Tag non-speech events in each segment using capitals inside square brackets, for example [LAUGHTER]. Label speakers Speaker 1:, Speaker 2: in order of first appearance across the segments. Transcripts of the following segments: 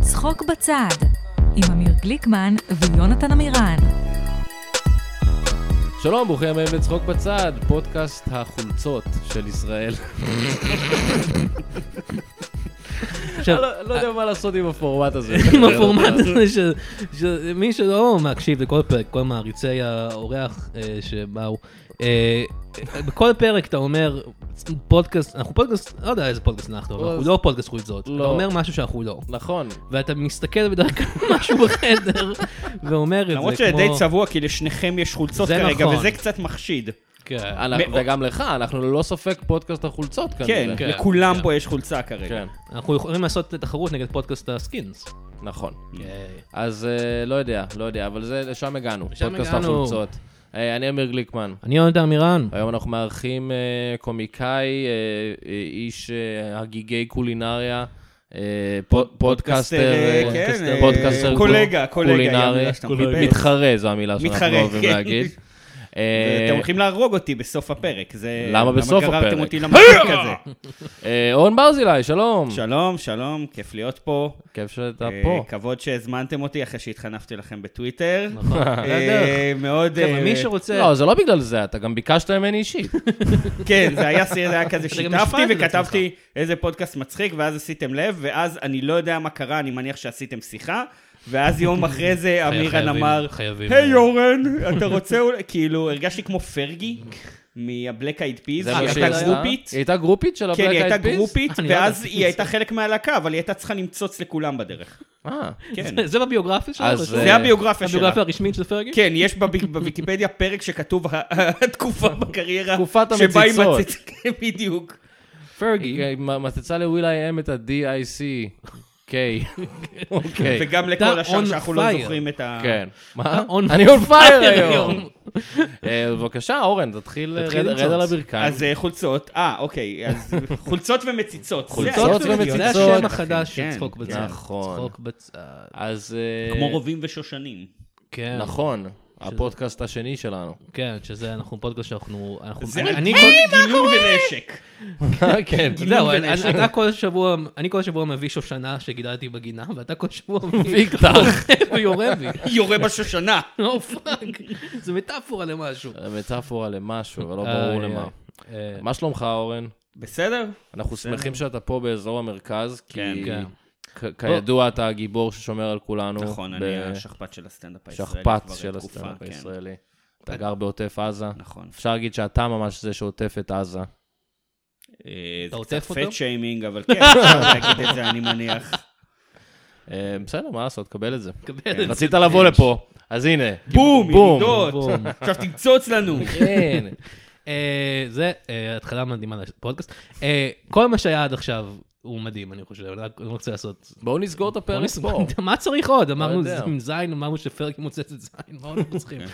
Speaker 1: צחוק בצד, עם אמיר גליקמן ויונתן עמירן.
Speaker 2: שלום, ברוכים הבאים לצחוק בצד, פודקאסט החולצות של ישראל.
Speaker 3: עכשיו,
Speaker 2: לא לא יודע מה לעשות עם הפורמט הזה. כן.
Speaker 3: עם הפורמט הזה, ש- שמי שלא מקשיב לכל פרק, כל מעריצי האורח אה, שבאו, אה, בכל פרק אתה אומר, פודקאסט, אנחנו פודקאסט, לא יודע איזה פודקאסט אנחנו, אבל אנחנו לא פודקאסט חולצות, אתה
Speaker 2: לא.
Speaker 3: אומר משהו שאנחנו לא.
Speaker 2: נכון.
Speaker 3: ואתה מסתכל בדרך כלל על משהו בחדר, ואומר את זה,
Speaker 4: למרות שזה די
Speaker 3: כמו-
Speaker 4: צבוע, כי לשניכם יש חולצות
Speaker 3: זה
Speaker 4: כרגע,
Speaker 3: נכון.
Speaker 4: וזה קצת מחשיד.
Speaker 3: כן.
Speaker 2: אנחנו-
Speaker 4: מאוד.
Speaker 2: אה, וגם לך, אנחנו ללא ספק פודקאסט החולצות
Speaker 4: כן,
Speaker 2: כנראה.
Speaker 3: כן,
Speaker 4: לכולם
Speaker 3: כן.
Speaker 4: פה יש חולצה כרגע.
Speaker 2: כן,
Speaker 3: אנחנו יכולים לעשות תחרות נגד פודקאסט הסקינס.
Speaker 2: נכון. אז אה, לא יודע, לא יודע, אבל זה, לשם הגענו.
Speaker 3: לשם
Speaker 2: פודקאסט
Speaker 3: הגענו.
Speaker 2: החולצות. אה, אני אמיר גליקמן.
Speaker 3: אני יונתן מירן.
Speaker 2: היום אנחנו מארחים אה, קומיקאי, אה, אה, איש אה, הגיגי קולינריה, אה, פו- פודקאסטר,
Speaker 4: אה,
Speaker 2: אה,
Speaker 4: כן, אה,
Speaker 2: פודקאסטר קול-
Speaker 4: קולגה, קולגה, היא
Speaker 2: קולינרי.
Speaker 4: המילה שאתה מבלבל.
Speaker 2: מתחרה זו המילה שאנחנו
Speaker 4: מתחרה, [LAUGHS]
Speaker 2: אוהבים
Speaker 4: כן.
Speaker 2: להגיד. אה,
Speaker 4: אתם הולכים להרוג אותי בסוף הפרק. זה-
Speaker 2: למה בסוף
Speaker 4: למה
Speaker 2: הפרק?
Speaker 4: גררתם אותי למצב
Speaker 3: [LAUGHS]
Speaker 4: כזה?
Speaker 2: אה, אורן ברזילי, שלום.
Speaker 4: שלום, שלום, כיף להיות פה.
Speaker 2: כיף שאתה
Speaker 4: אה,
Speaker 2: פה.
Speaker 4: כבוד שהזמנתם אותי אחרי שהתחנפתי לכם בטוויטר.
Speaker 3: נכון. זה הדרך. [LAUGHS]
Speaker 4: אה, מאוד...
Speaker 3: חבר'ה,
Speaker 4: אה,
Speaker 3: מי שרוצה...
Speaker 2: לא, זה לא בגלל זה, אתה גם ביקשת ממני אישית.
Speaker 4: כן, זה היה סי- זה היה כזה,
Speaker 3: אתה גם
Speaker 4: שיתפתי
Speaker 3: השפעת על
Speaker 4: וכתבתי איזה פודקאסט מצחיק, ואז עשיתם לב, ואז אני לא יודע מה קרה, אני מניח שעשיתם שיחה, ואז יום אחרי זה אמירן
Speaker 3: חייבים-
Speaker 4: אמר,
Speaker 3: חייבים.
Speaker 4: היי אורן, אתה רוצה אולי... כאילו, הרגשתי כמו פרגי, מה-Black Eyed Peas,
Speaker 2: זה
Speaker 4: היא
Speaker 2: מה שהיא
Speaker 4: הייתה
Speaker 2: עשתה?
Speaker 4: גרופית.
Speaker 3: אה?
Speaker 2: היא הייתה גרופית של הבלק
Speaker 4: כן, היא הייתה גרופית,
Speaker 3: אני לא
Speaker 4: ואז
Speaker 3: ידעתי.
Speaker 4: היא הייתה חלק מהלהקה, אבל היא הייתה צריכה למצוץ
Speaker 3: [LAUGHS]
Speaker 4: לכולם בדרך.
Speaker 2: אה,
Speaker 4: כן.
Speaker 3: זה- זה בביוגרפיה שלו?
Speaker 2: אז,
Speaker 3: רשום?
Speaker 2: אה,
Speaker 4: זה הביוגרפיה שלה.
Speaker 3: הביוגרפיה הרשמית של פרגי?
Speaker 4: כן, יש בב- בוויקיפדיה פרק שכתוב ה- [LAUGHS] התקופה בקריירה.
Speaker 2: תקופת
Speaker 4: שבה היא
Speaker 2: המציצות.
Speaker 4: מציצה- כן, [LAUGHS] בדיוק.
Speaker 2: פרגי. מצצה לווילי אם את
Speaker 4: [LAUGHS]
Speaker 2: ה-D-I-C-K. אוקיי.
Speaker 4: וגם
Speaker 3: אתה
Speaker 4: לכל
Speaker 3: on
Speaker 4: השאר שאנחנו לא
Speaker 3: fire.
Speaker 4: זוכרים את ה...
Speaker 2: כן. מה?
Speaker 3: on
Speaker 2: אני און פייר [LAUGHS]
Speaker 3: fire
Speaker 2: היום.
Speaker 3: היום.
Speaker 2: אה, בבקשה, אורן, תתחיל,
Speaker 3: תתחיל אה,
Speaker 2: רד- רד
Speaker 3: למצוץ.
Speaker 2: על הברכיים.
Speaker 4: אז אה, חולצות, אה, אוקיי,
Speaker 2: [LAUGHS]
Speaker 4: אז חולצות ומציצות. זה
Speaker 2: חולצות
Speaker 4: האיש
Speaker 2: ומציצות.
Speaker 4: הטריוויאלי.
Speaker 3: זה השם החדש של
Speaker 4: כן,
Speaker 3: צחוק בצד.
Speaker 2: נכון.
Speaker 3: צחוק בצד.
Speaker 2: אז... אה,
Speaker 4: כמו רובים ושושנים.
Speaker 3: כן,
Speaker 2: נכון, הפודקאסט השני שלנו.
Speaker 3: כן, שזה, אנחנו פודקאסט שאנחנו... אנחנו-
Speaker 4: זה
Speaker 3: אני-
Speaker 4: על
Speaker 3: אני
Speaker 4: גילום ונשק.
Speaker 2: [LAUGHS] כן.
Speaker 3: כל- זהו,
Speaker 4: גילום
Speaker 3: אני-
Speaker 4: ונשק.
Speaker 3: אתה כל שבוע, אני כל שבוע מביא שושנה שגידלתי בגינה, ואתה כל שבוע מביא
Speaker 2: ויקטח.
Speaker 3: [LAUGHS] ויורה בי.
Speaker 2: [LAUGHS]
Speaker 4: יורה בשושנה.
Speaker 3: לא פאק, זה מטאפורה למשהו.
Speaker 2: זה מטאפורה למשהו, אבל לא
Speaker 3: אה,
Speaker 2: ברור למה.
Speaker 3: אה,
Speaker 2: מה שלומך, אורן?
Speaker 4: בסדר?
Speaker 2: אנחנו שמחים שאתה פה באזור המרכז, כי
Speaker 4: כן,
Speaker 3: כן.
Speaker 2: כ- כידוע אתה הגיבור ששומר על כולנו.
Speaker 4: נכון,
Speaker 2: ב-
Speaker 4: אני השכפ"ץ של הסטנדאפ הישראלי.
Speaker 2: שכפ"ץ
Speaker 4: כבר
Speaker 2: של
Speaker 4: תקופה,
Speaker 2: הסטנדאפ
Speaker 4: כן.
Speaker 2: הישראלי. אתה גר בעוטף עזה.
Speaker 4: נכון.
Speaker 2: אפשר להגיד שאתה ממש זה שעוטף את עזה.
Speaker 4: אה,
Speaker 3: אתה
Speaker 4: זה
Speaker 3: עוטף
Speaker 4: קצת
Speaker 3: אותו?
Speaker 4: פט
Speaker 2: [LAUGHS]
Speaker 4: שיימינג, אבל כן, אפשר להגיד את זה, אני מניח.
Speaker 2: אה, בסדר, מה לעשות, קבל
Speaker 4: [LAUGHS]
Speaker 2: את זה.
Speaker 3: קבל את זה.
Speaker 2: כן, רצית לבוא לפה, אז הנה.
Speaker 4: בום,
Speaker 2: בום.
Speaker 4: ירידות.
Speaker 3: בום.
Speaker 4: עכשיו
Speaker 3: [LAUGHS]
Speaker 4: תמצוץ לנו.
Speaker 3: כן. אה, זה אה, התחלה מדהימה לפודקאסט. אה, כל מה שהיה עד עכשיו הוא מדהים, אני חושב. אני רק רוצה לעשות...
Speaker 2: בואו נסגור את
Speaker 3: בוא
Speaker 2: הפרק
Speaker 3: נסגור.
Speaker 2: פה.
Speaker 3: מה צריך
Speaker 4: לא
Speaker 3: עוד? אמרנו
Speaker 2: יודע.
Speaker 3: זה עם זין, אמרנו שפרק מוצץ את זין, מה עוד אנחנו
Speaker 4: [LAUGHS]
Speaker 3: צריכים?
Speaker 4: כן.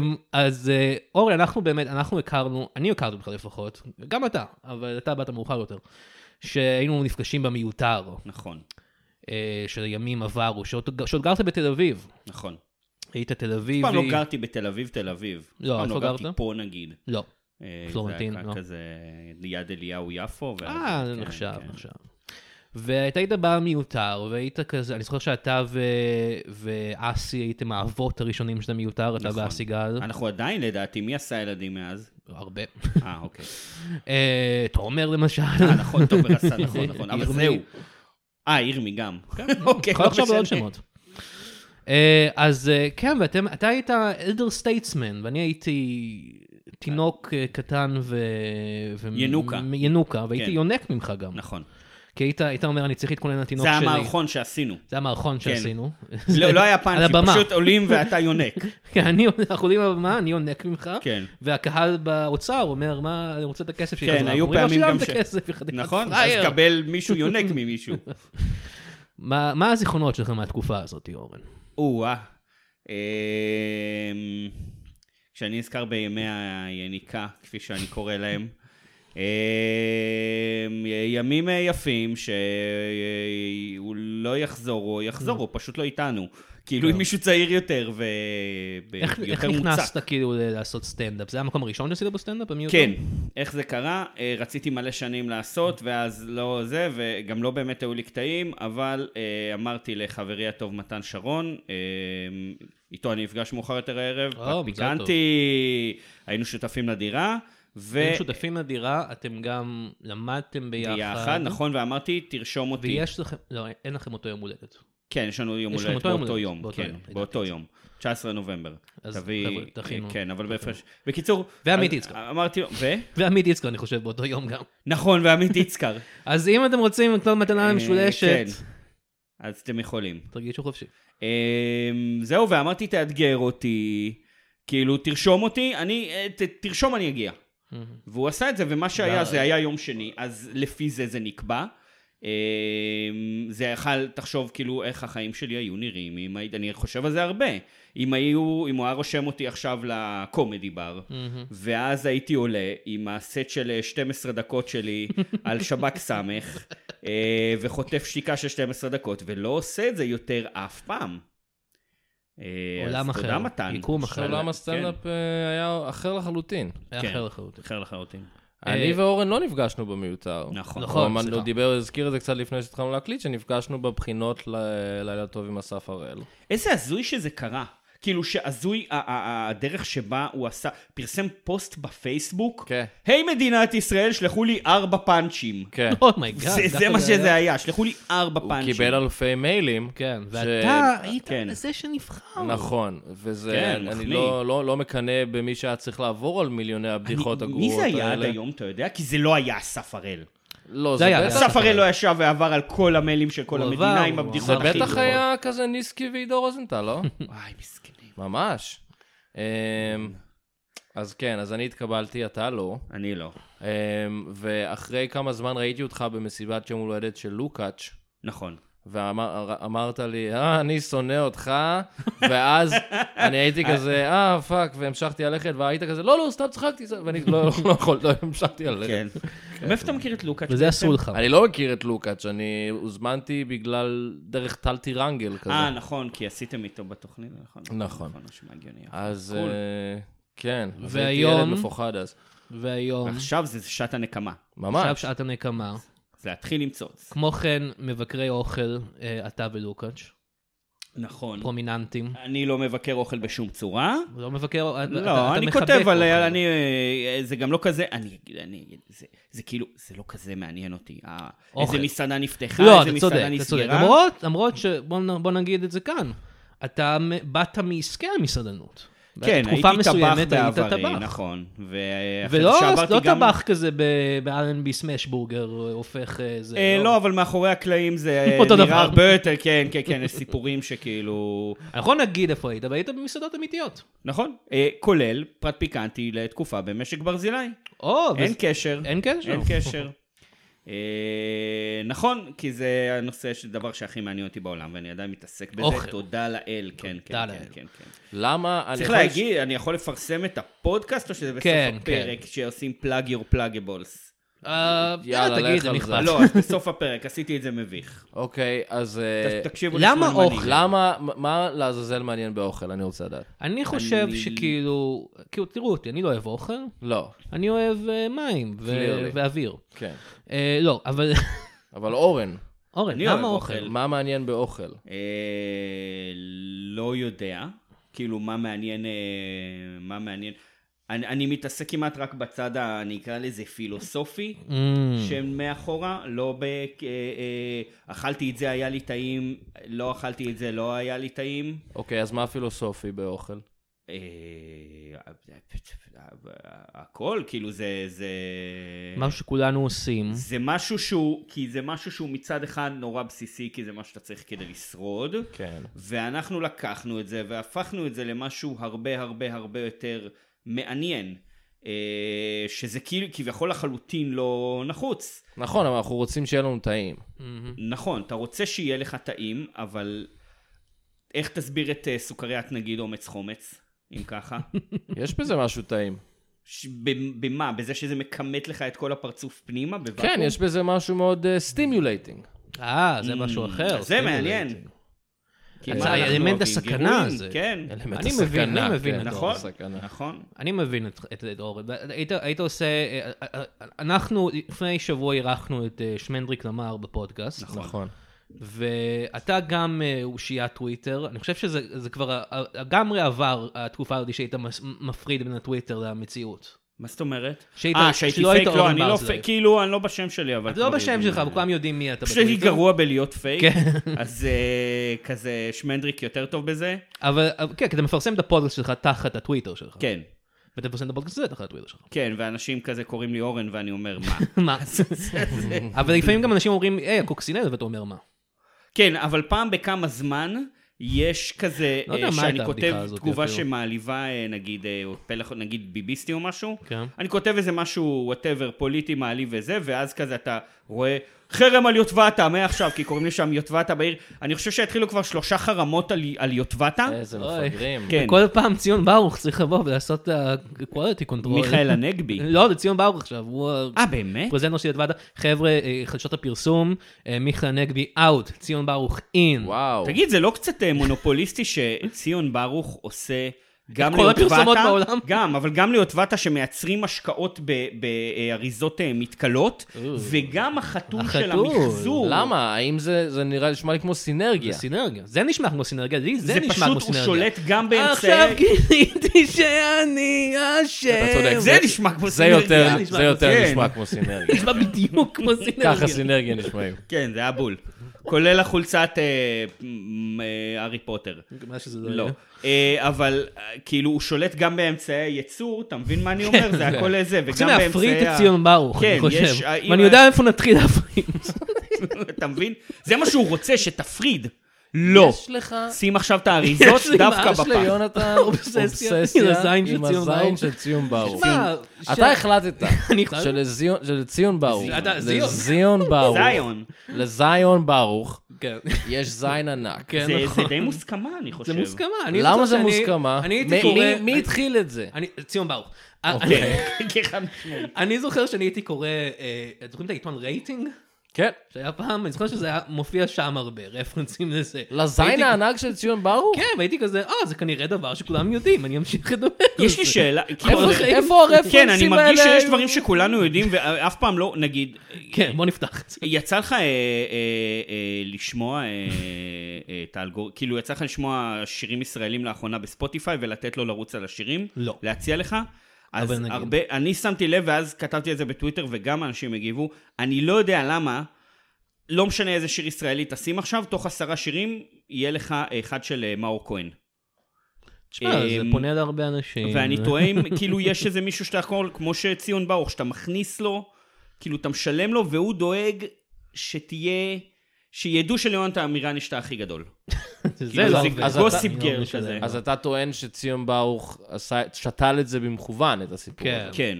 Speaker 3: אמ, אז אה, אורי, אנחנו באמת, אנחנו הכרנו, אני הכרתי אותך לפחות, גם אתה, אבל אתה באת מאוחר יותר, שהיינו נפגשים במיותר
Speaker 4: נכון,
Speaker 3: אה, של ימים עברו, שעוד שעוד גרת בתל אביב.
Speaker 4: נכון.
Speaker 3: היית תל
Speaker 4: אף
Speaker 3: אביבי.
Speaker 4: פעם לא גרתי בתל אביב, תל אביב.
Speaker 3: לא,
Speaker 4: אף פעם
Speaker 3: איפה
Speaker 4: גרתי
Speaker 3: גרת?
Speaker 4: פה נגיד.
Speaker 3: לא.
Speaker 4: אה,
Speaker 3: פלורנטין,
Speaker 4: זה
Speaker 3: לא.
Speaker 4: היה כזה ליד אליהו יפו. ואז-
Speaker 3: אה,
Speaker 4: כן,
Speaker 3: נחשב,
Speaker 4: כן.
Speaker 3: נחשב. ואתה היית בא מיותר, והיית כזה, אני זוכר שאתה ו... ואסי הייתם האבות הראשונים של המיותר, אתה
Speaker 4: נכון.
Speaker 3: ואסי גל,
Speaker 4: אנחנו עדיין לדעתי, מי עשה ילדים מאז?
Speaker 3: הרבה.
Speaker 4: אה, אוקיי.
Speaker 3: אה, תומר למשל.
Speaker 4: אה,
Speaker 3: [LAUGHS]
Speaker 4: נכון, תומר עשה, נכון, נכון. אבל
Speaker 3: ירמי.
Speaker 4: זהו. אה, ירמי גם. [LAUGHS] אוקיי,
Speaker 3: כן. יכול לחשוב על עוד
Speaker 4: משנה.
Speaker 3: שמות. אה, אז אה, כן, ואתם, אתה היית אלדר סטייטסמן, ואני הייתי תינוק אה, קטן ו... ו-
Speaker 4: ינוקה.
Speaker 3: מ- ינוקה, והייתי
Speaker 4: כן.
Speaker 3: יונק ממך גם.
Speaker 4: נכון.
Speaker 3: כי היית, היית אומר, אני צריך להתכונן לתינוק
Speaker 4: זה
Speaker 3: שלי. [LAUGHS]
Speaker 4: המערכון כן. שעשינו.
Speaker 3: זה המערכון שעשינו. [LAUGHS]
Speaker 4: לא לא היה
Speaker 3: על
Speaker 4: פאנצ'ים,
Speaker 3: הבמה.
Speaker 4: פשוט עולים ואתה יונק.
Speaker 3: [LAUGHS] כן, אני, אנחנו עולים על הבמה, אני יונק ממך.
Speaker 4: כן.
Speaker 3: והקהל באוצר אומר, מה, אני רוצה את הכסף שלי.
Speaker 4: כן,
Speaker 3: חזרה."
Speaker 4: היו
Speaker 3: אומרים, "לא
Speaker 4: פעמים גם
Speaker 3: שילמת
Speaker 4: ש-
Speaker 3: כסף, יא חתיכת
Speaker 4: נכון? אז
Speaker 3: פראייר."
Speaker 4: קבל מישהו יונק
Speaker 3: [LAUGHS]
Speaker 4: ממישהו.
Speaker 3: מה מה הזיכרונות שלך מהתקופה הזאת, אורן?
Speaker 4: או-אה. אמ, כשאני נזכר בימי היניקה, כפי שאני קורא להם, אמ, ימים יפים שהוא לא יחזור, או יחזור, או פשוט לא איתנו. כאילו, אם מישהו צעיר יותר
Speaker 3: לא. איך איך
Speaker 4: ויותר אה, מוצק.
Speaker 3: נכנסת כאילו ל- לעשות סטנדאפ? זה המקום הראשון שעשית בו סטנדאפ? במי
Speaker 4: כן, איך זה קרה? אה, רציתי מלא שנים לעשות, ואז לא זה, וגם לא באמת היו לי קטעים, אבל אה, אמרתי לחברי הטוב מתן שרון, אה, איתו אני אפגש מאוחר יותר הערב,
Speaker 3: אה, מזל
Speaker 4: פיקנטי, היינו שותפים לדירה, ו...
Speaker 3: אתם שותפים לדירה, אתם גם למדתם ביחד.
Speaker 4: ביחד, נכון, ואמרתי, תרשום אותי.
Speaker 3: ויש לכם, לא, אין לכם אותו יום הולדת.
Speaker 4: כן, יש לנו יום
Speaker 3: יש לכם
Speaker 4: הולדת
Speaker 3: אותו יום
Speaker 4: באותו
Speaker 3: הולדת,
Speaker 4: יום,
Speaker 3: באותו יום, ידעתי
Speaker 4: כן, באותו
Speaker 3: את זה.
Speaker 4: יום, 19 נובמבר.
Speaker 3: אז
Speaker 4: תביא-
Speaker 3: חבר'ה, דחינו. אוקיי.
Speaker 4: כן, אבל בהפרש... בקיצור...
Speaker 3: ועמית
Speaker 4: אז
Speaker 3: יצחק.
Speaker 4: אמרתי לו, ו?
Speaker 3: ועמית יצקו, אני חושב, באותו יום גם.
Speaker 4: נכון,
Speaker 3: [LAUGHS]
Speaker 4: ועמית יצקר.
Speaker 3: אז אם אתם רוצים לקנות מתנה
Speaker 4: אה,
Speaker 3: משולשת,
Speaker 4: כן. אז אתם יכולים.
Speaker 3: תרגישו חופשי.
Speaker 4: אמ, זהו, ואמרתי, תאתגר אותי, כאילו, תרשום אותי, אני, אה, ת- תרשום, אני אגיע. והוא עשה את זה, ומה שהיה, זה היה יום שני, אז לפי זה זה נקבע. אמ, זה יכל, תחשוב כאילו איך החיים שלי היו נראים, אם היית, אני חושב על זה הרבה. אם היו, אם הוא היה רושם אותי עכשיו לקומדי בר, ואז הייתי עולה עם הסט של אה, 12
Speaker 3: [LAUGHS]
Speaker 4: דקות שלי על שב"כ סמך, אה, וחוטף שתיקה של 12 דקות, ולא עושה את זה יותר אף פעם. אה,
Speaker 3: עולם
Speaker 4: אז
Speaker 3: אחר,
Speaker 4: תודה מתן.
Speaker 3: יקום אחר.
Speaker 2: שעולם הסטנדאפ אה, היה אחר לחלוטין.
Speaker 3: היה
Speaker 4: כן.
Speaker 3: אחר לחלוטין.
Speaker 4: אחר לחלוטין.
Speaker 2: אני ואורן לא נפגשנו במיותר.
Speaker 4: נכון.
Speaker 3: נכון.
Speaker 2: נכון,
Speaker 3: סליחה.
Speaker 2: הוא דיבר, הזכיר את זה קצת לפני שהתחלנו להקליט, שנפגשנו בבחינות ל- לילה טוב עם אסף הראל.
Speaker 4: איזה הזוי שזה קרה. כאילו שהזוי, ה- ה- ה- הדרך שבה הוא עשה, פרסם פוסט בפייסבוק,
Speaker 2: כן.
Speaker 4: היי מדינת ישראל, שלחו לי ארבע פאנצ'ים.
Speaker 3: [LAUGHS]
Speaker 2: כן.
Speaker 3: אומייגאד.
Speaker 4: זה- זה מה שזה היה, שלחו לי ארבע
Speaker 2: הוא
Speaker 4: פאנצ'ים.
Speaker 2: קיבל אלפי מיילים.
Speaker 3: כן,
Speaker 2: ש-
Speaker 3: ואתה היית
Speaker 4: כן.
Speaker 3: זה שנבחר.
Speaker 2: נכון, וזה,
Speaker 4: כן,
Speaker 2: אני- אני
Speaker 4: מחמיא.
Speaker 2: לא, לא, לא מקנא במי שהיה צריך לעבור על מיליוני הבדיחות
Speaker 4: אני-
Speaker 2: הגרועות האלה.
Speaker 4: מי זה היה עד היום, אתה יודע? כי זה לא היה אסף הראל.
Speaker 2: לא,
Speaker 3: זה
Speaker 2: זה,
Speaker 3: היה
Speaker 2: בטח,
Speaker 4: אסף הראל לא ישב ועבר על כל המיילים של כל
Speaker 3: הוא
Speaker 4: המדינה
Speaker 3: עבר,
Speaker 4: עם
Speaker 3: הוא
Speaker 2: זה
Speaker 4: הבדיחות
Speaker 3: עבר.
Speaker 4: הכי...
Speaker 2: בטח
Speaker 3: גרועות.
Speaker 2: היה כזה ניסקי ועידו רוזנטל,
Speaker 4: [LAUGHS]
Speaker 2: לא?
Speaker 4: וואי, מסכנים.
Speaker 2: ממש. אמ, אז כן, אז אני התקבלתי, אתה לא.
Speaker 4: אני לא.
Speaker 2: אמ, ואחרי כמה זמן ראיתי אותך במסיבת יום הולדת של לוקאץ',
Speaker 4: נכון.
Speaker 2: ואמרת לי, אה, אני שונא
Speaker 4: [LAUGHS]
Speaker 2: אותך, ואז אני הייתי כזה, אה, פאק, והמשכתי ללכת, והיית כזה, לא, לא, סתם צחקתי, זה-" ואני לא לא יכול, לא המשכתי ללכת.
Speaker 4: כן. מאיפה אתה מכיר את לוקאץ'?
Speaker 3: וזה
Speaker 4: בעצם?
Speaker 3: אסור לך.
Speaker 2: אני לא מכיר את לוקאץ', אני הוזמנתי בגלל דרך טל טירנגל כזה.
Speaker 4: אה, נכון, כי עשיתם איתו בתוכנית, נכון?
Speaker 2: נכון.
Speaker 4: נשמע הגיוני.
Speaker 2: אז
Speaker 4: קול.
Speaker 2: אה, כן, אז
Speaker 3: והיום-
Speaker 2: הייתי ילד מפוחד אז.
Speaker 3: והיום,
Speaker 4: עכשיו זה שעת הנקמה.
Speaker 3: עכשיו
Speaker 2: ממש.
Speaker 3: שעת הנקמה.
Speaker 4: זה להתחיל עם צוץ.
Speaker 3: כמו כן, מבקרי אוכל, אה, אתה ולוקאץ',
Speaker 4: Mm. נכון.
Speaker 3: פרומיננטים.
Speaker 4: אני לא מבקר אוכל בשום צורה.
Speaker 3: הוא לא מבקר, אתה- אתה
Speaker 4: לא, אני
Speaker 3: מחבק
Speaker 4: כותב על...
Speaker 3: אוכל.
Speaker 4: אני... אה, זה גם לא כזה... אני אגיד, אני אגיד, זה- זה כאילו, זה לא כזה מעניין אותי. אה,
Speaker 3: אוכל.
Speaker 4: איזה מסעדה נפתחה,
Speaker 3: לא,
Speaker 4: איזה
Speaker 3: אתה צודק,
Speaker 4: מסעדה
Speaker 3: אתה צודק.
Speaker 4: נסגרה.
Speaker 3: למרות, למרות ש... בוא נ- בוא נגיד את זה כאן. אתה מ- באת מעסקי המסעדנות.
Speaker 4: כן,
Speaker 3: בתקופה
Speaker 4: הייתי טבח
Speaker 3: מסוימת היית
Speaker 4: בעברי,
Speaker 3: טבח.
Speaker 4: נכון. ואחרי
Speaker 3: ולא
Speaker 4: שעברתי
Speaker 3: לא
Speaker 4: גם-
Speaker 3: טבח כזה ב-R&B סמאשבורגר הופך אה, זה.
Speaker 4: אה, לא, אבל מאחורי הקלעים זה אה,
Speaker 3: אותו דבר.
Speaker 4: נראה הרבה יותר, כן, כן, כן, יש סיפורים שכאילו...
Speaker 3: אני יכול להגיד איפה היית, אבל היית במסעדות אמיתיות.
Speaker 4: נכון, אה, כולל פרט פיקנטי לתקופה במשק ברזילי.
Speaker 3: או,
Speaker 4: אין
Speaker 3: וזה-
Speaker 4: קשר.
Speaker 3: אין קשר.
Speaker 4: אין קשר. אה, נכון, כי זה הנושא, של דבר שהכי מעניין אותי בעולם, ואני עדיין מתעסק בזה.
Speaker 3: אוכל.
Speaker 4: תודה לאל, כן, כן,
Speaker 3: תודה
Speaker 4: כן,
Speaker 3: לאל.
Speaker 4: כן, כן.
Speaker 2: למה... אני
Speaker 4: צריך
Speaker 2: יכול-
Speaker 4: להגיד, אני יכול לפרסם את הפודקאסט, או שזה בסוף
Speaker 3: כן,
Speaker 4: הפרק, שעושים plug your pluggables?
Speaker 3: אה,
Speaker 2: יאללה,
Speaker 3: יאללה, תגיד,
Speaker 2: לך
Speaker 3: זה
Speaker 2: על
Speaker 3: נכבד.
Speaker 2: זה.
Speaker 4: לא, אז בסוף הפרק, עשיתי את זה מביך.
Speaker 2: אוקיי, אז... אה,
Speaker 4: ת- תקשיבו
Speaker 3: למה
Speaker 4: לשמאלמנים.
Speaker 3: אוכל?
Speaker 2: למה... מ- מה לעזאזל מעניין באוכל? אני רוצה לדעת.
Speaker 3: אני חושב
Speaker 4: אני-
Speaker 3: שכאילו, כאילו, תראו אותי, אני לא אוהב אוכל,
Speaker 2: לא,
Speaker 3: אני אוהב אה, מים ו-
Speaker 2: Clearly.
Speaker 3: ואוויר.
Speaker 2: כן.
Speaker 3: אה, לא, אבל
Speaker 2: אבל אורן,
Speaker 3: אורן,
Speaker 4: אני
Speaker 3: למה
Speaker 4: אוהב
Speaker 3: אוכל?
Speaker 2: מה מעניין באוכל?
Speaker 4: אה, לא יודע, כאילו מה מעניין, אה, מה מעניין. אני, אני מתעסק כמעט רק בצד, ה- אני אקרא לזה פילוסופי,
Speaker 3: Mm.
Speaker 4: שהם מאחורה, לא ב... אה, אה, אכלתי את זה, היה לי טעים, לא אכלתי את זה, לא היה לי טעים.
Speaker 2: אוקיי, אז מה פילוסופי באוכל?
Speaker 4: אה, הכל, כאילו זה... זה...
Speaker 3: משהו שכולנו עושים.
Speaker 4: זה משהו שהוא, כי זה משהו שהוא מצד אחד נורא בסיסי, כי זה מה שאתה צריך כדי לשרוד.
Speaker 2: כן.
Speaker 4: ואנחנו לקחנו את זה והפכנו את זה למשהו הרבה הרבה הרבה יותר מעניין. אה, שזה כאילו כביכול לחלוטין לא נחוץ.
Speaker 2: נכון, אבל אנחנו רוצים שיהיה לנו טעים.
Speaker 3: מהמם.
Speaker 4: נכון, אתה רוצה שיהיה לך טעים, אבל איך תסביר את אה, סוכריית נגיד אומץ חומץ, אם
Speaker 3: [LAUGHS]
Speaker 4: ככה?
Speaker 2: יש בזה משהו טעים. כן,
Speaker 4: ש- ב- במה? בזה שזה מכמת לך את כל הפרצוף פנימה? בוואקום?
Speaker 2: אה, כן, יש בזה משהו מאוד סטימולייטינג.
Speaker 3: אה, זה משהו אחר.
Speaker 4: Mm,
Speaker 3: כאילו,
Speaker 4: זה מעניין.
Speaker 3: סטינגרייט.
Speaker 4: כי
Speaker 3: אז
Speaker 4: מה, אנחנו
Speaker 3: האלמנט
Speaker 4: אוהבים?
Speaker 3: כן, הסכנה
Speaker 4: גירויים,
Speaker 3: הזה.
Speaker 4: כן,
Speaker 2: אלמנט
Speaker 3: אני מבין,
Speaker 2: הסכנה,
Speaker 3: אני מבין
Speaker 2: כן,
Speaker 3: את
Speaker 4: נכון,
Speaker 3: אורן.
Speaker 2: הסכנה.
Speaker 4: נכון.
Speaker 3: אני מבין את- את את אורן. היית- היית עושה... אה, אה, אה, אנחנו לפני שבוע אירחנו את אה, שמנדריק למר בפודקאסט.
Speaker 2: נכון.
Speaker 3: ואתה גם אה, אושיית טוויטר, אני חושב שזה זה כבר אה, לגמרי עבר התקופה הזאת שהיית מס- מפריד בין הטוויטר למציאות.
Speaker 4: מה זאת אומרת?
Speaker 3: שהיית-
Speaker 4: אה, שהייתי
Speaker 3: שלא היית
Speaker 4: פייק, לא,
Speaker 3: אורן
Speaker 4: אני לא
Speaker 3: ברזילי.
Speaker 4: פייק, כאילו, אני לא בשם שלי, אבל...
Speaker 3: זה לא
Speaker 4: כבר
Speaker 3: בשם
Speaker 4: יודעים.
Speaker 3: שלך, אבל כולם יודעים מי אתה
Speaker 4: פשוט הייתי
Speaker 3: בטוויטר.
Speaker 4: גרוע בלהיות פייק,
Speaker 3: כן.
Speaker 4: אז אה, כזה שמנדריק יותר טוב בזה?
Speaker 3: [LAUGHS] אבל אבל כן, כי אתה מפרסם את הפודקאסט שלך תחת הטוויטר שלך.
Speaker 4: כן,
Speaker 3: ואתה מפרסם את הפודקאסט הזה תחת הטוויטר שלך.
Speaker 4: כן, ואנשים כזה קוראים לי אורן ואני אומר מה.
Speaker 3: [LAUGHS] מה?
Speaker 4: זה-
Speaker 3: אבל לפעמים גם אנשים אומרים, היי, הקוקסינל, ואתה אומר מה?
Speaker 4: כן, אבל פעם בכמה זמן יש כזה,
Speaker 3: לא יודע
Speaker 4: אה,
Speaker 3: מה
Speaker 4: שאני
Speaker 3: הייתה
Speaker 4: כותב
Speaker 3: הבדיחה הזאת
Speaker 4: תגובה
Speaker 3: אפילו.
Speaker 4: שמעליבה, אה, נגיד, אה, או פלח, נגיד ביביסטי או משהו.
Speaker 3: כן.
Speaker 4: אני כותב איזה משהו, וואטאבר, פוליטי מעליב וזה, ואז כזה אתה רואה חרם על יוטבתה, מעכשיו, כי קוראים לי שם יוטבתה בעיר. אני חושב שהתחילו כבר שלושה חרמות על, על יוטבתה.
Speaker 3: אה,
Speaker 2: איזה
Speaker 3: אוי.
Speaker 2: מפגרים.
Speaker 4: כן,
Speaker 3: כל פעם ציון ברוך צריך לבוא ולעשות את ה-quality control.
Speaker 4: מיכאל הנגבי.
Speaker 3: [LAUGHS] לא, זה ציון ברוך עכשיו, הוא... ה-
Speaker 4: אה, באמת?
Speaker 3: פרזנטר של ידוודה, חבר'ה, אה, חדשות הפרסום, אה, מיכה נגבי אאוט, ציון ברוך אין.
Speaker 2: וואו.
Speaker 4: תגיד, זה לא קצת אה, מונופוליסטי שציון ברוך עושה גם
Speaker 3: כל הפרסומות בעולם?
Speaker 4: גם, אבל גם ליוטבתה שמייצרים השקעות באריזות אה, מתכלות,
Speaker 3: או.
Speaker 4: וגם החתול של
Speaker 3: החתול,
Speaker 4: המחזור.
Speaker 2: למה? האם זה זה נראה, נשמע לי כמו סינרגיה?
Speaker 3: זה סינרגיה. זה נשמע כמו סינרגיה, לי זה
Speaker 4: זה
Speaker 3: נשמע כמו
Speaker 4: פשוט, הוא
Speaker 3: סינרגיה.
Speaker 4: שולט גם
Speaker 3: עכשיו
Speaker 4: באמצעי...
Speaker 3: גיליתי שאני אשם.
Speaker 2: אתה צודק,
Speaker 3: כאילו-
Speaker 4: זה נשמע כמו
Speaker 2: זה
Speaker 4: סינרגיה.
Speaker 2: יותר,
Speaker 3: נשמע
Speaker 2: זה
Speaker 3: כמו-
Speaker 2: יותר
Speaker 4: כן.
Speaker 2: נשמע כמו סינרגיה.
Speaker 3: נשמע בדיוק כמו סינרגיה.
Speaker 2: ככה סינרגיה נשמעים.
Speaker 4: כן, זה היה בול. כולל החולצת אה, מ- אה, הארי פוטר.
Speaker 3: מה שזה לא
Speaker 4: לא.
Speaker 3: יהיה.
Speaker 4: אה, אבל אה, כאילו, הוא שולט גם באמצעי הייצור, אתה מבין מה אני אומר?
Speaker 3: [LAUGHS]
Speaker 4: זה הכל איזה, וגם באמצעי...
Speaker 3: צריכים כן. להפריט את
Speaker 4: ה-
Speaker 3: ציון ברוך,
Speaker 4: כן,
Speaker 3: אני
Speaker 4: יש-
Speaker 3: חושב.
Speaker 4: האם
Speaker 3: ואני
Speaker 4: ה-
Speaker 3: יודע איפה נתחיל להפריט.
Speaker 2: [LAUGHS]
Speaker 4: [LAUGHS] אתה מבין? זה מה שהוא רוצה, שתפריד. לא.
Speaker 2: יש לך
Speaker 4: שים עכשיו את האריזות
Speaker 3: [LAUGHS] יש לי
Speaker 4: דווקא
Speaker 3: ממש
Speaker 2: יש
Speaker 4: בפח.
Speaker 2: ליונתן
Speaker 3: אובססיה עם
Speaker 2: אובססיה
Speaker 3: הזין של
Speaker 2: עם
Speaker 3: ציון
Speaker 2: הזין
Speaker 3: ברוך.
Speaker 2: של ציון ברוך.
Speaker 3: שמע, ש-
Speaker 2: אתה החלטת
Speaker 3: [LAUGHS] אני חייב-
Speaker 2: שלזיון- שלציון ברוך,
Speaker 3: אתה- [LAUGHS]
Speaker 2: לזיון ברוך,
Speaker 4: זיון.
Speaker 2: לזיון ברוך,
Speaker 3: כן.
Speaker 2: יש זין ענק.
Speaker 3: כן,
Speaker 4: זה-
Speaker 3: נכון.
Speaker 4: זה די מוסכמה, אני חושב.
Speaker 3: זה מוסכמה. אני
Speaker 2: למה
Speaker 3: חושב
Speaker 2: זה
Speaker 3: שאני-
Speaker 2: מוסכמה?
Speaker 3: אני
Speaker 2: מי-
Speaker 3: הייתי קורא...
Speaker 2: מי- מי התחיל את זה?
Speaker 3: אני- ציון ברוך. אה,
Speaker 2: אוקיי.
Speaker 3: אני-
Speaker 4: [LAUGHS] ככה כן. משמעית.
Speaker 3: [LAUGHS] אני זוכר שאני הייתי קורא, אה, אתם זוכרים את העיתון רייטינג?
Speaker 2: כן.
Speaker 3: שהיה פעם, אני זוכר שזה היה מופיע שם הרבה, רפרנסים לזה.
Speaker 2: לזין
Speaker 3: הייתי-
Speaker 2: הענק של ציון ברוך?
Speaker 3: כן, והייתי כזה, אה, זה כנראה דבר שכולם יודעים, אני אמשיך לדבר על
Speaker 4: יש לי
Speaker 3: זה."
Speaker 4: שאלה. כאילו,
Speaker 2: איפה-
Speaker 4: זה-
Speaker 2: איפה
Speaker 4: כן, אני
Speaker 2: הרפרנסים האלה?
Speaker 4: מרגיש שיש
Speaker 2: היו?
Speaker 4: דברים שכולנו יודעים, ואף פעם לא, נגיד,
Speaker 3: כן, בוא נפתח את זה.
Speaker 4: יצא לך אה, אה, אה, לשמוע אה, אה, את האלגור... כאילו, יצא לך לשמוע שירים ישראלים לאחרונה בספוטיפיי ולתת לו לרוץ על השירים?
Speaker 3: לא.
Speaker 4: להציע לך? אז
Speaker 3: אבל נגיד.
Speaker 4: הרבה... אני שמתי לב, ואז כתבתי את זה בטוויטר, וגם אנשים הגיבו. אני לא יודע למה, לא משנה איזה שיר ישראלי תשים עכשיו, תוך עשרה שירים יהיה לך אחד של אה, מאור כהן.
Speaker 3: תשמע, זה
Speaker 4: אמ,
Speaker 3: פונה להרבה אנשים.
Speaker 4: ואני תוהה אם כאילו יש איזה מישהו שאתה יכול, כמו שציון ברוך, שאתה מכניס לו, כאילו אתה משלם לו, והוא דואג שתהיה, שידעו שליונתן עמירן יש את האח הכי גדול.
Speaker 3: זה
Speaker 4: כאילו,
Speaker 3: לא
Speaker 4: זה
Speaker 3: עובד.
Speaker 2: אז אתה-
Speaker 4: גוסיפ
Speaker 3: לא
Speaker 4: גר
Speaker 3: משנה.
Speaker 4: כזה.
Speaker 2: אז אתה טוען שציון ברוך עשה- שתל את זה במכוון, את הסיפור
Speaker 3: כן.
Speaker 2: הזה.
Speaker 4: כן,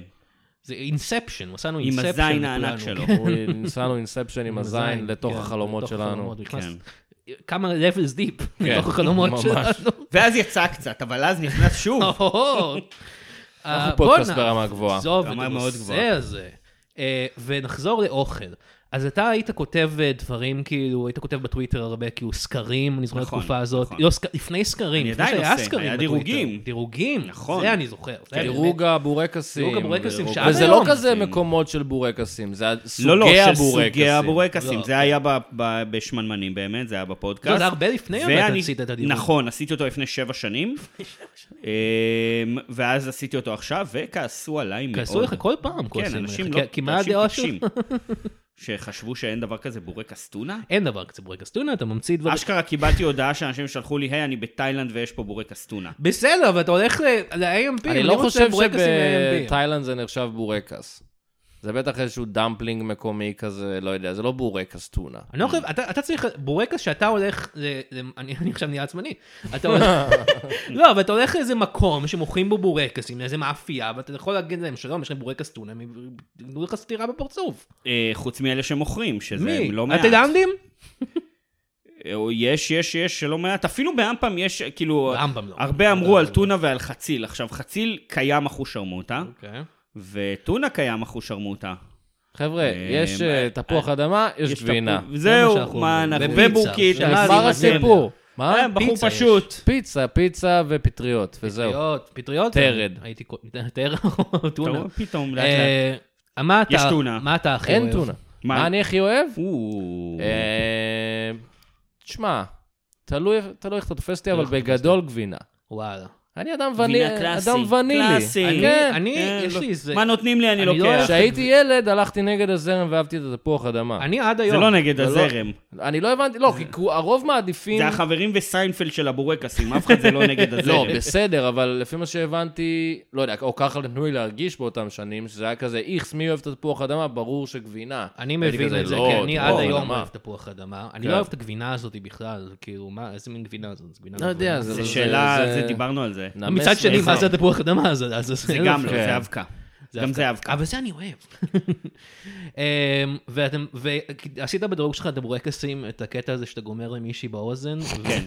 Speaker 3: זה אינספשן, עשינו
Speaker 4: עם
Speaker 3: אינספשן.
Speaker 4: הזין הענק
Speaker 3: לכולנו.
Speaker 4: שלו.
Speaker 2: הוא- נסענו אינספשן עם הזין לתוך
Speaker 3: כן,
Speaker 2: החלומות
Speaker 3: לתוך
Speaker 2: שלנו.
Speaker 3: החלומות, נכנס-
Speaker 4: כן.
Speaker 3: כמה levels deep
Speaker 2: כן,
Speaker 3: לתוך החלומות
Speaker 2: ממש.
Speaker 4: [LAUGHS]
Speaker 3: שלנו.
Speaker 4: ואז יצא קצת, אבל אז נכנס
Speaker 3: [LAUGHS]
Speaker 4: שוב.
Speaker 3: או-הו. אה,
Speaker 2: אנחנו
Speaker 3: בוא
Speaker 2: פודקאסט
Speaker 3: נע-
Speaker 2: ברמה גבוהה.
Speaker 3: עזוב את
Speaker 4: רמה מאוד
Speaker 3: הנושא
Speaker 4: גבוהה.
Speaker 3: הזה. אה, ונחזור לאוכל. אז אתה היית כותב אה, דברים, כאילו, היית כותב בטוויטר הרבה, כאילו, סקרים, אני זוכר את
Speaker 4: נכון,
Speaker 3: התקופה הזאת.
Speaker 4: נכון.
Speaker 3: לא, סק- לפני סקרים,
Speaker 4: אני
Speaker 3: לפני
Speaker 4: עדיין
Speaker 3: שהיה
Speaker 4: עושה,
Speaker 3: סקרים
Speaker 4: היה
Speaker 3: בטוויטר.
Speaker 4: דירוגים.
Speaker 3: דירוגים,
Speaker 4: נכון.
Speaker 3: זה אני זוכר. זה היה
Speaker 2: דירוג הבורקסים.
Speaker 3: דירוג הבורקסים
Speaker 2: דירוג-
Speaker 3: שעד
Speaker 2: וזה
Speaker 3: היום.
Speaker 2: לא כזה מקומות של בורקסים, זה סוגי
Speaker 4: לא, לא, של
Speaker 2: הבורקסים.
Speaker 4: סוגי הבורקסים.
Speaker 3: לא.
Speaker 4: זה היה ב- ב- בשמנמנים באמת, זה היה
Speaker 3: באמת- לא,
Speaker 4: בפודקאסט.
Speaker 3: זה הרבה לפני אבל אתה
Speaker 4: ואני-
Speaker 3: עשית את הדירוג.
Speaker 4: נכון, עשיתי אותו לפני שבע
Speaker 3: [LAUGHS]
Speaker 4: שנים. אמ, ואז עשיתי אותו עכשיו, וכעסו עליי מאוד.
Speaker 3: כעסו לך כל פעם,
Speaker 4: כן,
Speaker 3: כועסים
Speaker 4: אנשים
Speaker 3: עליך,
Speaker 4: לא...
Speaker 3: כי- כי מה
Speaker 4: אנשים
Speaker 3: הדעה שלך?
Speaker 4: טיפשים, שחשבו שאין דבר כזה בורקס טונה?
Speaker 3: אין דבר כזה בורקס טונה, אתה ממציא דברים.
Speaker 4: אשכרה קיבלתי הודעה שאנשים שלחו לי, היי, אני בתאילנד ויש פה בורקס טונה.
Speaker 3: בסדר, אבל אתה הולך ל- ל-AMP,
Speaker 2: אני לא חושב
Speaker 3: בורקסים ל-AMP.
Speaker 2: שבתאילנד זה נחשב בורקס. זה בטח איזשהו דמפלינג מקומי כזה, לא יודע, זה לא בורקס טונה.
Speaker 3: אני לא חושב, אתה, אתה צריך, בורקס שאתה הולך, ל, ל, אני, אני עכשיו נהיה עצמני, אתה
Speaker 4: [LAUGHS]
Speaker 3: הולך, לא, אבל אתה הולך לאיזה מקום שמוכרים בו בורקסים, לאיזה מאפייה, ואתה יכול להגיד להם, שלום, יש לכם בורקס טונה, הם יתנו לך סטירה בפרצוף.
Speaker 4: אה, חוץ מאלה שמוכרים, שזה
Speaker 3: מי?
Speaker 4: לא מעט. אה,
Speaker 3: התאילנדים?
Speaker 4: או יש, יש, יש, שלא מעט. אפילו באמפם יש, כאילו,
Speaker 3: רמב"ם לא.
Speaker 4: הרבה אמרו על טונה ועל חציל. עכשיו, חציל קיים אחושרמוטה,
Speaker 3: אוקיי.
Speaker 4: וטונה קיים אחושרמוטה.
Speaker 2: חבר'ה, יש
Speaker 4: אה,
Speaker 2: אה, תפוח אדמה, יש גבינה.
Speaker 4: תפוח-
Speaker 3: זה מה שאנחנו
Speaker 4: זהו, מה
Speaker 3: אומרים.
Speaker 4: אנחנו...
Speaker 3: ופיצה,
Speaker 4: ובורקית.
Speaker 3: ושלום.
Speaker 4: אז
Speaker 2: נגמר
Speaker 4: מה זה?
Speaker 2: הסיפור. מה?
Speaker 4: אה, בחור
Speaker 3: פיצה יש.
Speaker 4: פשוט.
Speaker 2: פיצה, פיצה ופטריות, וזהו.
Speaker 3: פטריות, פטריות?
Speaker 2: טרד.
Speaker 3: הייתי קו- טרד או
Speaker 4: אתה
Speaker 3: טונה.
Speaker 4: רואה, פתאום לאט לאט.
Speaker 3: אה, מה אתה...
Speaker 4: יש טונה.
Speaker 3: מה אתה הכי אוהב?
Speaker 2: אין טונה. מה
Speaker 4: מה?
Speaker 2: אוקיי. אני הכי אוהב?
Speaker 4: או.
Speaker 2: אה, תשמע, תלוי תלוי איך אתה תופס אותי, אבל בגדול גבינה.
Speaker 3: וואלה.
Speaker 2: אני אדם ונילי.
Speaker 4: קלאסי,
Speaker 2: אדם ונילי.
Speaker 4: קלאסי.
Speaker 2: אני-
Speaker 3: אני-
Speaker 2: כן.
Speaker 3: אני,
Speaker 4: אה,
Speaker 3: יש
Speaker 4: לא-
Speaker 3: לי איזה...
Speaker 4: מה נותנים לי, אני
Speaker 3: אני לא אוהב
Speaker 4: לוקח.
Speaker 2: כשהייתי ילד, הלכתי נגד הזרם ואהבתי את התפוח אדמה.
Speaker 3: אני עד היום.
Speaker 4: זה לא נגד
Speaker 2: לא-
Speaker 4: הזרם.
Speaker 2: אני לא הבנתי, לא, כי כו- הרוב מעדיפים...
Speaker 4: זה החברים וסיינפלד של הבורקסים, אף אחד זה לא נגד הזרם.
Speaker 2: לא, בסדר, אבל לפי מה שהבנתי, לא יודע, או ככה נתנו לי להרגיש באותם שנים, שזה היה כזה, איכס, מי אוהב את התפוח אדמה? ברור שגבינה.
Speaker 3: אני
Speaker 2: הייתי
Speaker 3: מבין
Speaker 2: כזה,
Speaker 3: את זה,
Speaker 2: "לא,
Speaker 3: כי אני עד
Speaker 2: תפוח
Speaker 3: היום
Speaker 2: אדמה."
Speaker 3: אוהב תפוח אדמה. אני
Speaker 2: כן.
Speaker 3: לא אוהב את הגבינה הזאת בכלל, זה כאילו, מה, איזה מין גבינה זאת? זה גבינה
Speaker 2: לא יודע,
Speaker 3: מבוהלת.
Speaker 2: זה- לא-
Speaker 4: זה שאלה,
Speaker 2: זה-
Speaker 4: זה דיברנו על זה.
Speaker 2: נמס
Speaker 3: מצד שני,
Speaker 2: לך.
Speaker 3: מה זה התפוח אדמה הזה? אז
Speaker 4: זה גם לא, זה אבקה. גם זה אבקה.
Speaker 3: אבל כן. זה אני אוהב. [LAUGHS] אמ, ואתם, ועשית בדירוג שלך את הבורקסים, את הקטע הזה שאתה גומר למישהי
Speaker 4: [LAUGHS]
Speaker 3: באוזן. ו-
Speaker 4: כן.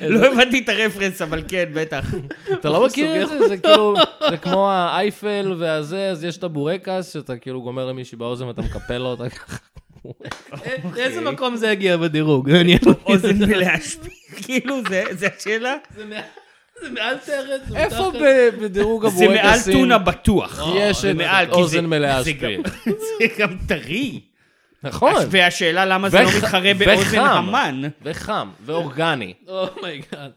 Speaker 4: לא הבנתי את הרפרנס, אבל כן, בטח.
Speaker 2: אתה לא מכיר את זה? זה כאילו, זה כמו האייפל והזה, אז יש את הבורקס, שאתה כאילו גומר למישהי באוזן ואתה מקפל לו אותה ככה.
Speaker 4: אוקיי.
Speaker 3: א- איזה מקום זה הגיע בדירוג?
Speaker 4: [LAUGHS]
Speaker 3: מעניין אותי.
Speaker 4: אוזן בלהשפיל, [LAUGHS] כאילו, זה- זה השאלה?
Speaker 3: זה מע- זה מעל סרט. זה
Speaker 2: [LAUGHS] איפה
Speaker 3: מתחת.
Speaker 2: ב- בדירוג
Speaker 4: זה
Speaker 2: הבורקסים?
Speaker 4: מעל טונה [LAUGHS] בטוח.
Speaker 2: יש
Speaker 4: זה
Speaker 2: את
Speaker 4: מעל, כי
Speaker 2: לא, אוזן
Speaker 4: זה-
Speaker 2: מלאה
Speaker 4: זה גם- [LAUGHS]
Speaker 2: שפיל.
Speaker 4: זה גם טרי.
Speaker 2: נכון.
Speaker 4: והשאלה למה זה לא
Speaker 2: וח-
Speaker 4: מתחרה באוזן
Speaker 2: וחם.
Speaker 4: המן.
Speaker 2: וחם, ואורגני.
Speaker 3: אומייגאד.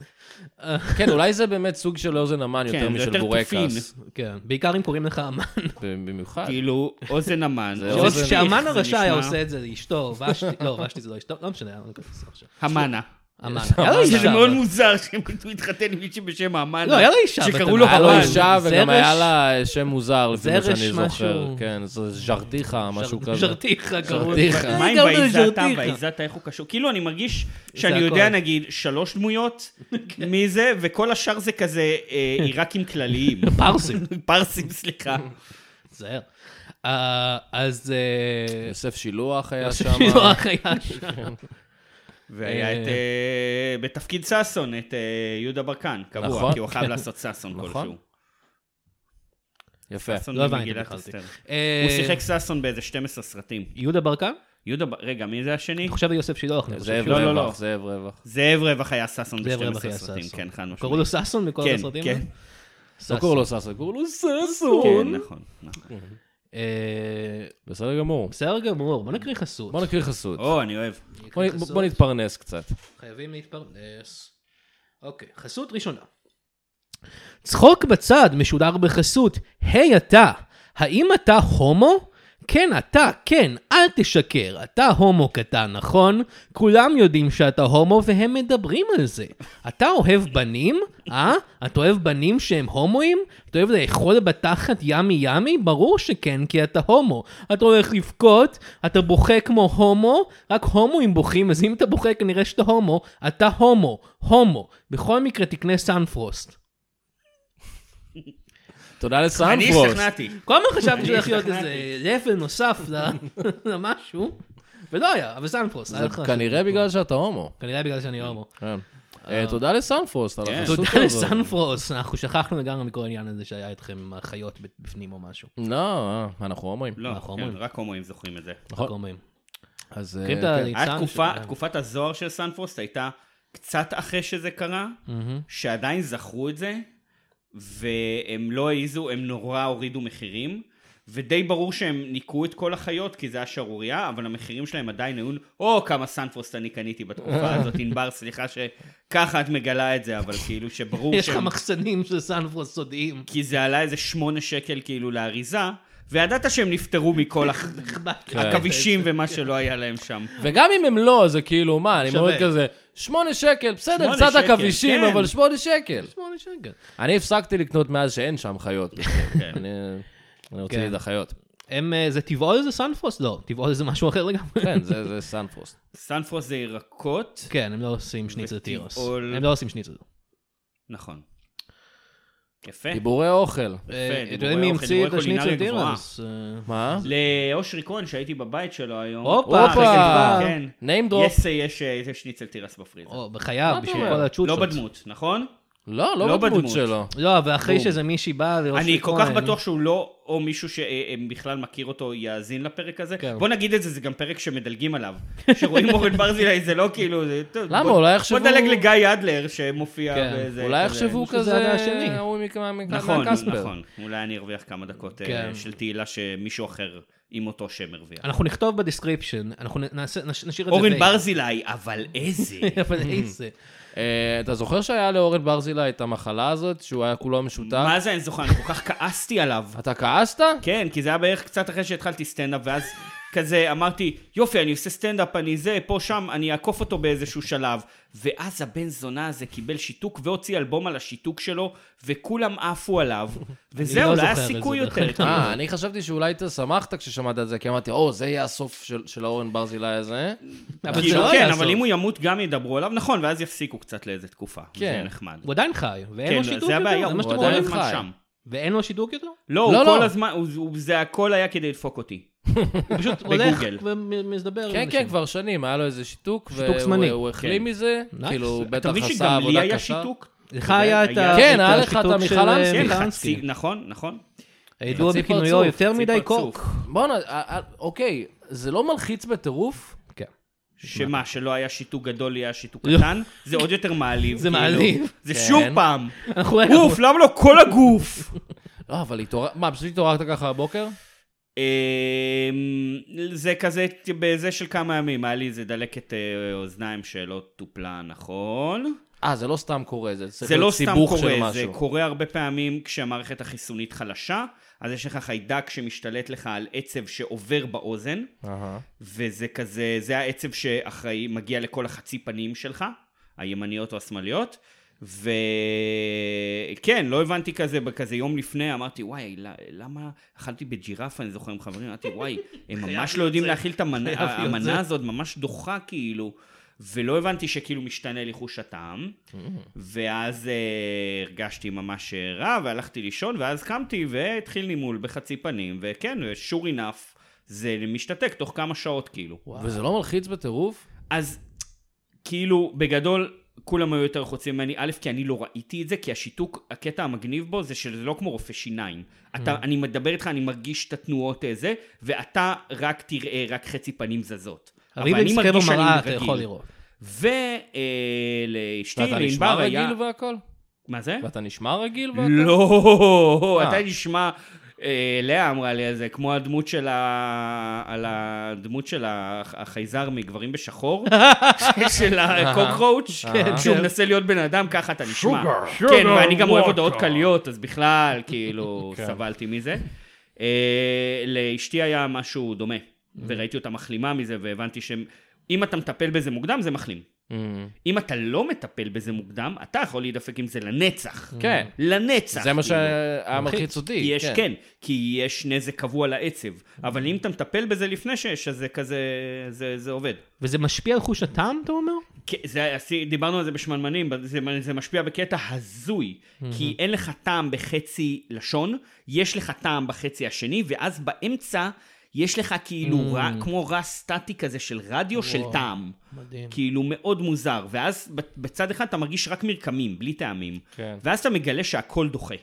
Speaker 2: כן, אולי זה באמת סוג של אוזן המן
Speaker 4: כן,
Speaker 2: יותר
Speaker 4: זה
Speaker 2: משל
Speaker 4: יותר
Speaker 2: בורקס.
Speaker 4: תפין.
Speaker 3: כן, בעיקר אם קוראים לך אמן.
Speaker 2: [LAUGHS] במיוחד.
Speaker 4: כאילו, אוזן המן.
Speaker 2: זה
Speaker 4: אוזן
Speaker 2: אוזן-
Speaker 4: איך,
Speaker 3: כשהאמן
Speaker 4: לא, זה
Speaker 3: הרשע היה
Speaker 4: נשמע.
Speaker 3: עושה את זה לאשתו, ושתי, לא, ושתי זה לא אשתו, לא משנה, אני לא אכנס לזה עכשיו.
Speaker 4: [LAUGHS] המנה.
Speaker 3: אמן.
Speaker 2: זה
Speaker 3: היה לו
Speaker 2: ממש-
Speaker 3: אישה.
Speaker 4: שזה
Speaker 2: אבל-
Speaker 4: לא, מאוד מוזר שהם פתאו התחתן עם מישהי בשם המנה.
Speaker 3: לא, היה לה אישה,
Speaker 4: שקראו
Speaker 3: בטח.
Speaker 4: לו
Speaker 2: היה לו
Speaker 4: המן.
Speaker 2: אישה וגם
Speaker 3: זרש-
Speaker 2: היה לה אה, שם מוזר, לפי מה
Speaker 3: זרש
Speaker 2: שאני זוכר.
Speaker 3: משהו.
Speaker 2: כן, זה ז'רטיחה, משהו
Speaker 3: ז'ר-
Speaker 2: כזה.
Speaker 3: ז'רטיחה קראו לזה.
Speaker 2: ז'רטיחה.
Speaker 4: מה עם
Speaker 3: קראו לזה
Speaker 4: בעיזתה?
Speaker 3: ז'רטיחה.
Speaker 4: בעיזתה איך הוא קשור? כאילו אני מרגיש שאני
Speaker 3: הכל. כן.
Speaker 4: יודע נגיד שלוש דמויות מי זה, וכל השאר זה כזה אה, עיראקים
Speaker 3: [LAUGHS]
Speaker 4: כלליים.
Speaker 3: פרסים,
Speaker 4: פרסים, סליחה.
Speaker 3: תיזהר. אה, אז... אה,
Speaker 2: יוסף שילוח היה שם.
Speaker 3: שילוח היה שם.
Speaker 4: והיה את...
Speaker 3: אה,
Speaker 4: אה, בתפקיד ששון, את אה, יהודה ברקן, קבוע,
Speaker 2: נכון.
Speaker 4: כי הוא חייב לעשות
Speaker 3: [LAUGHS]
Speaker 4: ששון
Speaker 2: נכון.
Speaker 4: כלשהו.
Speaker 2: יפה.
Speaker 4: ששון
Speaker 3: לא הבנתי,
Speaker 4: במגילת
Speaker 3: בכלל.
Speaker 4: אסתר.
Speaker 3: אה,
Speaker 4: הוא שיחק ששון באיזה 12 סרטים.
Speaker 3: יהודה ברקן?
Speaker 4: יהודה, ב- רגע, מי זה השני?
Speaker 3: אני חושב על יוסף שילוח. אני חושב
Speaker 2: זאב
Speaker 3: שהוא-
Speaker 4: לא, לא, לא.
Speaker 2: רווח, זאב רווח.
Speaker 4: זאב רווח היה ששון
Speaker 3: זאב רווח
Speaker 4: ב-12
Speaker 3: היה
Speaker 4: סרטים,
Speaker 3: ששון.
Speaker 4: כן, חד משמעית.
Speaker 3: קראו לו ששון מכל
Speaker 4: כן,
Speaker 3: הסרטים?
Speaker 4: כן.
Speaker 3: ששון.
Speaker 2: לא קוראים לו ששון, קוראים לו
Speaker 4: כן,
Speaker 2: ששון.
Speaker 4: נכון. נכון.
Speaker 3: אה,
Speaker 2: בסדר גמור.
Speaker 3: בסדר גמור, בוא נקריא חסות.
Speaker 2: בוא נקריא חסות.
Speaker 4: או, אני אוהב.
Speaker 2: בוא
Speaker 3: נקריא
Speaker 2: נ-
Speaker 3: חסות.
Speaker 2: בוא נתפרנס קצת.
Speaker 3: חייבים להתפרנס. אוקיי, חסות ראשונה. צחוק בצד משודר בחסות, היי אתה, האם אתה הומו? כן, אתה, כן, אל תשקר, אתה הומו קטן, נכון? כולם יודעים שאתה הומו והם מדברים על זה. אתה אוהב בנים? אה? אתה אוהב בנים שהם הומואים? אתה אוהב לאכול בתחת ימי ימי? ברור שכן, כי אתה הומו. אתה הולך לבכות, אתה בוכה כמו הומו, רק הומואים בוכים, אז אם אתה בוכה כנראה שאתה הומו, אתה הומו, הומו. בכל מקרה תקנה סנפרוסט.
Speaker 2: תודה
Speaker 4: אני
Speaker 2: לסאנפרוסט.
Speaker 4: השתכנעתי.
Speaker 3: כל הזמן חשבתי שהולך להיות
Speaker 4: השתכנעתי.
Speaker 3: איזה רפל נוסף ל-
Speaker 2: [LAUGHS]
Speaker 3: למשהו, ולא היה, אבל סנפרוסט. היה
Speaker 2: זה
Speaker 3: לך חשוב.
Speaker 2: כנראה בגלל שאתה הומו.
Speaker 3: כנראה בגלל שאני הומו.
Speaker 2: כן. אה, תודה לסאנפרוסט על
Speaker 4: כן.
Speaker 2: החסות הזאת.
Speaker 3: תודה לסנפרוס, אנחנו שכחנו לגמרי מכל העניין הזה שהיה איתכם עם החיות בפנים או משהו.
Speaker 2: לא, אה, אנחנו הומואים.
Speaker 4: לא,
Speaker 3: אנחנו
Speaker 4: כן,
Speaker 3: הומואים.
Speaker 4: רק הומואים זוכרים את זה.
Speaker 2: נכון.
Speaker 3: רק הומואים.
Speaker 2: אז... אה,
Speaker 3: מכירים את
Speaker 2: כן.
Speaker 3: הליצן?
Speaker 4: היה תקופה,
Speaker 3: שלהם.
Speaker 4: תקופת הזוהר של סנפרוסט הייתה קצת אחרי שזה קרה,
Speaker 3: מהמם.
Speaker 4: שעדיין זכרו את זה, והם לא העיזו, הם נורא הורידו מחירים, ודי ברור שהם ניקו את כל החיות, כי זה היה שערורייה, אבל המחירים שלהם עדיין היו, או כמה סנפרוסט אני קניתי
Speaker 3: [LAUGHS]
Speaker 4: בתקופה הזאת, ענבר, סליחה שככה את מגלה את זה, אבל כאילו שברור
Speaker 3: יש לך
Speaker 4: שהם...
Speaker 3: מחסנים של סנפרוס
Speaker 2: [LAUGHS]
Speaker 3: סודיים.
Speaker 4: כי זה עלה איזה שמונה שקל כאילו לאריזה, וידעת שהם נפטרו מכל הח-
Speaker 2: כן.
Speaker 3: אכפת לי.
Speaker 4: עכבישים
Speaker 3: כן.
Speaker 4: ומה שלא היה להם שם.
Speaker 2: וגם אם הם לא, זה כאילו, מה, אני
Speaker 3: שווה.
Speaker 2: מאוד כזה, שמונה שקל, בסדר,
Speaker 4: שמונה
Speaker 2: קצת
Speaker 4: שקל,
Speaker 2: עכבישים,
Speaker 4: כן.
Speaker 2: אבל שמונה שקל.
Speaker 3: שמונה שקל.
Speaker 2: אני הפסקתי לקנות מאז שאין שם חיות.
Speaker 4: כן.
Speaker 2: אני אני רוצה
Speaker 3: כן.
Speaker 2: להגיד החיות.
Speaker 3: הם, אה, זה טבעול זה סנפרוס? לא, טבעול זה משהו אחר לגמרי.
Speaker 2: כן, זה זה סנפרוסט.
Speaker 4: סנפרוס זה
Speaker 3: [LAUGHS]
Speaker 4: ירקות,
Speaker 3: כן, הם לא עושים שניצל תירוס.
Speaker 4: וטבעול-
Speaker 3: הם לא עושים שניצל.
Speaker 4: נכון. יפה.
Speaker 2: דיבורי אוכל.
Speaker 3: אה, אתה
Speaker 4: דיבורי
Speaker 3: יודע מי
Speaker 4: אוכל,
Speaker 3: המציא את
Speaker 4: דיבורי
Speaker 3: השניצל
Speaker 4: קולינריה גבוהה.
Speaker 3: תירוס? אה,
Speaker 2: מה?
Speaker 4: לאושרי כהן שהייתי בבית שלו היום. אה,
Speaker 3: הופה,
Speaker 4: אחרי שדיברנו,
Speaker 2: הופה.
Speaker 4: כן.
Speaker 2: name drop.
Speaker 4: יס, יש, אה, יש שניצל תירס בפריזר.
Speaker 3: או, בחייו,
Speaker 2: מה אתה
Speaker 3: בשביל
Speaker 2: אומר?
Speaker 3: כל הצ'וצ'ות.
Speaker 4: לא בדמות, נכון?
Speaker 2: לא,
Speaker 4: לא
Speaker 2: לא בדמות
Speaker 4: בדמות.
Speaker 2: שלו.
Speaker 3: לא, אבל אחרי
Speaker 2: בום.
Speaker 3: שזה מישהי באה לראש
Speaker 4: אני כל כך בטוח שהוא לא או מישהו שבכלל מכיר אותו יאזין לפרק הזה.
Speaker 3: כן.
Speaker 4: בוא נגיד את זה, זה גם פרק שמדלגים עליו. שרואים
Speaker 2: [LAUGHS]
Speaker 4: אורן ברזילי זה לא כאילו... זה- טוב,
Speaker 2: למה?
Speaker 4: בוא-
Speaker 2: אולי יחשבו-
Speaker 4: בוא נדלג לגיא אדלר שמופיע
Speaker 3: כן.
Speaker 4: באיזה...
Speaker 2: אולי
Speaker 4: כזה.
Speaker 2: יחשבו
Speaker 3: שזה הדעה
Speaker 2: כזה,
Speaker 3: שלי.
Speaker 2: ההוא מכמה- מכאן
Speaker 4: נכון,
Speaker 2: קספר.
Speaker 4: נכון. אולי אני ארוויח כמה דקות אה,
Speaker 3: כן.
Speaker 4: של תהילה שמישהו אחר עם אותו שם הרוויח.
Speaker 3: אנחנו נכתוב בדיסקריפשן, אנחנו נ- נעשה- נש- נשאיר את זה.
Speaker 4: אורן
Speaker 3: vague. [LAUGHS]
Speaker 4: ברזילי, אבל איזה... [LAUGHS]
Speaker 3: אבל איזה.
Speaker 2: אה, אתה זוכר שהיה לאורן ברזילי את המחלה הזאת, שהוא היה כולו משותף?
Speaker 4: מה זה אני זוכר? אני כל כך כעסתי עליו.
Speaker 2: אתה כעסת?
Speaker 4: כן, כי זה היה בערך קצת אחרי שהתחלתי סטנדאפ, ואז כזה אמרתי, יופי, אני עושה סטנדאפ, אני זה, פה, שם, אני אעקוף אותו באיזשהו שלב. ואז הבן זונה הזה קיבל שיתוק והוציא אלבום על השיתוק שלו, וכולם עפו
Speaker 3: [LAUGHS]
Speaker 4: עליו. וזהו,
Speaker 3: לא
Speaker 4: לא היה
Speaker 3: זוכר את
Speaker 4: סיכוי
Speaker 3: זה,
Speaker 4: יותר.
Speaker 3: דרך
Speaker 2: אה, אני חשבתי שאולי אתה שמחת כששמעת את זה, כי אמרתי, או, זה יהיה הסוף של- של האורן ברזילי הזה.
Speaker 3: אבל זה
Speaker 4: כאילו,
Speaker 3: לא
Speaker 4: כן,
Speaker 3: יעזור.
Speaker 4: אבל אם הוא ימות גם ידברו עליו, נכון, ואז יפסיקו קצת לאיזה תקופה.
Speaker 2: כן.
Speaker 4: זה נחמד.
Speaker 3: הוא עדיין חי, ואין
Speaker 4: כן,
Speaker 3: לו שידוק
Speaker 4: זה הבעיה,
Speaker 3: יותר, זה מה
Speaker 4: הוא
Speaker 3: שאתם
Speaker 2: הוא עדיין
Speaker 4: עדיין
Speaker 3: אומרים.
Speaker 2: חי.
Speaker 4: זמן שם.
Speaker 3: ואין לו שידוק יותר?
Speaker 4: לא, הוא
Speaker 2: לא,
Speaker 4: כל
Speaker 2: לא.
Speaker 4: הזמן, הוא- הוא- זה הכל היה כדי לדפוק אותי.
Speaker 3: [LAUGHS] הוא פשוט הולך
Speaker 4: בגוגל.
Speaker 3: ומדבר עם
Speaker 2: כן,
Speaker 3: אנשים.
Speaker 2: כן, כבר שנים, היה לו איזה שיתוק.
Speaker 3: שיתוק זמני.
Speaker 2: והוא החלים
Speaker 4: כן.
Speaker 2: מזה,
Speaker 3: נייס.
Speaker 2: כאילו,
Speaker 3: אתה
Speaker 2: בטח
Speaker 4: אתה מבין
Speaker 2: עשה
Speaker 4: שגם לי
Speaker 2: עבודה
Speaker 4: היה
Speaker 2: קשה.
Speaker 4: שיתוק?
Speaker 3: לך היה את ה...
Speaker 2: כן,
Speaker 3: את
Speaker 2: היה לך את
Speaker 3: השיתוק
Speaker 2: מיכל
Speaker 3: של, אה,
Speaker 2: אמסי.
Speaker 4: כן,
Speaker 3: מיכל
Speaker 4: חצי, נכון, נכון.
Speaker 3: הידוע
Speaker 2: חצי
Speaker 3: בכינויו
Speaker 2: פרצוף,
Speaker 3: יותר
Speaker 4: חצי
Speaker 3: מדי
Speaker 4: פרצוף.
Speaker 3: קוק. [LAUGHS]
Speaker 2: בואנה, אה, אה, אוקיי, זה לא מלחיץ בטירוף?
Speaker 3: כן.
Speaker 4: שמה, שלא היה שיתוק גדול, יהיה שיתוק
Speaker 3: לא.
Speaker 4: קטן? זה עוד יותר מעליב.
Speaker 3: זה
Speaker 4: כאילו.
Speaker 3: מעליב.
Speaker 4: זה
Speaker 2: כן.
Speaker 4: שוב פעם.
Speaker 3: אנחנו-
Speaker 4: אוף, למה לא כל הגוף?
Speaker 2: לא, אבל התעוררת, מה, פשוט התעוררת ככה הבוקר?
Speaker 4: אמ, זה כזה, בזה של כמה ימים, היה לי איזה דלקת אה, אוזניים שלא טופלה נכון.
Speaker 2: אה, זה לא סתם קורה, זה צריך
Speaker 4: זה לא
Speaker 2: להיות
Speaker 4: סתם
Speaker 2: סיבוך של
Speaker 4: קורה, זה
Speaker 2: משהו.
Speaker 4: קורה הרבה פעמים כשהמערכת החיסונית חלשה, אז יש לך חיידק שמשתלט לך על עצב שעובר באוזן.
Speaker 2: אהה.
Speaker 4: וזה כזה, זה העצב שאחראי, מגיע לכל החצי פנים שלך, הימניות או השמאליות, וכן, לא הבנתי כזה, בכזה יום לפני, אמרתי, וואי, ל- למה אכלתי בג'ירפה, אני זוכר עם חברים, אמרתי, וואי, הם ממש לא יודעים להכיל את המנה,
Speaker 3: חייב להיות
Speaker 4: המנה
Speaker 3: זה."
Speaker 4: הזאת, ממש דוחה כאילו. ולא הבנתי שכאילו משתנה לי חוש הטעם,
Speaker 3: Mm.
Speaker 4: ואז אה, הרגשתי ממש אה, רע, והלכתי לישון, ואז קמתי והתחיל נימול בחצי פנים, וכן, sure enough, זה משתתק תוך כמה שעות כאילו.
Speaker 2: וזה לא מלחיץ בטירוף?
Speaker 4: אז כאילו, בגדול, כולם היו יותר חוצים ממני, א', כי אני לא ראיתי את זה, כי השיתוק, הקטע המגניב בו זה שזה לא כמו רופא שיניים. אתה,
Speaker 3: Mm.
Speaker 4: אני מדבר איתך, אני מרגיש את התנועות אה, זה, ואתה רק תראה רק חצי פנים זזות.
Speaker 3: אבל אם תסתכל במראה, אתה יכול לראות.
Speaker 4: ולאשתי,
Speaker 2: ואתה נשמע
Speaker 4: לענבר אה, היה...
Speaker 2: רגיל והכל?
Speaker 4: מה זה?
Speaker 2: ואתה נשמע רגיל והכל?
Speaker 4: לא,
Speaker 2: אה.
Speaker 4: אתה נשמע, אה, לאה אמרה לי על זה, כמו הדמות של ה... על הדמות של ה- החייזר מגברים בשחור, [LAUGHS] של הקוקרוץ',
Speaker 2: כן,
Speaker 4: כשהוא
Speaker 3: כן.
Speaker 4: מנסה להיות בן אדם, ככה אתה נשמע.
Speaker 2: Sugar,
Speaker 4: כן,
Speaker 2: sugar
Speaker 4: ואני גם אוהב
Speaker 2: water.
Speaker 4: הודעות קליות, אז בכלל, כאילו,
Speaker 2: [LAUGHS] כן.
Speaker 4: סבלתי מזה. אה, לאשתי היה משהו דומה,
Speaker 2: Mm.
Speaker 4: וראיתי אותה מחלימה מזה, והבנתי שאם אתה מטפל בזה מוקדם, זה מחלים.
Speaker 2: אמ,
Speaker 4: אם אתה לא מטפל בזה מוקדם, אתה יכול להידפק עם זה לנצח.
Speaker 2: כן.
Speaker 4: לנצח.
Speaker 2: זה מה
Speaker 4: כאילו.
Speaker 2: שהיה
Speaker 3: מלחיץ.
Speaker 2: מלחיץ אותי.
Speaker 4: יש, כן. כן, כי יש נזק קבוע לעצב. אבל אם אתה מטפל בזה לפני שיש, אז זה כזה, זה, זה עובד.
Speaker 3: וזה משפיע על חוש הטעם, אתה אומר?
Speaker 4: כן, זה, עשי- דיברנו על זה בשמנמנים, זה, זה משפיע בקטע הזוי, כי אין לך טעם בחצי לשון, יש לך טעם בחצי השני, ואז באמצע יש לך
Speaker 2: Mm.
Speaker 4: כאילו רע, כמו רע סטטי כזה של רדיו של
Speaker 3: וואו.
Speaker 4: טעם.
Speaker 3: מדהים.
Speaker 4: כאילו מאוד מוזר, ואז ב- בצד אחד אתה מרגיש רק מרקמים, בלי טעמים.
Speaker 2: כן.
Speaker 4: ואז אתה מגלה שהכל דוחה.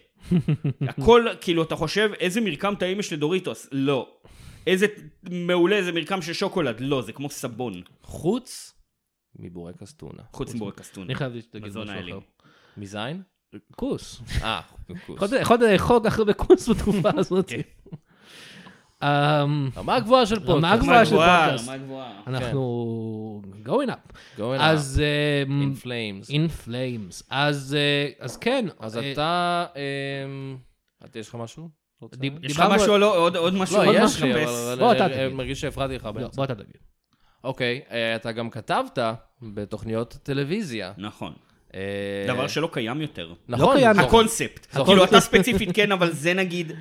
Speaker 4: הכל, כאילו, אתה חושב, איזה מרקם טעים יש לדוריטוס? לא. איזה מעולה, איזה מרקם של שוקולד? לא, זה כמו סבון,
Speaker 2: חוץ מבורקס טונה.
Speaker 4: חוץ מבורקס טונה.
Speaker 3: אני חייב להגיד
Speaker 4: מזון
Speaker 3: משהו
Speaker 4: האלים.
Speaker 3: אחר.
Speaker 2: מזין?
Speaker 3: כוס.
Speaker 2: אה, בכוס.
Speaker 3: יכולת- יכולת לאכול ככה בכוס
Speaker 4: [LAUGHS]
Speaker 3: בתקופה הזאת.
Speaker 4: כן.
Speaker 3: אמ,
Speaker 2: רמה גבוהה של פודקאסט.
Speaker 3: רמה
Speaker 4: מה
Speaker 3: גבוהה של
Speaker 4: גבוהה,
Speaker 3: פודקאסט.
Speaker 4: מה גבוהה.
Speaker 3: אנחנו
Speaker 4: כן.
Speaker 3: going up.
Speaker 2: אז...
Speaker 3: אז... אמ,
Speaker 2: In flames.
Speaker 3: In flames. אז, אה, אז כן.
Speaker 2: אז
Speaker 3: אה,
Speaker 2: אתה... אמ, אתה, יש לך משהו? רוצה?
Speaker 3: דיב-
Speaker 4: יש לך
Speaker 3: דיברנו-
Speaker 4: משהו, לא, עוד- עוד משהו,
Speaker 2: לא,
Speaker 4: עוד
Speaker 2: יש
Speaker 4: משהו
Speaker 2: לי,
Speaker 4: לחפש?
Speaker 2: אבל
Speaker 3: בוא,
Speaker 2: אבל
Speaker 3: אתה
Speaker 2: אני-
Speaker 3: תגיד.
Speaker 2: אני מרגיש שהפרעתי לך
Speaker 3: לא,
Speaker 2: באמצע.
Speaker 3: בוא אתה תגיד.
Speaker 2: אוקיי, אה, אתה גם כתבת בתוכניות טלוויזיה.
Speaker 4: נכון.
Speaker 2: אה,
Speaker 4: דבר שלא קיים יותר.
Speaker 2: נכון,
Speaker 3: לא קיים.
Speaker 2: זה-
Speaker 4: הקונספט.
Speaker 2: זוכר.
Speaker 4: כאילו, אתה ספציפית כן, אבל זה נגיד...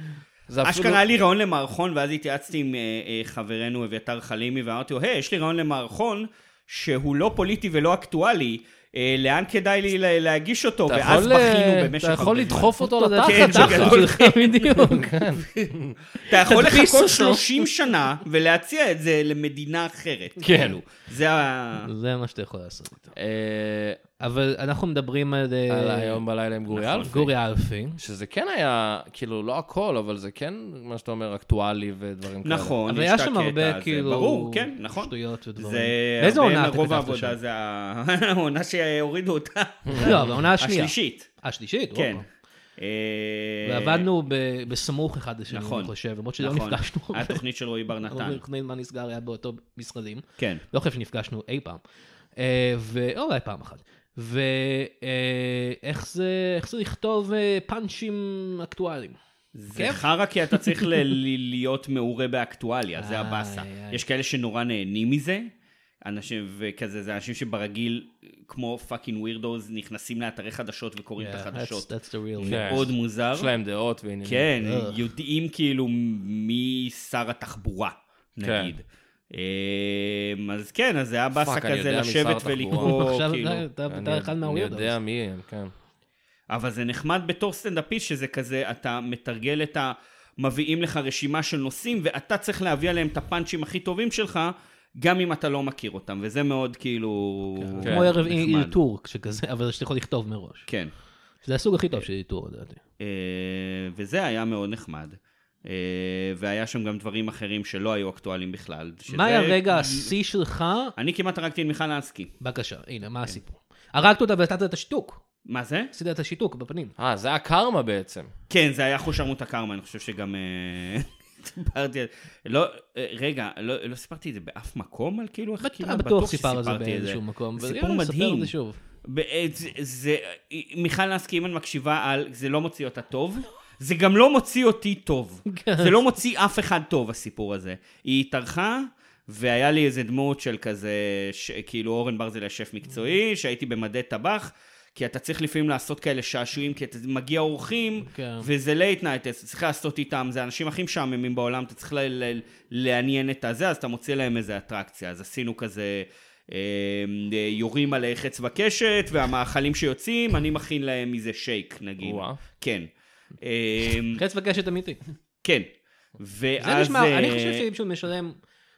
Speaker 2: זה אפילו-
Speaker 3: לא-
Speaker 4: אשכרה היה לי רעיון למערכון, ואז התייעצתי עם אה, אה, חברנו אביתר חלימי, ואמרתי לו, היי, יש לי רעיון למערכון שהוא לא פוליטי ולא אקטואלי, אה, לאן כדאי לי לה- להגיש אותו?
Speaker 2: אתה
Speaker 4: ואז
Speaker 2: יכול, אה,
Speaker 4: בכינו במשך
Speaker 2: אתה יכול
Speaker 4: הרבה זמן.
Speaker 2: לדחוף אותו לתחת.
Speaker 4: כן,
Speaker 3: תחת
Speaker 4: בגדול.
Speaker 3: שלך [LAUGHS]
Speaker 4: [LAUGHS]
Speaker 3: בדיוק.
Speaker 4: כן. אתה יכול
Speaker 3: תדפיס
Speaker 4: לחכות
Speaker 3: אותו.
Speaker 4: 30 שנה ולהציע את זה למדינה אחרת.
Speaker 3: [LAUGHS]
Speaker 2: כן.
Speaker 4: כאילו. זה ה...
Speaker 3: לא זה מה שאתה יכול לעשות איתו.
Speaker 2: אה,
Speaker 3: אבל אנחנו מדברים על... אה, נכון.
Speaker 2: על היום בלילה עם גורי אלפי.
Speaker 3: גורי אלפי.
Speaker 2: שזה כן היה, כאילו, לא הכל, אבל זה כן, מה שאתה אומר, אקטואלי ודברים כאלה.
Speaker 4: נכון,
Speaker 3: אבל
Speaker 4: יש
Speaker 3: היה
Speaker 4: את
Speaker 3: שם
Speaker 4: הקטע
Speaker 3: הרבה
Speaker 4: הזה.
Speaker 3: כאילו...
Speaker 4: ברור, כן, נכון.
Speaker 3: שטויות ודברים.
Speaker 4: זה...
Speaker 3: באיזה
Speaker 4: הרבה
Speaker 3: עונה אתה
Speaker 4: מרוב
Speaker 3: כתבת
Speaker 4: העבודה
Speaker 3: שם?
Speaker 4: זה [LAUGHS] העונה שהורידו אותה.
Speaker 3: לא, בעונה [LAUGHS] השנייה.
Speaker 4: השלישית.
Speaker 3: השלישית,
Speaker 4: כן.
Speaker 3: וואו.
Speaker 4: אה,
Speaker 3: ועבדנו ב- בסמוך אחד לשני,
Speaker 4: נכון.
Speaker 3: אני חושב, למרות שלא
Speaker 4: נכון.
Speaker 3: נפגשנו.
Speaker 4: התוכנית של רועי בר נתן.
Speaker 3: נתן. מה נסגר היה באותו משרדים.
Speaker 4: כן.
Speaker 3: לא חושב שנפגשנו אי פעם. אה, ו- או אולי פעם אחת. ואיך זה, איך זה לכתוב אה, פאנצ'ים אקטואליים?
Speaker 4: זה
Speaker 3: כיף.
Speaker 4: חרא כי אתה צריך ל- ל- להיות מעורה באקטואליה, זה
Speaker 3: איי,
Speaker 4: הבאסה.
Speaker 3: איי.
Speaker 4: יש כאלה שנורא נהנים מזה, אנשים וכזה, זה אנשים שברגיל, כמו פאקינג ווירדוז, נכנסים לאתרי חדשות וקוראים את
Speaker 3: Yeah, that's-
Speaker 4: החדשות.
Speaker 3: That's the real.
Speaker 2: כן.
Speaker 4: מאוד מוזר.
Speaker 2: יש להם דעות ועניינים.
Speaker 4: כן,
Speaker 3: Ugh.
Speaker 4: יודעים כאילו מי שר התחבורה,
Speaker 2: כן.
Speaker 4: נגיד. אמ, אז כן, אז זה היה באסה
Speaker 2: פאק, אני
Speaker 4: כזה
Speaker 2: יודע מי שר
Speaker 4: לשבת
Speaker 2: התחבורה.
Speaker 4: ולקרוא,
Speaker 3: עכשיו
Speaker 4: כאילו.
Speaker 3: אתה- אתה-
Speaker 2: אני-
Speaker 3: אתה אחד מהווירדות.
Speaker 2: אני יודע מי הם, כן.
Speaker 4: אבל זה נחמד בתור סטנדאפיסט שזה כזה, אתה מתרגל את ה... מביאים לך רשימה של נושאים, ואתה צריך להביא עליהם את הפאנצ'ים הכי טובים שלך, גם אם אתה לא מכיר אותם, וזה מאוד כאילו...
Speaker 2: כן.
Speaker 3: כמו ערב E
Speaker 4: נחמד.
Speaker 3: אילתור, שכזה, אבל שאתה יכול לכתוב מראש.
Speaker 4: כן.
Speaker 3: זה הסוג הכי טוב של אילתור, לדעתי.
Speaker 4: אה, וזה היה מאוד נחמד. אה, והיה שם גם דברים אחרים שלא היו אקטואליים בכלל. שזה-
Speaker 3: מה היה רגע השיא שלך?
Speaker 4: אני כן. כמעט הרגתי את מיכל אנסקי.
Speaker 3: בבקשה, הנה, מה הסיפור? הרגת אותה ונתת את השיתוק.
Speaker 4: מה זה?
Speaker 3: עשית את השיתוק בפנים.
Speaker 2: אה, זה הקרמה בעצם.
Speaker 4: כן, זה היה חושרמוט הקרמה, אני חושב שגם... אה, [LAUGHS] דיברתי על... לא, אה, רגע, לא לא סיפרתי את זה באף מקום על כאילו... איך
Speaker 3: אתה
Speaker 4: כמעט
Speaker 3: אה, בטוח
Speaker 4: בטוח
Speaker 3: סיפר את זה
Speaker 4: שסיפרתי את
Speaker 3: באיזשהו מקום. אבל
Speaker 4: סיפור
Speaker 3: יאללה, ספר את
Speaker 4: מדהים.
Speaker 3: זה שוב.
Speaker 4: ב- אה, זה- זה... אה, מיכל נסקי, אם אני מקשיבה על... זה לא מוציא אותה טוב. זה גם לא מוציא אותי טוב.
Speaker 3: כן.
Speaker 4: זה לא מוציא אף אחד טוב, הסיפור הזה. היא התארחה, והיה לי איזה דמות של כזה, ש... כאילו אורן ברזל היה שף
Speaker 3: Mm-hmm.
Speaker 4: מקצועי, שהייתי במדי טבח. כי אתה צריך לפעמים לעשות כאלה שעשועים, כי אתה מגיע אורחים,
Speaker 3: כן.
Speaker 4: וזה לייט נייט, אתה צריך לעשות איתם, זה האנשים הכי משעממים בעולם, אתה צריך ל- ל- לעניין את הזה, אז אתה מוציא להם איזה אטרקציה. אז עשינו כזה, אה, אה, יורים עלי חץ וקשת, והמאכלים שיוצאים, אני מכין להם מזה שייק, נגיד.
Speaker 2: וואו.
Speaker 4: כן. אה,
Speaker 3: חץ וקשת אמיתי.
Speaker 4: כן. ואז...
Speaker 3: זה נשמע,
Speaker 4: אה,
Speaker 3: אני חושב שאם שהוא משלם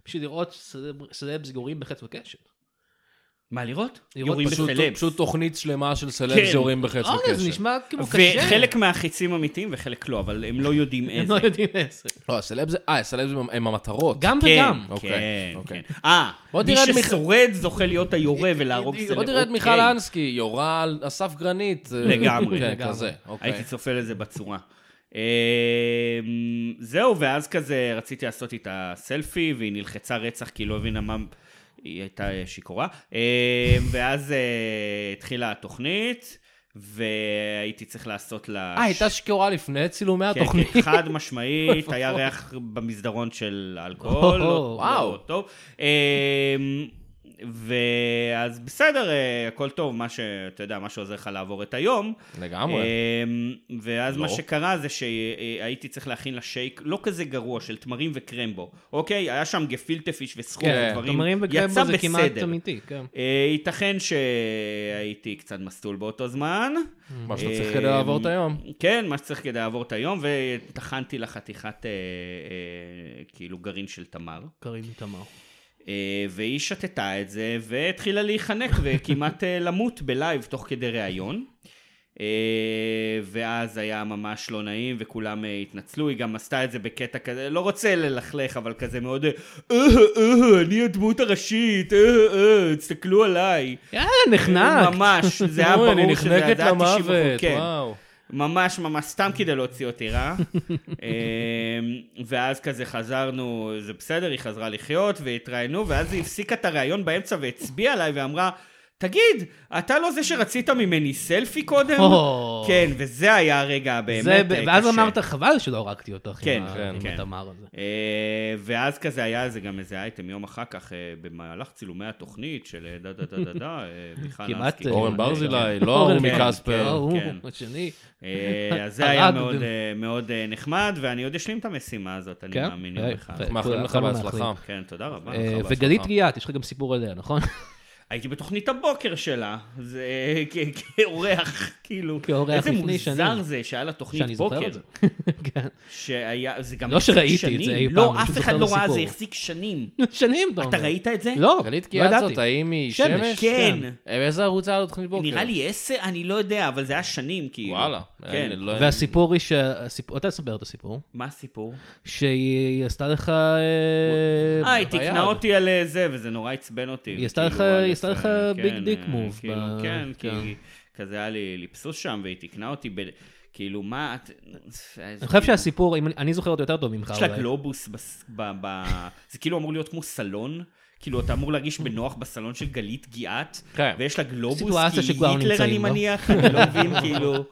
Speaker 3: בשביל לראות סלב- סלבס גורעים בחץ וקשת.
Speaker 4: מה לראות?
Speaker 3: לראות
Speaker 4: יורים
Speaker 2: פשוט-
Speaker 4: בסלבס.
Speaker 2: פשוט תוכנית שלמה של סלב
Speaker 4: כן.
Speaker 2: שיורים בחץ
Speaker 3: אוקיי, זה
Speaker 2: וקשת.
Speaker 3: נשמע כמו קשה.
Speaker 4: וחלק מהחיצים אמיתיים וחלק לא, אבל הם לא יודעים
Speaker 3: הם
Speaker 4: איזה.
Speaker 3: לא יודעים איזה.
Speaker 2: לא, הסלב זה... אה, הסלב זה- הם המטרות.
Speaker 3: גם
Speaker 4: כן,
Speaker 3: וגם.
Speaker 4: כן,
Speaker 2: אוקיי,
Speaker 4: כן.
Speaker 2: אוקיי.
Speaker 4: אה,
Speaker 2: בוא
Speaker 4: מי
Speaker 2: תראה את מיכ-
Speaker 4: ששורד זוכה להיות היורה ולהרוג סלב.
Speaker 2: בוא תראה את מיכל
Speaker 4: אוקיי.
Speaker 2: אנסקי, יורה על אסף גרנית. אה,
Speaker 4: לגמרי.
Speaker 2: כן,
Speaker 3: לגמרי.
Speaker 2: כזה, אוקיי.
Speaker 4: הייתי צופה לזה בצורה. אמ, זהו, ואז כזה רציתי לעשות איתה סלפי, והיא נלחצה רצח כי היא לא הבינה מה... היא הייתה אה, שיכורה. אמ, ואז אה, התחילה התוכנית, והייתי צריך לעשות לה...
Speaker 2: אה, הייתה שקורה לפני צילומי
Speaker 4: כן, [LAUGHS]
Speaker 2: התוכנית.
Speaker 4: כן, חד משמעית,
Speaker 2: [LAUGHS]
Speaker 4: היה ריח במסדרון של אלכוהול.
Speaker 3: או,
Speaker 4: לא-
Speaker 2: וואו.
Speaker 4: לא טוב. אמ, ואז בסדר, אה, הכל טוב, מה שאתה יודע, מה שעוזר לך לעבור את היום.
Speaker 2: לגמרי.
Speaker 4: אמ, ואז
Speaker 2: לא.
Speaker 4: מה שקרה זה שהייתי צריך להכין לה שייק לא כזה גרוע של תמרים וקרמבו. אוקיי? היה שם גפילטה פיש וסחור
Speaker 2: כן,
Speaker 4: ודברים.
Speaker 3: תמרים
Speaker 4: יצא
Speaker 3: וקרמבו זה כמעט
Speaker 4: בסדר.
Speaker 3: אמיתי, כן.
Speaker 4: אה, ייתכן שהייתי קצת מסטול באותו זמן.
Speaker 2: מה שאתה צריך
Speaker 4: אמ,
Speaker 2: כדי לעבור את היום.
Speaker 4: כן, מה שצריך כדי לעבור את היום, וטחנתי לה חתיכת אה, אה, כאילו גרעין של תמר.
Speaker 3: קרין תמר.
Speaker 4: אה, והיא שתתה את זה, והתחילה להיחנק וכמעט אה, למות בלייב תוך כדי ראיון. אה, ואז היה ממש לא נעים, וכולם אה, התנצלו, היא גם עשתה את זה בקטע כזה, לא רוצה ללכלך, אבל כזה מאוד, אה, אה, אה, אני הדמות הראשית, אה, אה, תסתכלו עליי.
Speaker 3: יאללה, נחנק.
Speaker 4: ממש, זה היה
Speaker 2: אוי,
Speaker 4: ברור
Speaker 2: אני
Speaker 4: שזה היה
Speaker 2: נחנקת
Speaker 4: 90%,
Speaker 2: למוות,
Speaker 4: כן.
Speaker 2: וואו.
Speaker 4: ממש ממש סתם כדי להוציא אותי
Speaker 3: [LAUGHS]
Speaker 4: רע. אמ, ואז כזה חזרנו, זה בסדר, היא חזרה לחיות והתראיינו, ואז היא הפסיקה את הראיון באמצע והצביעה עליי ואמרה, תגיד, אתה לא זה שרצית ממני סלפי קודם?
Speaker 3: או.
Speaker 4: כן, וזה היה הרגע באמת
Speaker 3: זה ב-
Speaker 4: אה,
Speaker 3: ואז
Speaker 4: קשה.
Speaker 3: אמרת, חבל שלא הרגתי אותך
Speaker 4: כן,
Speaker 3: עם ה-
Speaker 2: כן,
Speaker 3: עם
Speaker 4: כן.
Speaker 3: התמר הזה.
Speaker 4: אה, ואז כזה היה איזה גם איזה אייטם יום אחר כך, אה, במהלך צילומי התוכנית של אה, דה דה דה דה דה, אה, מיכל
Speaker 3: כמעט,
Speaker 4: אנסקי.
Speaker 3: אה,
Speaker 2: אורן
Speaker 3: מעניין.
Speaker 2: ברזילי, לא
Speaker 3: אורן
Speaker 2: ההוא
Speaker 4: ברזילי.
Speaker 3: לא,
Speaker 2: מקספר.
Speaker 3: הוא
Speaker 4: כן.
Speaker 3: השני. [LAUGHS]
Speaker 4: אה, אז זה היה
Speaker 3: הרגנו.
Speaker 4: מאוד, אה, מאוד אה, נחמד, ואני עוד אשלים את המשימה הזאת, אני
Speaker 3: כן?
Speaker 4: מאמין
Speaker 3: אה,
Speaker 4: לך.
Speaker 3: ו-
Speaker 2: מאחלים לך
Speaker 3: כולנו
Speaker 2: בהצלחה.
Speaker 3: מאחלים.
Speaker 4: כן, תודה רבה.
Speaker 3: אה,
Speaker 2: בהצלחה.
Speaker 3: וגלית גיאת, יש לך גם סיפור עליה, נכון?
Speaker 4: הייתי בתוכנית הבוקר שלה, זה אה, כ- כאורח, כאילו.
Speaker 3: כאורח
Speaker 4: איזה
Speaker 3: לפני
Speaker 4: מוזר
Speaker 3: שנים.
Speaker 4: זה שהיה לה תוכנית
Speaker 3: שאני
Speaker 4: בוקר.
Speaker 3: זוכר את זה. [LAUGHS] כן.
Speaker 4: שהיה, זה גם
Speaker 3: לא
Speaker 4: החזיק
Speaker 3: שראיתי את
Speaker 4: שנים.
Speaker 3: זה אי פעם,
Speaker 4: לא,
Speaker 3: אני
Speaker 4: אף
Speaker 3: פשוט
Speaker 4: אחד
Speaker 3: זוכר
Speaker 4: לא ראה, זה
Speaker 3: בסיפור.
Speaker 4: החזיק שנים.
Speaker 3: שנים, אתה אומר.
Speaker 4: אתה ראית את זה?
Speaker 3: לא,
Speaker 2: גלית
Speaker 3: לא ידעתי.
Speaker 2: קיאצות, האם היא
Speaker 3: שמש.
Speaker 2: שמש?
Speaker 4: כן.
Speaker 2: אה, באיזה ערוץ היה לו תוכנית בוקר?
Speaker 4: נראה לי עשר, אני לא יודע, אבל זה היה שנים, כאילו.
Speaker 2: וואלה.
Speaker 4: כן.
Speaker 2: אני לא-
Speaker 3: והסיפור היא שהסיפור, אתה תספר את הסיפור,
Speaker 4: מה הסיפור?
Speaker 3: שהיא עשתה לך, אה,
Speaker 4: אה, היא
Speaker 2: ביד.
Speaker 4: תקנה אותי על אה, זה, וזה נורא עצבן אותי.
Speaker 3: היא עשתה
Speaker 4: כאילו,
Speaker 3: לך-
Speaker 4: על
Speaker 3: היא עשתה
Speaker 4: זה,
Speaker 3: לך
Speaker 4: כן,
Speaker 3: ביג דיק
Speaker 4: אה,
Speaker 3: מוב
Speaker 4: כאילו,
Speaker 3: ב-
Speaker 4: כן, כי
Speaker 3: כן.
Speaker 4: כזה היה לי ליפסוס שם, והיא תקנה אותי ב... כאילו, מה את... כאילו,
Speaker 3: אני חושב שהסיפור, אם אני- אני זוכר אותו יותר טוב ממך,
Speaker 4: יש לה
Speaker 3: אולי.
Speaker 4: גלובוס בס- ב... ב- זה כאילו אמור להיות כמו סלון. כאילו, אתה אמור להרגיש בנוח בסלון של גלית גיאת,
Speaker 2: כן.
Speaker 4: ויש לה גלובוס,
Speaker 3: סיטואציה
Speaker 4: כי
Speaker 3: שכבר
Speaker 4: היא היטלר, אני
Speaker 3: נמצאים בה.
Speaker 4: מניח, אני לא
Speaker 3: [LAUGHS]
Speaker 4: מבין, כאילו,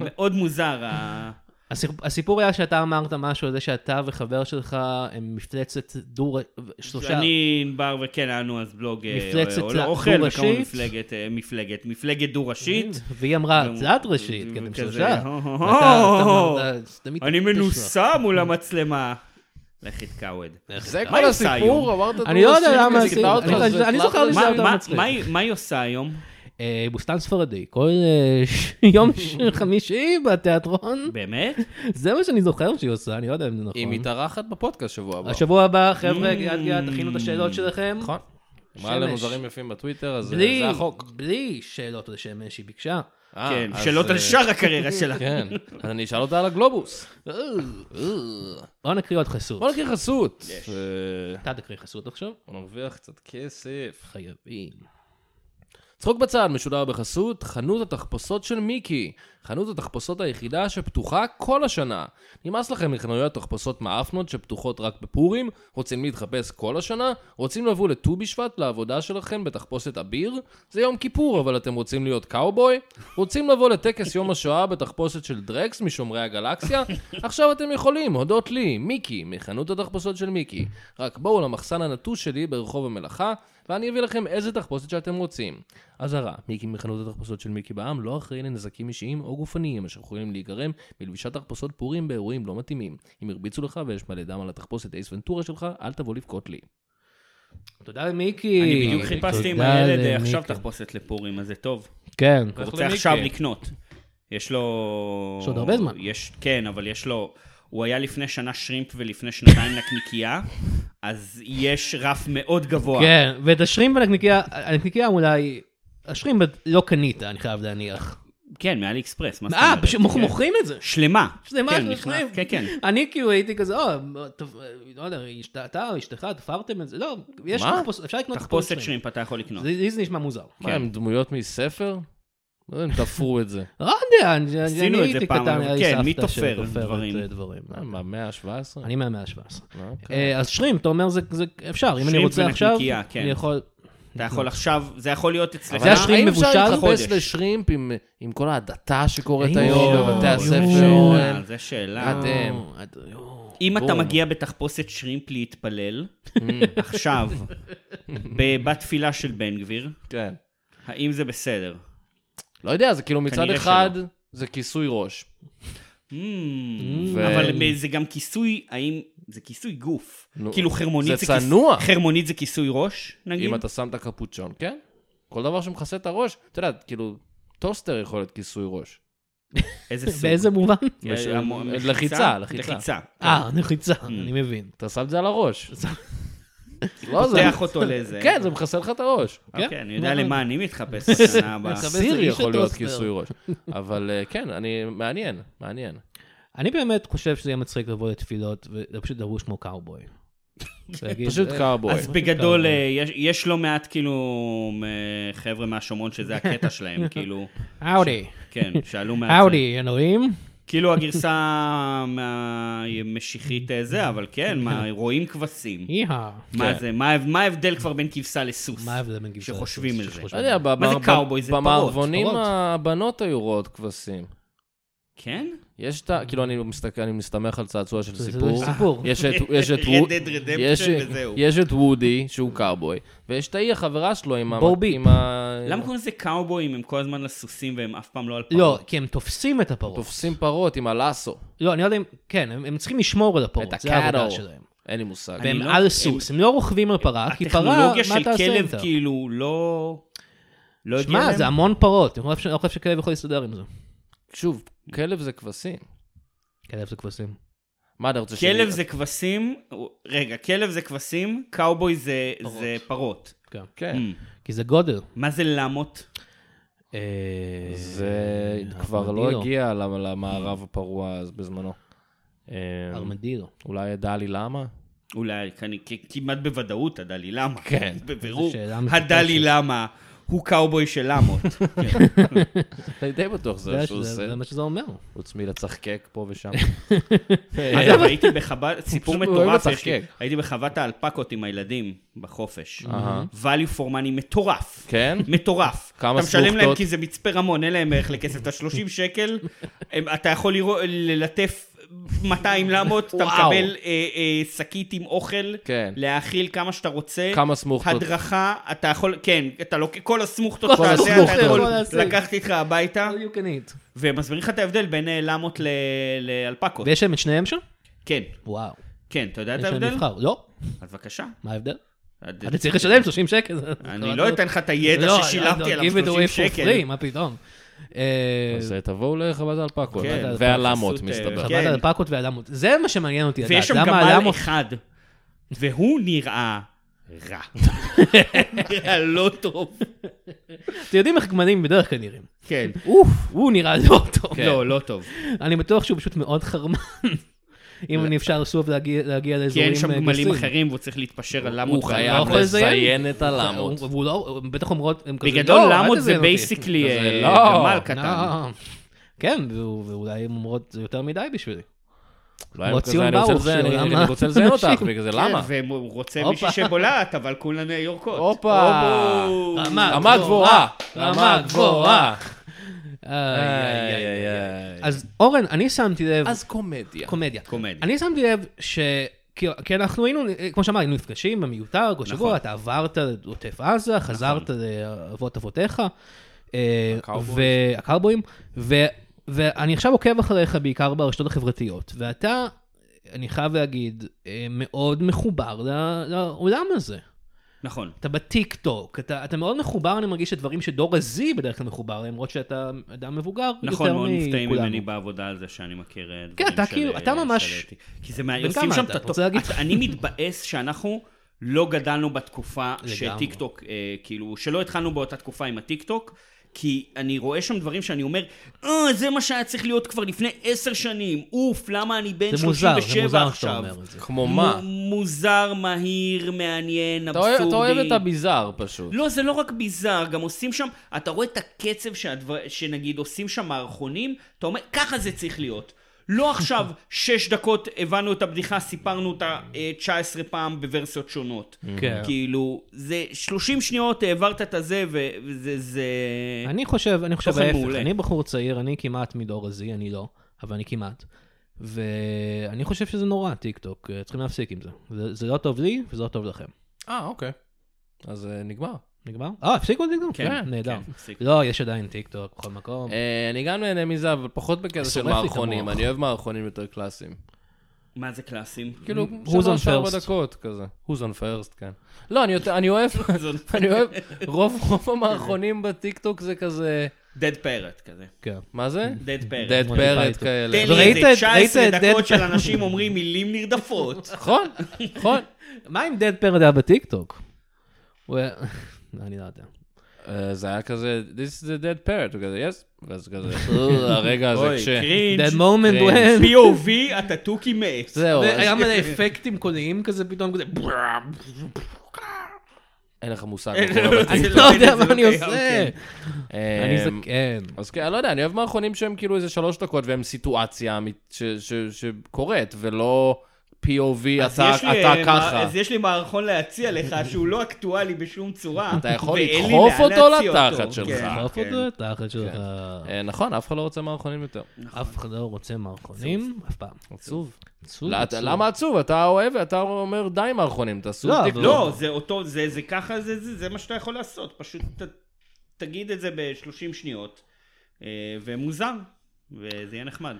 Speaker 4: מאוד מוזר. ה-
Speaker 3: הסיפ- הסיפור היה שאתה אמרת משהו על זה שאתה וחבר שלך הם מפלצת דו, שלושה,
Speaker 4: אני, ענבר וכן, היה לנו אז בלוג אה,
Speaker 3: מפלצת
Speaker 4: אוכל,
Speaker 3: לה-
Speaker 4: אוכל,
Speaker 3: דו-ראשית. אוקיי.
Speaker 4: וכמובן מפלגת, אה, מפלגת, מפלגת דו-ראשית.
Speaker 3: והיא אמרה,
Speaker 4: נו,
Speaker 3: זה את ראשית, כי אתם
Speaker 4: כזה,
Speaker 3: שלושה.
Speaker 4: הו, הו,
Speaker 3: ואתה- אתה
Speaker 4: הו,
Speaker 3: אמרת, "זה תמיד
Speaker 4: אני
Speaker 3: אתה שלך."
Speaker 4: מנוסה מול המצלמה. לך תתקעווד.
Speaker 2: זה
Speaker 4: מה
Speaker 2: כל
Speaker 4: היא עושה היום?
Speaker 2: הסיפור? אמרת
Speaker 3: אני לא יודע
Speaker 2: דו-ראשית,
Speaker 3: למה
Speaker 2: זה קיבלה אותך,
Speaker 3: הסיפור. אני-
Speaker 2: זה
Speaker 3: אני
Speaker 2: תלת-
Speaker 3: זוכר לי
Speaker 4: מה-
Speaker 3: זה יותר
Speaker 4: מה-
Speaker 3: מצחיק.
Speaker 4: מה היא- מה היא עושה היום?
Speaker 3: אה, בוסתן ספרדי, כל אה, ש-
Speaker 4: [LAUGHS]
Speaker 3: יום ש- חמישי בתיאטרון,
Speaker 4: באמת?
Speaker 3: זה מה שאני זוכר שהיא עושה, אני לא יודע אם זה נכון.
Speaker 2: היא מתארחת בפודקאסט שבוע הבא.
Speaker 3: השבוע הבא, חבר'ה,
Speaker 4: Mm.
Speaker 3: גלעד גלעד, תכינו את השאלות שלכם.
Speaker 2: נכון. אמרה לנו
Speaker 3: שמש.
Speaker 2: דברים יפים בטוויטר, אז אה,
Speaker 3: בלי-
Speaker 2: זה החוק.
Speaker 3: בלי שאלות על השמש, היא ביקשה.
Speaker 2: אה,
Speaker 4: כן,
Speaker 2: אז,
Speaker 4: שאלות על
Speaker 2: אה,
Speaker 4: שאר הקריירה שלה.
Speaker 2: כן, אז אני אשאל אותה על הגלובוס.
Speaker 4: אה,
Speaker 3: בוא נקריא עוד חסות.
Speaker 2: בוא נקריא חסות.
Speaker 4: יש.
Speaker 2: אה,
Speaker 3: אתה תקריא חסות עכשיו?
Speaker 2: בוא נרוויח קצת כסף.
Speaker 3: חייבים.
Speaker 2: צחוק בצד משודר בחסות חנות התחפושות של מיקי. חנות התחפושות היחידה שפתוחה כל השנה. נמאס לכם מחנויות תחפושות מאפנות שפתוחות רק בפורים? רוצים להתחפש כל השנה? רוצים לבוא לט"ו בשבט לעבודה שלכם בתחפושת אביר? זה יום כיפור, אבל אתם רוצים להיות קאובוי? רוצים לבוא לטקס יום השואה בתחפושת של דרקס משומרי הגלקסיה? עכשיו אתם יכולים, הודות לי, מיקי, מחנות התחפושות של מיקי. רק בואו למחסן הנטוש שלי ברחוב המלאכה, ואני אביא לכם איזה תחפושת שאתם רוצים. אזהרה, מיקי מחנות התחפושות של מיקי בע"מ לא אחראי לנזקים אישיים או גופניים אשר יכולים להיגרם מלבישת תחפושות פורים באירועים לא מתאימים. אם הרביצו לך ויש מלא דם על התחפושת אייס ונטורה שלך, אל תבוא לבכות לי.
Speaker 3: תודה למיקי.
Speaker 4: אני בדיוק חיפשתי עם
Speaker 3: אה, תודה
Speaker 4: הילד אה, עכשיו
Speaker 3: למיקי.
Speaker 4: תחפושת לפורים, אז זה טוב.
Speaker 3: כן.
Speaker 4: הוא
Speaker 2: לך
Speaker 4: רוצה
Speaker 2: למיקי.
Speaker 4: עכשיו לקנות. יש לו...
Speaker 3: יש עוד הרבה זמן.
Speaker 4: יש, כן, אבל יש לו... הוא היה לפני שנה שרימפ ולפני שנתיים נקניקייה, אז יש רף מאוד גבוה.
Speaker 3: כן, ואת השרים והנקניקייה, הנקניקייה אולי, השרים בד- לא קנית, אני חייב להניח.
Speaker 4: כן, מאלי אקספרס, מה זאת
Speaker 3: אה,
Speaker 4: אומרת?
Speaker 3: פשוט מוכ-
Speaker 4: כן.
Speaker 3: מוכרים את זה.
Speaker 4: שלמה.
Speaker 3: שזה מה
Speaker 4: כן,
Speaker 3: שהם
Speaker 4: נכנס-
Speaker 3: עושים.
Speaker 4: כן, כן.
Speaker 3: אני כאילו הייתי כזה, או, טוב, לא יודע, אשת- אתה או אשתך, תפרתם את זה, לא, יש
Speaker 2: מה?
Speaker 3: תחפושת, אפשר לקנות
Speaker 4: תחפושת לא. שרימפ אתה יכול לקנות.
Speaker 3: זה- לי זה נשמע מוזר.
Speaker 2: מה, הם דמויות מספר? לא יודע אם תפרו את [LAUGHS] זה.
Speaker 3: לא יודע, אני- אני
Speaker 4: עשינו את זה
Speaker 3: הייתי
Speaker 4: פעם,
Speaker 3: קטן,
Speaker 4: אבל
Speaker 3: היה לי
Speaker 4: כן, מי
Speaker 3: סבתא
Speaker 4: תופר
Speaker 3: שתופרת,
Speaker 4: דברים? כן.
Speaker 3: אה, דברים.
Speaker 2: מה, מהמאה ה-17?
Speaker 3: אני מהמאה ה-17. אז שרים, אתה אומר, זה זה אפשר, אם אני
Speaker 4: שרימפ
Speaker 3: רוצה עכשיו,
Speaker 4: ונקניקייה, כן.
Speaker 3: אני יכול...
Speaker 4: אתה יכול עכשיו, זה יכול להיות אצלך. אה,
Speaker 3: זה השרימפ
Speaker 2: האם אפשר
Speaker 3: מבושל?
Speaker 2: להתחפש
Speaker 4: חודש.
Speaker 2: לשרימפ עם- עם כל ההדתה שקורית
Speaker 4: אה,
Speaker 3: האם
Speaker 2: היום
Speaker 3: אפשר?
Speaker 2: בבתי
Speaker 3: יואו,
Speaker 2: הספר?
Speaker 4: זה שאלה.
Speaker 2: את, אתם.
Speaker 3: או, עד- או.
Speaker 4: אם אתה
Speaker 2: אה, בום. Mm.
Speaker 4: מגיע בתחפושת שרימפ להתפלל,
Speaker 2: [LAUGHS]
Speaker 4: עכשיו, ב- בתפילה של בן גביר,
Speaker 2: כן.
Speaker 4: האם זה בסדר?
Speaker 2: לא יודע, זה כאילו מצד
Speaker 4: כנראה
Speaker 2: אחד, זה כיסוי ראש.
Speaker 4: Mm,
Speaker 2: ו-
Speaker 4: אבל זה גם כיסוי, האם זה כיסוי גוף?
Speaker 2: נו,
Speaker 4: כאילו חרמונית
Speaker 2: זה
Speaker 4: זה כיס-
Speaker 2: צנוע.
Speaker 4: חרמונית זה כיסוי ראש, נגיד?
Speaker 2: אם אתה שם את הקפוצ'ון, כן? כל דבר שמכסה את הראש, אתה יודע, כאילו, טוסטר יכול להיות כיסוי ראש.
Speaker 4: איזה סוג?
Speaker 3: באיזה מובן?
Speaker 4: אה,
Speaker 2: בש-
Speaker 4: המו-
Speaker 2: לחיצה, לחיצה.
Speaker 4: לחיצה.
Speaker 3: אה, נחיצה,
Speaker 4: Mm.
Speaker 3: אני מבין.
Speaker 2: אתה שם את זה על
Speaker 4: [LAUGHS]
Speaker 2: הראש. לא, זה...
Speaker 4: פותח אותו לאיזה...
Speaker 2: כן, זה כן. נכון. מכסה לך את הראש.
Speaker 4: אוקיי, אני יודע
Speaker 3: מאוד.
Speaker 4: למה אני
Speaker 2: [LAUGHS]
Speaker 4: מתחפש בשנה הבאה.
Speaker 3: מתחפש-
Speaker 2: סיר
Speaker 3: איש
Speaker 2: יכול להיות
Speaker 3: הטוסטר.
Speaker 2: כיסוי ראש. אבל אה, כן, אני... מעניין, מעניין.
Speaker 3: אני באמת חושב שזה יהיה מצחיק לבוא לתפילות ופשוט לבוש כמו קאובוי.
Speaker 4: [LAUGHS]
Speaker 3: ולהגיד,
Speaker 2: פשוט
Speaker 3: אה,
Speaker 2: קארבוי.
Speaker 4: אז בגדול, אה, יש- יש לא מעט כאילו אה, חבר'ה מהשומרון שזה הקטע
Speaker 3: [LAUGHS]
Speaker 4: שלהם, כאילו,
Speaker 3: האודי,
Speaker 4: כן, שעלו מהצד.
Speaker 3: האודי, אלוהים.
Speaker 4: כאילו הגרסה המשיחית אה, זה, אבל כן,
Speaker 3: [LAUGHS]
Speaker 4: מה, רואים כבשים.
Speaker 3: יהה.
Speaker 4: מה זה, מה ההב- מה ההבדל כבר בין כבשה לסוס?
Speaker 3: כן. מה ההבדל בין גבעה לסוס?
Speaker 4: שחושבים על זה.
Speaker 2: לא יודע,
Speaker 3: שחושבים-
Speaker 4: מה זה
Speaker 2: במערב-
Speaker 4: קאובוי? זה פרות,
Speaker 2: במערבונים
Speaker 3: פרות.
Speaker 2: הבנות היו רואות כבשים.
Speaker 4: כן?
Speaker 2: יש את ה... כאילו, אני מסתכל, אני מסתמך על צעצוע של
Speaker 3: זה- זה
Speaker 2: סיפור.
Speaker 3: סיפור.
Speaker 2: יש את... יש
Speaker 4: [LAUGHS]
Speaker 2: את...
Speaker 4: Red
Speaker 2: וו-
Speaker 4: Dead Redemption
Speaker 2: יש-
Speaker 4: וזהו.
Speaker 2: יש את וודי, שהוא קארבוי, ויש את ההיא, החברה שלו, עם ה...
Speaker 3: בו ביפ.
Speaker 2: עם ה...
Speaker 4: למה קוראים לזה קאובויים? הם כל הזמן על סוסים והם אף פעם לא על פרות.
Speaker 3: אה. לא, כי הם תופסים את הפרות.
Speaker 2: תופסים פרות עם הלאסו.
Speaker 3: לא, אני לא יודע אם... כן, הם הם צריכים לשמור על הפרות.
Speaker 2: את
Speaker 3: זה העבודה
Speaker 2: הקאטל.
Speaker 3: שלהם.
Speaker 2: אין לי מושג.
Speaker 4: אני
Speaker 3: והם
Speaker 4: לא-
Speaker 3: על סוס, הם לא רוכבים על פרה, כי פרה,
Speaker 4: הטכנולוגיה
Speaker 3: מה
Speaker 4: של
Speaker 3: תעשה
Speaker 4: כלב
Speaker 3: איתה?
Speaker 4: כאילו לא... לא הגיע
Speaker 3: שמע,
Speaker 4: להם?
Speaker 3: זה המון פרות, אני לא חושב ש- אני לא חושב שכלב יכול להסתדר עם זה.
Speaker 2: שוב, כלב זה כבשים.
Speaker 3: כלב זה כבשים.
Speaker 2: מה אתה רוצה שאני-
Speaker 4: כלב זה כבשים, רגע, כלב זה כבשים, קאובוי זה, זה פרות.
Speaker 3: כן.
Speaker 2: כן.
Speaker 4: Mm.
Speaker 3: כי זה גודל.
Speaker 4: מה זה למות?
Speaker 3: אה,
Speaker 2: זה כבר
Speaker 3: ארמדילו.
Speaker 2: לא הגיע למ- למערב הפרוע אז בזמנו. אה,
Speaker 3: ארמדילו.
Speaker 2: אולי ידע לי
Speaker 3: [LAUGHS]
Speaker 2: למה?
Speaker 4: אולי, אני כ- כמעט בוודאות, הדע לי למה.
Speaker 2: כן.
Speaker 4: [LAUGHS] בבירור,
Speaker 3: איזו שאלה מטופשת.
Speaker 4: הדע לי למה, הוא קאובוי של
Speaker 2: [LAUGHS]
Speaker 4: למות.
Speaker 2: כן. אני די בטוח זה
Speaker 3: זה
Speaker 2: מה
Speaker 3: ש-
Speaker 2: שהוא
Speaker 3: זה
Speaker 2: עושה.
Speaker 3: זה מה שזה אומר.
Speaker 2: חוץ מלצחקק פה
Speaker 3: [LAUGHS]
Speaker 2: ושם. אה,
Speaker 4: אגב, הייתי בחוות, סיפור
Speaker 2: פשוט אוהב
Speaker 4: מטורף,
Speaker 2: לצחקק.
Speaker 4: יש לי- הייתי בחוות האלפקות עם הילדים בחופש.
Speaker 2: אהה.
Speaker 4: value for money מטורף.
Speaker 2: כן?
Speaker 4: מטורף.
Speaker 2: כמה
Speaker 4: אתה משלם להם
Speaker 2: סנופטות?
Speaker 4: כי זה מצפה רמון, אין להם ערך לכסף.
Speaker 2: [LAUGHS]
Speaker 4: אתה 30 שקל, הם- אתה יכול לראות- ללטף 200 למות, אתה
Speaker 2: וואו.
Speaker 4: מקבל אה, אה, שקית עם אוכל,
Speaker 2: כן.
Speaker 4: להאכיל כמה שאתה רוצה.
Speaker 2: כמה סמוכתות.
Speaker 4: הדרכה, אתה יכול, כן, אתה לוק... כל הסמוכתות
Speaker 3: כל
Speaker 4: שאתה עושה,
Speaker 2: הסמוכתות.
Speaker 4: אתה יכול
Speaker 3: יכול להשיג.
Speaker 4: לקחת איתך הביתה,
Speaker 3: All you can eat.
Speaker 4: אוקיי. ומסבירים לך את ההבדל בין אה, למות ל- לאלפקות.
Speaker 3: ויש להם את שניהם שם?
Speaker 4: כן,
Speaker 3: וואו.
Speaker 4: כן, אתה יודע את
Speaker 3: יש להם
Speaker 4: ההבדל?
Speaker 3: מבחר. לא.
Speaker 4: אז בבקשה.
Speaker 3: מה ההבדל?
Speaker 4: עד-
Speaker 3: אתה צריך לשלם 30 שקל.
Speaker 4: אני לא אתן לך את הידע
Speaker 3: לא,
Speaker 4: ששילמתי
Speaker 3: לא,
Speaker 4: עליו
Speaker 3: give it away
Speaker 4: 30
Speaker 3: for
Speaker 4: שקל.
Speaker 3: free, מה פתאום. אה,
Speaker 2: אז אה, תבואו לחוות האלפקות.
Speaker 4: כן.
Speaker 2: והלמות,
Speaker 4: חסות, אה,
Speaker 2: מסתבר.
Speaker 4: כן.
Speaker 3: חוות האלפקות והלמות. זה מה שמעניין אותי. לדעת.
Speaker 4: ויש שם
Speaker 3: למה
Speaker 4: גמל
Speaker 3: הלמות-
Speaker 4: אחד, והוא נראה
Speaker 3: [LAUGHS]
Speaker 4: רע. הוא נראה לא טוב.
Speaker 3: אתם יודעים איך גמלים בדרך כלל נראים.
Speaker 4: כן.
Speaker 3: אוף, הוא נראה לא טוב.
Speaker 4: לא, לא טוב.
Speaker 3: אני בטוח שהוא פשוט מאוד חרמן. אם אני אפשר שוב להגיע להגיע
Speaker 4: כי
Speaker 3: לאזורים
Speaker 4: אין כן, שם גמלים
Speaker 3: אה, גסים.
Speaker 4: אחרים והוא צריך להתפשר על למות.
Speaker 2: הוא
Speaker 4: ועל
Speaker 2: חייב
Speaker 4: למות.
Speaker 3: יכול לזיין.
Speaker 2: לזיין את הלמות.
Speaker 3: הוא- והוא לא, הם בטח אומרות, הם כזה,
Speaker 4: בגדול,
Speaker 3: "לא, אל
Speaker 4: למות זה
Speaker 3: תזיין אותי."
Speaker 4: בייסיקלי
Speaker 2: כזה,
Speaker 4: אה,
Speaker 2: לא.
Speaker 4: גמל
Speaker 3: לא.
Speaker 4: קטן.
Speaker 3: כן, והוא- ואולי הן אומרות, זה יותר מדי בשבילי.
Speaker 2: לא היה
Speaker 3: כמו
Speaker 2: כזה,
Speaker 3: ציון
Speaker 2: אני רוצה
Speaker 3: ברוך,
Speaker 2: לזיין-
Speaker 3: שהוא
Speaker 2: אני-
Speaker 3: למה?
Speaker 2: אני רוצה [LAUGHS] לזיין אותך,
Speaker 3: אנשים.
Speaker 2: בגלל זה,
Speaker 4: כן,
Speaker 2: למה?
Speaker 4: והוא רוצה
Speaker 3: הופה.
Speaker 4: מישהי שבולעת, אבל כולן יורקות.
Speaker 2: הופה.
Speaker 4: הובו.
Speaker 2: רמה גבוהה.
Speaker 3: רמה גבוהה. איי, איי,
Speaker 2: איי,
Speaker 3: איי.
Speaker 2: איי, איי.
Speaker 3: אה, אז אורן, אני שמתי לב,
Speaker 2: אז קומדיה.
Speaker 3: קומדיה.
Speaker 4: קומדיה.
Speaker 3: אני שמתי לב ש... כי- כי אנחנו היינו, כמו שאמרנו, היינו נפגשים במיותר, כל
Speaker 4: נכון.
Speaker 3: שבוע, אתה עברת לעוטף עזה, חזרת לאבות אבותיך, אה,
Speaker 2: הקאובויז.
Speaker 3: והקאובויים, ו- ואני עכשיו עוקב אחריך בעיקר ברשתות החברתיות, ואתה, אני חייב להגיד, אה, מאוד מחובר ל- לעולם הזה.
Speaker 4: נכון.
Speaker 3: אתה בטיקטוק, אתה, אתה מאוד מחובר, אני מרגיש, לדברים שדור הזי בדרך כלל מחובר, למרות שאתה אדם מבוגר
Speaker 4: נכון,
Speaker 3: יותר
Speaker 4: מאוד מופתעים
Speaker 3: מכולנו.
Speaker 4: ממני בעבודה על זה שאני מכיר אה, דברים
Speaker 3: אתה
Speaker 4: של,
Speaker 3: כאילו,
Speaker 4: אה,
Speaker 3: אתה ממש-
Speaker 4: שהעליתי. כי זה מה...
Speaker 3: בן
Speaker 4: עושים
Speaker 3: כמה
Speaker 4: שם
Speaker 3: אתה?
Speaker 4: את
Speaker 3: אתה רוצה להגיד?
Speaker 4: הטופ... אני מתבאס שאנחנו לא גדלנו בתקופה
Speaker 3: לגמרי.
Speaker 4: שטיקטוק, אה, כאילו, שלא התחלנו באותה תקופה עם הטיקטוק. כי אני רואה שם דברים שאני אומר, אה, זה מה שהיה צריך להיות כבר לפני עשר שנים, אוף, למה אני בן
Speaker 3: זה מוזר,
Speaker 4: 37
Speaker 3: זה מוזר שאתה
Speaker 4: עכשיו?
Speaker 3: אומר את זה.
Speaker 2: כמו מה?
Speaker 4: מ- מוזר, מהיר, מעניין,
Speaker 2: אתה אוהב-
Speaker 4: אבסורדי.
Speaker 2: אתה אוהב את הביזאר פשוט.
Speaker 4: לא, זה לא רק ביזאר, גם עושים שם, אתה רואה את הקצב שהדבר, שנגיד עושים שם מערכונים, אתה אומר, ככה זה צריך להיות.
Speaker 2: [LAUGHS]
Speaker 4: לא עכשיו שש דקות הבנו את הבדיחה, סיפרנו אותה אה, 19 פעם בוורסיות שונות.
Speaker 2: Mm,
Speaker 3: כן.
Speaker 4: כאילו, זה 30 שניות העברת את הזה, ו- וזה... זה...
Speaker 3: אני חושב, אני חושב
Speaker 4: תוכן
Speaker 3: ההפך,
Speaker 4: מעולה.
Speaker 3: אני בחור צעיר, אני כמעט מדור הזי, אני לא, אבל אני כמעט. ואני חושב שזה נורא, טיק טוק, צריכים להפסיק עם זה. זה, זה לא טוב לי וזה לא טוב לכם.
Speaker 2: אה, אוקיי. אז אה, נגמר.
Speaker 3: נגמר? אה, הפסיקו את טיק טוק?
Speaker 4: כן, כן,
Speaker 3: נהדר.
Speaker 4: הפסיקו.
Speaker 3: לא, יש עדיין טיק טוק בכל מקום.
Speaker 2: אה, אני גם נהנה מזה, אבל פחות בקטע של
Speaker 3: שורף לי את
Speaker 2: מערכונים.
Speaker 3: המוח.
Speaker 2: אני אוהב מערכונים יותר קלאסיים.
Speaker 4: מה
Speaker 2: [LAUGHS]
Speaker 4: זה קלאסים?
Speaker 2: כאילו,
Speaker 3: Who's
Speaker 2: שלוש
Speaker 3: on
Speaker 2: ארבע
Speaker 3: first?
Speaker 2: דקות כזה. Who's on first, כן. לא, אני יותר- אני אוהב, אני אוהב, רוב רוב המערכונים בטיקטוק זה כזה,
Speaker 4: dead parrot כזה.
Speaker 3: כן.
Speaker 2: מה זה?
Speaker 4: dead parrot.
Speaker 2: dead
Speaker 3: Monty
Speaker 2: parrot
Speaker 3: Python.
Speaker 2: כאלה.
Speaker 4: תן
Speaker 3: וראית
Speaker 4: לי איזה
Speaker 3: את-
Speaker 4: 19
Speaker 3: ראית את
Speaker 4: דקות
Speaker 3: dead
Speaker 4: של
Speaker 3: parrot?
Speaker 4: אנשים אומרים מילים
Speaker 3: [LAUGHS]
Speaker 4: נרדפות.
Speaker 2: נכון, נכון.
Speaker 3: מה עם דד פרד היה בטיקטוק? הוא היה... לא, [LAUGHS] אני לא יודע.
Speaker 2: אה, זה היה כזה, This is the dead parrot, הוא כזה, yes, ואז כזה, "אה, הרגע הזה
Speaker 4: אוי,
Speaker 2: כש...
Speaker 3: That
Speaker 4: קרינג'.
Speaker 3: [LAUGHS] moment
Speaker 2: cringe.
Speaker 4: [LAUGHS]
Speaker 3: when...
Speaker 4: POV, הטאטוקי מת.
Speaker 2: זהו, אז
Speaker 3: היה מלא אפקטים קוליים כזה פתאום
Speaker 4: [LAUGHS]
Speaker 3: כזה...
Speaker 2: אין לך מושג. מה
Speaker 4: אין
Speaker 2: קורה
Speaker 4: לו-
Speaker 2: בטיקטוק.
Speaker 3: אני
Speaker 4: [LAUGHS] זה
Speaker 3: לא
Speaker 4: לא-
Speaker 3: יודע מה
Speaker 4: זה לא
Speaker 3: אני
Speaker 4: קיים,
Speaker 3: עושה.
Speaker 4: כן.
Speaker 3: אני
Speaker 2: אמ,
Speaker 3: זקן.
Speaker 2: אז כן, אני לא יודע, אני אוהב מערכונים שהם כאילו איזה שלוש דקות והם סיטואציה אמית- ש- ש- שקורית, ולא POV,
Speaker 4: אז
Speaker 2: אתה
Speaker 4: יש לי,
Speaker 2: אתה
Speaker 4: אה, מע-
Speaker 2: ככה.
Speaker 4: אז יש לי מערכון להציע לך שהוא לא אקטואלי בשום צורה.
Speaker 2: אתה יכול
Speaker 4: ואין לי
Speaker 2: לדחוף
Speaker 4: לאן
Speaker 2: אותו
Speaker 4: להציע
Speaker 2: לתחת
Speaker 4: אותו.
Speaker 2: שלך.
Speaker 4: כן,
Speaker 3: דחוף
Speaker 4: כן.
Speaker 3: אותו, תחת שלך.
Speaker 2: אה, נכון, אף אחד לא רוצה מערכונים יותר.
Speaker 4: נכון.
Speaker 3: אף אחד לא רוצה מערכונים, אף פעם.
Speaker 2: עצוב.
Speaker 3: עצוב,
Speaker 2: לא, אתה-
Speaker 3: עצוב.
Speaker 2: למה עצוב? אתה אוהב, אתה אומר די מערכונים, תעשו
Speaker 3: לא,
Speaker 2: טיקטוק.
Speaker 4: לא, זה אותו, זה זה ככה, זה- זה זה מה שאתה יכול לעשות. פשוט ת- תגיד את זה ב-30 שניות, אה, ומוזר, וזה יהיה נחמד.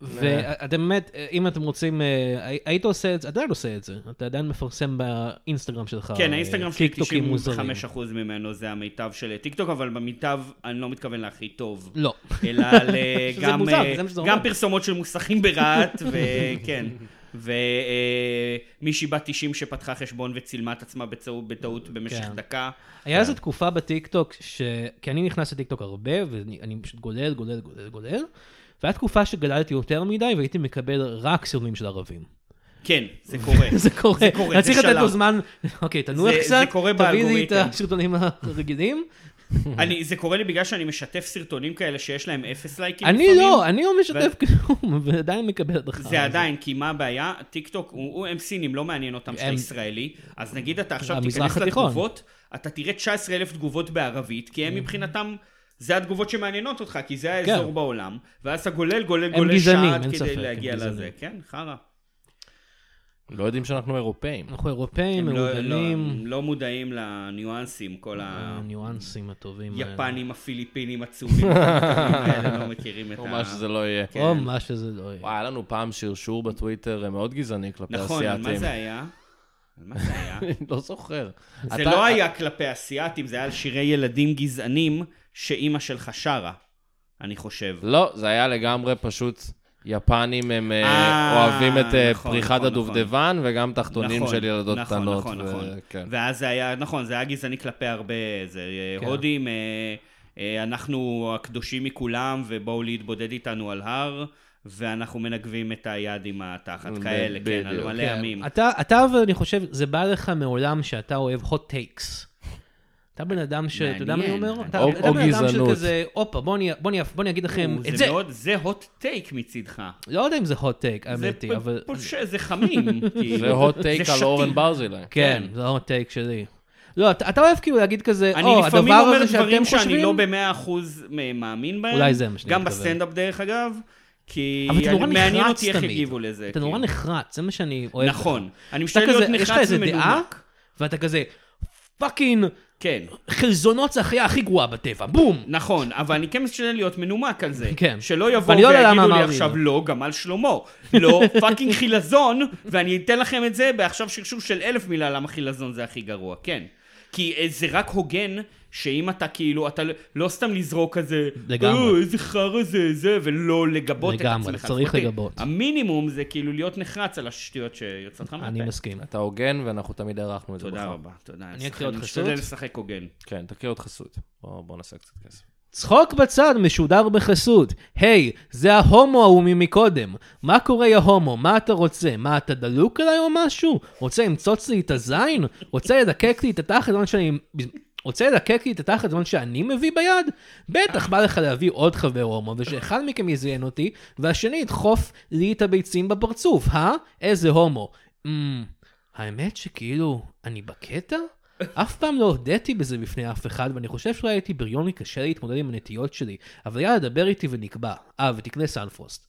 Speaker 3: ואתם באמת, אה, אם אתם רוצים, אה, הי- היית עושה את זה, עדיין עושה את זה, אתה עדיין מפרסם באינסטגרם שלך.
Speaker 4: כן,
Speaker 3: אה,
Speaker 4: האינסטגרם שלי
Speaker 3: טיקטוקים מוזרים.
Speaker 4: 95% ממנו זה המיטב של טיק טוק, אבל במיטב אני לא מתכוון להכי טוב.
Speaker 3: לא.
Speaker 4: אלא
Speaker 3: [LAUGHS]
Speaker 4: על, אה,
Speaker 3: שזה
Speaker 4: גם,
Speaker 3: מוזר,
Speaker 4: אה,
Speaker 3: זה מה שזה
Speaker 4: גם
Speaker 3: אומר.
Speaker 4: פרסומות של מוסכים ברהט, כן, וכן. ומישהי אה, בת 90 שפתחה חשבון וצילמה את עצמה בצהוב- בטעות במשך
Speaker 3: כן.
Speaker 4: דקה.
Speaker 3: היה איזו תקופה בטיקטוק, ש... כי אני נכנס לטיקטוק הרבה, ואני אני פשוט גולל, גולל, גולל, גולל, והיה תקופה שגדלתי יותר מדי, והייתי מקבל רק סרטונים של ערבים. [LAUGHS]
Speaker 4: כן, זה קורה.
Speaker 3: זה קורה.
Speaker 4: זה קורה,
Speaker 3: אני
Speaker 4: זה
Speaker 3: צריך לתת לו
Speaker 4: שלב.
Speaker 3: זמן, אוקיי, תנוח
Speaker 4: זה- זה
Speaker 3: קצת,
Speaker 4: קורה
Speaker 3: תביא לי את
Speaker 4: באלגוריתם.
Speaker 3: הסרטונים [LAUGHS] הרגילים.
Speaker 4: אני- זה קורה לי בגלל שאני משתף סרטונים כאלה שיש להם אפס לייקים.
Speaker 3: אני
Speaker 4: לפעמים.
Speaker 3: לא, אני לא משתף
Speaker 4: ו-
Speaker 3: כלום, [LAUGHS] ועדיין מקבל את החרא
Speaker 4: זה עדיין, כי מה הבעיה? טיק טוק, הוא הוא- הם סינים, לא מעניין אותם שאתה
Speaker 3: הם-
Speaker 4: ישראלי. אז נגיד אתה עכשיו
Speaker 3: המזרח
Speaker 4: תיכנס
Speaker 3: התיכון. Mm.
Speaker 4: לתגובות, אתה תראה 19,000 תגובות בערבית, כי הם מבחינתם, זה התגובות שמעניינות אותך, כי זה האזור
Speaker 3: כן. בעולם.
Speaker 4: בעולם. ואז אתה גולל, גולל,
Speaker 3: הם
Speaker 4: גולל
Speaker 3: גזענים,
Speaker 4: שעה
Speaker 3: אין ספק,
Speaker 4: כדי
Speaker 3: הם
Speaker 4: להגיע
Speaker 3: גזענים.
Speaker 4: לזה. כן, חרא.
Speaker 2: לא יודעים שאנחנו אירופאים.
Speaker 4: נכון.
Speaker 3: אנחנו אירופאים,
Speaker 4: הם לא- לא-
Speaker 3: מרוגלים,
Speaker 4: הם לא מודעים לניואנסים, כל ה...
Speaker 3: הניואנסים הטובים. האלה.
Speaker 4: יפנים, הפיליפינים, הצורים, האלה לא מכירים את
Speaker 2: או
Speaker 4: ה...
Speaker 2: מה שזה לא יהיה.
Speaker 4: כן.
Speaker 3: או מה שזה לא יהיה.
Speaker 2: וואי, היה לנו פעם שרשור בטוויטר אה, מאוד גזעני כלפי
Speaker 4: נכון, על
Speaker 2: אסיאתים. [LAUGHS]
Speaker 4: מה זה היה? על מה זה היה?
Speaker 2: אני לא זוכר.
Speaker 4: זה
Speaker 2: אתה-
Speaker 4: לא היה כלפי אסיאתים, זה היה על שירי ילדים גזענים שאימא שלך שרה, אני חושב.
Speaker 2: לא, זה היה לגמרי פשוט... יפנים הם אה,
Speaker 4: אה,
Speaker 2: אוהבים את אה,
Speaker 4: נכון,
Speaker 2: פריחת
Speaker 4: נכון,
Speaker 2: הדובדבן וגם תחתונים
Speaker 4: נכון,
Speaker 2: של ילדות
Speaker 4: נכון,
Speaker 2: קטנות.
Speaker 4: נכון,
Speaker 2: ו-
Speaker 4: נכון.
Speaker 2: כן.
Speaker 4: ואז זה היה, נכון, זה היה גזעני כלפי הרבה, זה אה,
Speaker 3: כן.
Speaker 4: הודים, אה, אה, אנחנו הקדושים מכולם, ובואו להתבודד איתנו על הר, ואנחנו מנגבים את היד עם התחת,
Speaker 2: ב-
Speaker 4: כאלה, כן, על
Speaker 2: בדיוק.
Speaker 4: מלא
Speaker 3: כן.
Speaker 4: ימים.
Speaker 3: אתה, אתה אבל אני חושב, זה בא לך מעולם שאתה אוהב hot takes. אתה בן אדם ש... אתה יודע מה אני
Speaker 4: מעניין.
Speaker 3: אומר? אתה,
Speaker 2: או-
Speaker 3: אתה
Speaker 2: או
Speaker 3: בן אדם של
Speaker 2: גזענות.
Speaker 3: כזה, הופה, בוא, אני- בוא, אני- בוא אני אגיד לכם
Speaker 4: זה
Speaker 3: את זה.
Speaker 4: מאוד- זה hot take מצידך.
Speaker 3: לא יודע אם זה hot take,
Speaker 4: זה
Speaker 3: האמת
Speaker 4: פ-
Speaker 3: היא, אבל...
Speaker 4: פוש- זה
Speaker 2: [LAUGHS]
Speaker 4: חמים.
Speaker 2: זה
Speaker 4: כאילו.
Speaker 2: hot take
Speaker 4: זה
Speaker 2: על אורן
Speaker 4: שתיל.
Speaker 2: ברזילי.
Speaker 3: כן,
Speaker 4: כן.
Speaker 3: זה hot take שלי. לא, אתה, אתה אוהב כאילו להגיד כזה,
Speaker 4: אני
Speaker 3: או,
Speaker 4: לפעמים
Speaker 3: הדבר
Speaker 4: אומר
Speaker 3: הזה
Speaker 4: דברים
Speaker 3: שאתם
Speaker 4: שאני לא
Speaker 3: חושבים...
Speaker 4: במאה אחוז מאמין בהם.
Speaker 3: אולי זה מה שאני
Speaker 4: גם
Speaker 3: מתכוון.
Speaker 4: בסטנדאפ דרך אגב, כי
Speaker 3: אבל אתה נורא
Speaker 4: אני- מעניין
Speaker 3: נחרץ
Speaker 4: אותי איך
Speaker 3: תמיד.
Speaker 4: יגיבו לזה.
Speaker 3: אתה נורא
Speaker 4: כאילו.
Speaker 3: נחרץ, זה מה שאני אוהב.
Speaker 4: נכון. אני
Speaker 3: אתה
Speaker 4: משתדל להיות
Speaker 3: כזה, יש לך
Speaker 4: נחרץ
Speaker 3: איזה דעה,
Speaker 4: ומנומק.
Speaker 3: ואתה כזה, פאקינג
Speaker 4: כן,
Speaker 3: חלזונות זה החיה הכי גרועה בטבע, בום!
Speaker 4: נכון, אבל אני כן משתדל להיות מנומק על זה.
Speaker 3: כן.
Speaker 4: שלא יבואו
Speaker 3: ואני לא יודע למה
Speaker 4: ויגידו לי
Speaker 3: אמרתי את
Speaker 4: עכשיו
Speaker 3: זה.
Speaker 4: לא, גמל שלמה.
Speaker 3: [LAUGHS]
Speaker 4: לא, פאקינג חילזון, ואני אתן לכם את זה בעכשיו שרשור של אלף מילה למה חילזון זה הכי גרוע, כן. כי אה, זה רק הוגן, שאם אתה כאילו, אתה לא סתם לזרוק כזה,
Speaker 3: לגמרי.
Speaker 4: "אה, איזה חרא זה, זה, ולא לגבות את עצמך.
Speaker 3: לגמרי, צריך
Speaker 4: זכותי.
Speaker 3: לגבות.
Speaker 4: המינימום זה כאילו להיות נחרץ על השטויות שיוצאות לך מהפה.
Speaker 3: אני מסכים.
Speaker 2: אתה הוגן ואנחנו תמיד הערכנו את זה.
Speaker 4: תודה
Speaker 2: בך.
Speaker 4: רבה, תודה.
Speaker 3: אני אקריא
Speaker 4: משחק-
Speaker 3: עוד
Speaker 4: משתדל
Speaker 3: חסות?
Speaker 4: לשחק הוגן.
Speaker 2: כן, תקריא עוד חסות. בוא בוא נעשה קצת כסף.
Speaker 3: צחוק בצד משודר בחסות. היי, זה ההומו ההוא ממקודם. מה קורה, יא הומו? מה אתה רוצה? מה, אתה דלוק עליי או משהו? רוצה למצוץ לי את הזין? רוצה לדקק לי את התחת זמן שאני... רוצה לדקק לי את התחת זמן שאני מביא ביד? בטח בא לך להביא עוד חבר הומו, ושאחד מכם יזיין אותי, והשני ידחוף לי את הביצים בפרצוף, אה? איזה הומו. אמ, האמת שכאילו, אני בקטע? אף פעם לא הודיתי בזה בפני אף אחד, ואני חושב שאולי הייתי בריון לי קשה להתמודד עם הנטיות שלי, אבל יאללה, דבר איתי ונקבע. אה, ותקנה סנפרוסט.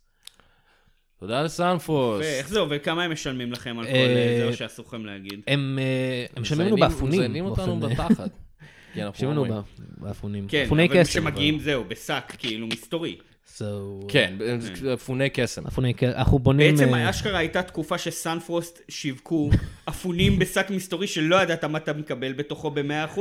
Speaker 2: תודה לסנפרוס.
Speaker 4: ואיך זה עובד? כמה הם משלמים לכם על כל
Speaker 3: אה,
Speaker 4: אה, זה, או שאסור לכם להגיד?
Speaker 3: הם אה, הם משלמים לנו באפונים.
Speaker 2: מזיינים אותנו
Speaker 3: באופן-
Speaker 2: בתחת. כי אנחנו
Speaker 3: [LAUGHS] משלמים לנו
Speaker 2: הומואים.
Speaker 3: בא- באפונים.
Speaker 4: כן,
Speaker 3: אפוני
Speaker 4: אבל
Speaker 3: קסם.
Speaker 4: כשמגיעים זהו, בשק, כאילו מסתורי.
Speaker 3: So, אה,
Speaker 2: כן, אפוני קסם.
Speaker 3: אפוני קסם. אנחנו בונים...
Speaker 4: בעצם
Speaker 3: אה,
Speaker 4: אשכרה הייתה תקופה שסנפרוסט
Speaker 3: [LAUGHS]
Speaker 4: שיווקו אפונים בשק מסתורי שלא ידעת מה אתה מקבל בתוכו ב-100%,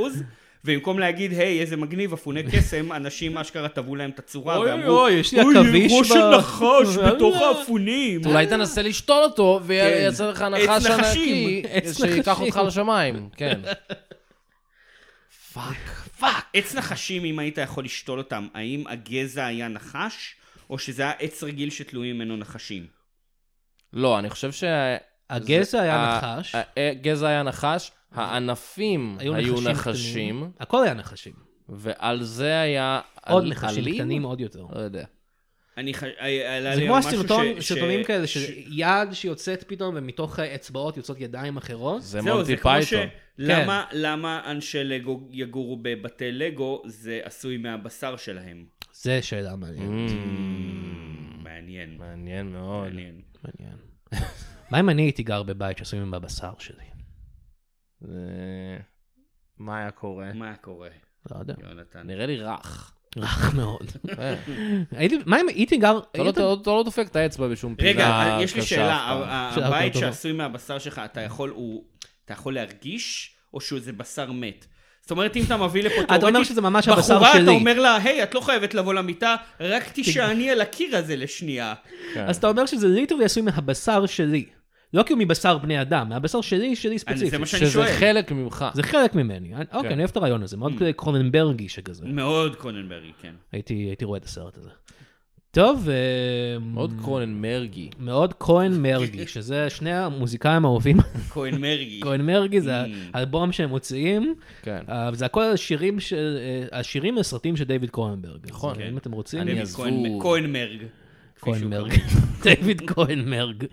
Speaker 4: ובמקום להגיד, היי, איזה מגניב, אפוני קסם, [LAUGHS] אנשים אשכרה טבעו להם את הצורה
Speaker 3: אוי,
Speaker 4: ואמרו,
Speaker 3: אוי, יש לי עכביש
Speaker 4: ראש
Speaker 3: ב-
Speaker 2: [LAUGHS]
Speaker 3: [LAUGHS]
Speaker 4: הנחש בתוך
Speaker 3: אה,
Speaker 4: האפונים.
Speaker 2: אולי תנסה לשתול אותו, ויעשה
Speaker 4: כן.
Speaker 2: לך
Speaker 4: עץ
Speaker 2: נחש ענקי,
Speaker 4: נחשים.
Speaker 3: עץ
Speaker 2: שייקח
Speaker 3: נחשים.
Speaker 2: אותך לשמיים, כן.
Speaker 4: עץ נחשים, אם היית יכול לשתול אותם, האם הגזע היה נחש, או שזה היה עץ רגיל שתלויים ממנו נחשים?
Speaker 2: [LAUGHS] לא, אני חושב שה...
Speaker 3: הגזע
Speaker 2: זה- אה,
Speaker 3: היה
Speaker 2: ה-
Speaker 3: נחש.
Speaker 2: ה- הגזע היה נחש, הענפים היו נחשים,
Speaker 3: קטנים. הכל היה נחשים.
Speaker 2: ועל זה היה...
Speaker 3: עוד
Speaker 2: על-
Speaker 3: נחשים
Speaker 2: עלים?
Speaker 3: קטנים עוד יותר.
Speaker 2: לא יודע.
Speaker 4: אני ח... היה לי
Speaker 3: זה כמו
Speaker 4: על משהו
Speaker 3: הסרטון,
Speaker 4: ש-
Speaker 3: סרטונים
Speaker 4: ש-
Speaker 3: כאלה,
Speaker 4: ש-
Speaker 3: שיד שיוצאת פתאום, ומתוך האצבעות יוצאות ידיים אחרות.
Speaker 2: זה
Speaker 4: זהו, זה
Speaker 2: מונטי
Speaker 4: כמו ש...
Speaker 2: פייתון. כן.
Speaker 4: למה, למה אנשי לגו יגורו בבתי לגו, זה עשוי מהבשר שלהם?
Speaker 2: Mm.
Speaker 3: זה שאלה מעניינת.
Speaker 4: Mm. מעניין,
Speaker 2: מעניין מאוד.
Speaker 4: מעניין.
Speaker 3: מעניין. מה אם אני הייתי גר בבית שעשויים עם הבשר שלי?
Speaker 2: זה- מה היה קורה?
Speaker 4: מה קורה,
Speaker 3: לא יודע.
Speaker 4: [LAUGHS] יונתן?
Speaker 2: אה? נראה לי רך.
Speaker 3: רך מאוד.
Speaker 4: [LAUGHS]
Speaker 2: אה,
Speaker 3: הייתי, מה אם הייתי גר...
Speaker 2: אתה לא- אתה לא- אתה לא דופק את האצבע בשום פינה
Speaker 4: רגע, אה,
Speaker 2: קשה
Speaker 4: יש לי
Speaker 2: אף
Speaker 4: שאלה,
Speaker 2: פעם.
Speaker 4: ה-
Speaker 3: שאלה
Speaker 4: הבית
Speaker 3: טובה.
Speaker 4: שעשוי מהבשר שלך, אתה יכול, הוא, אתה יכול להרגיש, או שהוא איזה בשר מת? זאת אומרת, אם אתה מביא לפה תיאורטית,
Speaker 3: אומר שזה ממש הבשר
Speaker 4: בחורה, אתה
Speaker 3: שלי.
Speaker 4: אומר לה, היי, את לא חייבת לבוא למיטה, רק תישעני על הקיר הזה לשנייה.
Speaker 2: כן.
Speaker 3: אז אתה אומר שזה ליטרלי עשוי מהבשר שלי. לא כי הוא מבשר בני אדם, מהבשר שלי, שלי
Speaker 4: אני-
Speaker 3: ספציפית.
Speaker 4: זה מה כן. שאני
Speaker 2: שזה
Speaker 4: שואל.
Speaker 2: חלק ממך.
Speaker 3: זה חלק ממני. אני- אוקיי, אני אוהב את הרעיון הזה, מאוד
Speaker 4: Mm.
Speaker 3: קרוננברגי שכזה.
Speaker 4: מאוד קוננברי, כן.
Speaker 3: הייתי הייתי רואה את הסרט הזה. טוב, אה,
Speaker 2: מאוד קרונן מרגי.
Speaker 3: מאוד כהן מרגי, שזה שני המוזיקאים האהובים.
Speaker 4: כהן מרגי.
Speaker 3: כהן מרגי זה
Speaker 4: Mm.
Speaker 3: האלבום שהם מוציאים,
Speaker 2: כן.
Speaker 3: אה, זה הכל השירים של, אה, השירים לסרטים של דיוויד קורנברג.
Speaker 2: נכון.
Speaker 3: אז
Speaker 2: כן.
Speaker 3: אם אתם רוצים,
Speaker 4: אני
Speaker 2: עזבו.
Speaker 4: כהן- כהן מרג. כפי שהוא
Speaker 3: קורנברג.
Speaker 4: קרא.
Speaker 3: [LAUGHS] דיוויד קורנברג.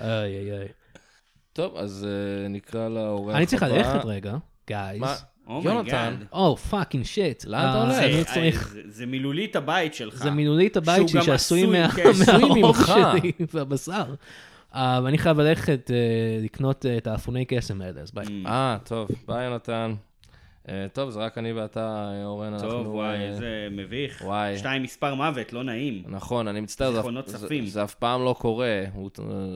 Speaker 3: איי איי איי.
Speaker 2: טוב, אז אה, נקרא לאורח
Speaker 3: אני צריך
Speaker 2: הבא.
Speaker 3: ללכת רגע, גייז.
Speaker 2: מה?
Speaker 4: Oh my
Speaker 2: יונתן,
Speaker 4: God.
Speaker 3: או פאקינג שיט.
Speaker 2: לאן אתה הולך?
Speaker 3: אה, אני
Speaker 4: זה-
Speaker 3: צריך...
Speaker 4: אה, זה- זה מילולית הבית שלך.
Speaker 3: זה מילולית הבית
Speaker 4: אה, שהוא
Speaker 3: שלי
Speaker 4: גם
Speaker 3: שעשוי
Speaker 4: עשוי,
Speaker 3: מה-
Speaker 4: כן,
Speaker 2: עשוי
Speaker 3: מהעור
Speaker 2: ממך.
Speaker 3: שלי [LAUGHS] והבשר. אה, ואני חייב ללכת אה, לקנות אה, את האפוני קסם האלה, אז ביי.
Speaker 4: אמ, Mm.
Speaker 2: אה, טוב, ביי יונתן. אה, טוב, זה רק אני ואתה, אה, אורן, אנחנו...
Speaker 4: טוב, וואי,
Speaker 2: אה,
Speaker 4: איזה מביך.
Speaker 2: וואי.
Speaker 4: שתיים מספר מוות, לא נעים.
Speaker 2: נכון, אני מצטער, זה,
Speaker 4: זיכרונות
Speaker 2: זה,
Speaker 4: צפים.
Speaker 2: זה אף פעם לא קורה. הוא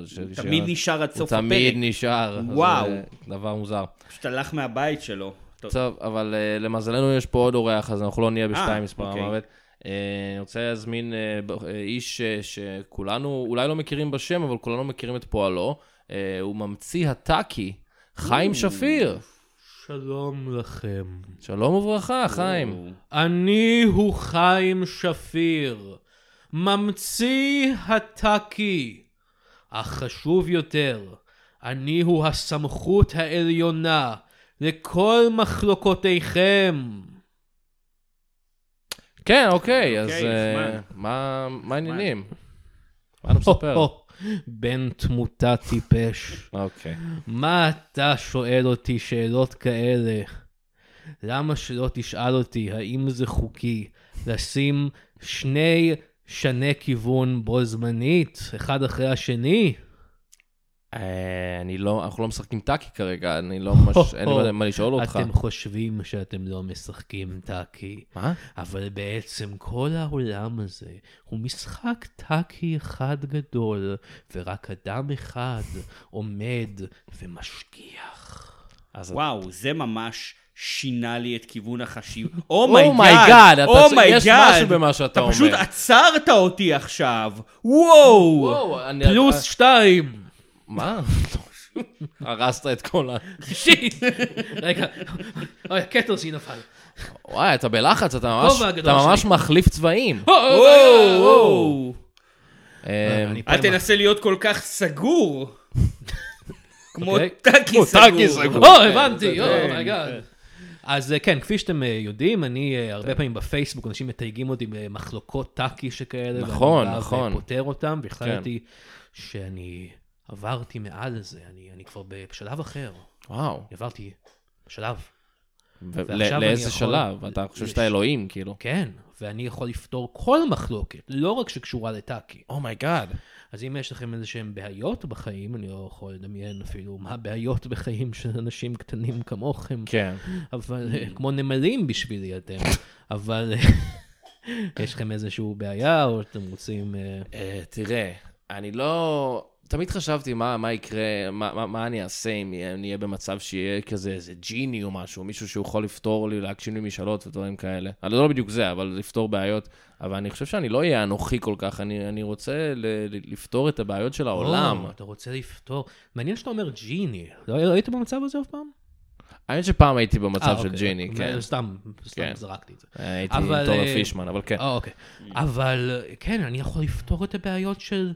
Speaker 2: ש- ש-
Speaker 4: תמיד נשאר עד
Speaker 2: הוא
Speaker 4: סוף
Speaker 2: תמיד
Speaker 4: הפרק.
Speaker 2: נשאר. אז
Speaker 4: וואו.
Speaker 2: זה דבר מוזר.
Speaker 4: פשוט הלך מהבית שלו. טוב,
Speaker 2: טוב, אבל אה, למזלנו יש פה עוד אורח, אז אנחנו לא נהיה בשתיים
Speaker 4: אה,
Speaker 2: מספר
Speaker 4: אוקיי.
Speaker 2: המוות. אה, אני רוצה להזמין אה, ב- אה, איש אה, שכולנו אולי לא מכירים בשם, אבל כולנו מכירים את פועלו. אה, הוא ממציא הטאקי, חיים שפיר.
Speaker 3: שלום לכם.
Speaker 2: שלום וברכה, חיים.
Speaker 4: הוא-
Speaker 3: אני הוא חיים שפיר, ממציא הטאקי. אך חשוב יותר, אני הוא הסמכות העליונה לכל מחלוקותיכם.
Speaker 2: כן, אוקיי, אז
Speaker 4: אוקיי,
Speaker 2: אה,
Speaker 4: נחמד.
Speaker 2: מה מה העניינים? מה אתה מספר?
Speaker 3: הו, [LAUGHS] בן תמותה טיפש,
Speaker 2: אוקיי.
Speaker 3: מה אתה שואל אותי שאלות כאלה? למה שלא תשאל אותי האם זה חוקי לשים שני שני כיוון בו זמנית, אחד אחרי השני?
Speaker 2: אה, אני לא, אנחנו לא משחקים טאקי כרגע, אני לא ממש, אין לי מה- מה לשאול אותך.
Speaker 3: אתם חושבים שאתם לא משחקים טאקי,
Speaker 2: מה?
Speaker 3: אבל בעצם כל העולם הזה הוא משחק טאקי אחד גדול, ורק אדם אחד עומד ומשגיח.
Speaker 2: אז
Speaker 4: וואו, זה ממש שינה לי את
Speaker 2: [LAUGHS]
Speaker 4: כיוון Oh החשיבה.
Speaker 2: אומייגאד,
Speaker 4: אומייגאד,
Speaker 2: Oh אתה צ-
Speaker 4: אומייגאד.
Speaker 2: יש משהו במה שאתה אומר.
Speaker 4: Oh אתה פשוט עצרת אותי עכשיו. וואו!
Speaker 2: וואו, אני...
Speaker 3: פלוס שתיים!
Speaker 2: מה? [LAUGHS] הרסת את כל ה...
Speaker 3: שיט! רגע, אוי, הקטל שלי נפל.
Speaker 2: וואי, אתה בלחץ, אתה ממש,
Speaker 3: הכובע הגדול אה!
Speaker 2: אתה ממש מחליף צבעים.
Speaker 4: וואו, וואו!
Speaker 2: אה,
Speaker 3: אני
Speaker 4: אל תנסה להיות כל כך סגור. כמו
Speaker 2: אוקיי.
Speaker 4: טאקי
Speaker 2: כמו טאקי
Speaker 4: סגור.
Speaker 2: סגור. כן,
Speaker 3: או, הבנתי,
Speaker 2: זה-
Speaker 3: או,
Speaker 2: זה-
Speaker 3: מייגאד. אז אה, כן, כפי שאתם אה, יודעים, אני אה, הרבה פעמים בפייסבוק, אנשים מתייגים אותי במחלוקות טאקי שכאלה. ואני
Speaker 2: נכון,
Speaker 3: בא
Speaker 2: נכון.
Speaker 3: ופותר אותם, והחלטתי
Speaker 4: כן.
Speaker 3: שאני עברתי מעל זה, אני אני כבר בשלב אחר.
Speaker 2: וואו.
Speaker 3: עברתי שלב,
Speaker 2: ו-
Speaker 3: ועכשיו
Speaker 2: ל-
Speaker 3: אני
Speaker 2: לאיזה
Speaker 3: יכול-
Speaker 2: שלב? אתה חושב שאתה
Speaker 3: לש-
Speaker 2: אלוהים, כאילו.
Speaker 3: כן, ואני יכול לפתור כל מחלוקת, לא רק שקשורה לטאקי.
Speaker 2: אומייגאד.
Speaker 3: אז אם יש לכם איזה שהן בעיות בחיים, אני לא יכול לדמיין אפילו מה הבעיות בחיים של אנשים קטנים כמוכם,
Speaker 2: כן.
Speaker 3: אבל אה, כמו נמלים בשבילי אתם, אבל אה, יש לכם איזושהי בעיה או שאתם רוצים... אה,
Speaker 2: אה, תראה, אני לא... תמיד חשבתי מה, מה יקרה, מה, מה, מה אני אעשה אם יהיה- אני אהיה במצב שיהיה כזה איזה ג'יני או משהו, מישהו שיכול לפתור לי, להגשים לי משאלות ודברים כאלה. אני לא בדיוק זה, אבל לפתור בעיות. אבל אני חושב שאני לא אהיה אנוכי כל כך, אני, אני רוצה ל, ל, לפתור את הבעיות של העולם.
Speaker 3: או, אתה רוצה לפתור... מעניין שאתה אומר ג'יני. לא לא היית במצב הזה אף פעם?
Speaker 2: האמת שפעם הייתי במצב
Speaker 3: אה,
Speaker 2: של
Speaker 3: אוקיי.
Speaker 2: ג'יני, כן.
Speaker 3: לא, סתם, סתם
Speaker 2: כן.
Speaker 3: זרקתי את זה.
Speaker 2: הייתי
Speaker 3: אבל,
Speaker 2: עם תומר
Speaker 3: אה,
Speaker 2: פישמן, אבל כן.
Speaker 3: אה, אוקיי. אבל אה, כן, אני יכול לפתור את הבעיות של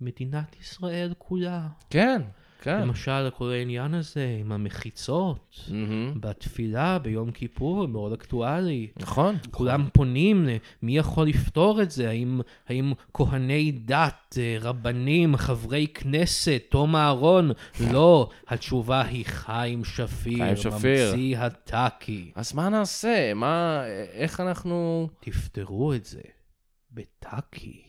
Speaker 3: מדינת ישראל כולה.
Speaker 2: כן, כן.
Speaker 3: למשל, כל העניין הזה עם המחיצות,
Speaker 2: מהמם.
Speaker 3: בתפילה ביום כיפור, מאוד אקטואלי.
Speaker 2: נכון.
Speaker 3: כולם פונים, ל- מי יכול לפתור את זה? האם, האם כהני דת, אה, רבנים, חברי כנסת, תום אהרון? לא, התשובה היא חיים שפיר.
Speaker 2: חיים שפיר.
Speaker 3: ממציא הטאקי.
Speaker 2: אז מה נעשה? מה, איך אנחנו...
Speaker 3: תפתרו את זה בטאקי.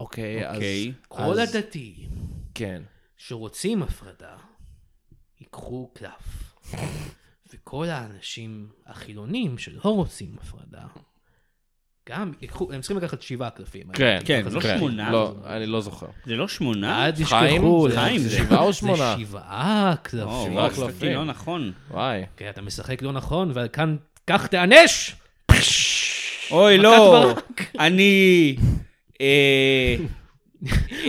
Speaker 2: אוקיי, אז...
Speaker 4: אוקיי.
Speaker 3: כל
Speaker 2: אז-
Speaker 3: הדתיים
Speaker 2: כן.
Speaker 3: שרוצים הפרדה, ייקחו קלף. וכל האנשים החילונים שלא רוצים הפרדה, גם, יקחו- הם צריכים לקחת שבעה קלפים.
Speaker 2: כן,
Speaker 4: כן, לא
Speaker 2: כן.
Speaker 4: שמונה.
Speaker 2: לא, אני לא זוכר.
Speaker 4: זה לא שמונה?
Speaker 3: אל תשכחו.
Speaker 2: חיים?
Speaker 3: זה-
Speaker 4: חיים, זה
Speaker 2: שבעה או שמונה?
Speaker 3: זה שבעה
Speaker 4: או,
Speaker 3: קלפים.
Speaker 4: וואו,
Speaker 2: קלפים.
Speaker 4: הסתכלתי לא נכון.
Speaker 2: וואי.
Speaker 3: כן, אתה משחק לא נכון, וכאן, כך
Speaker 2: אה,
Speaker 3: תיענש!
Speaker 4: אוי,
Speaker 3: מכת
Speaker 4: לא,
Speaker 3: ברק.
Speaker 4: אני... אה,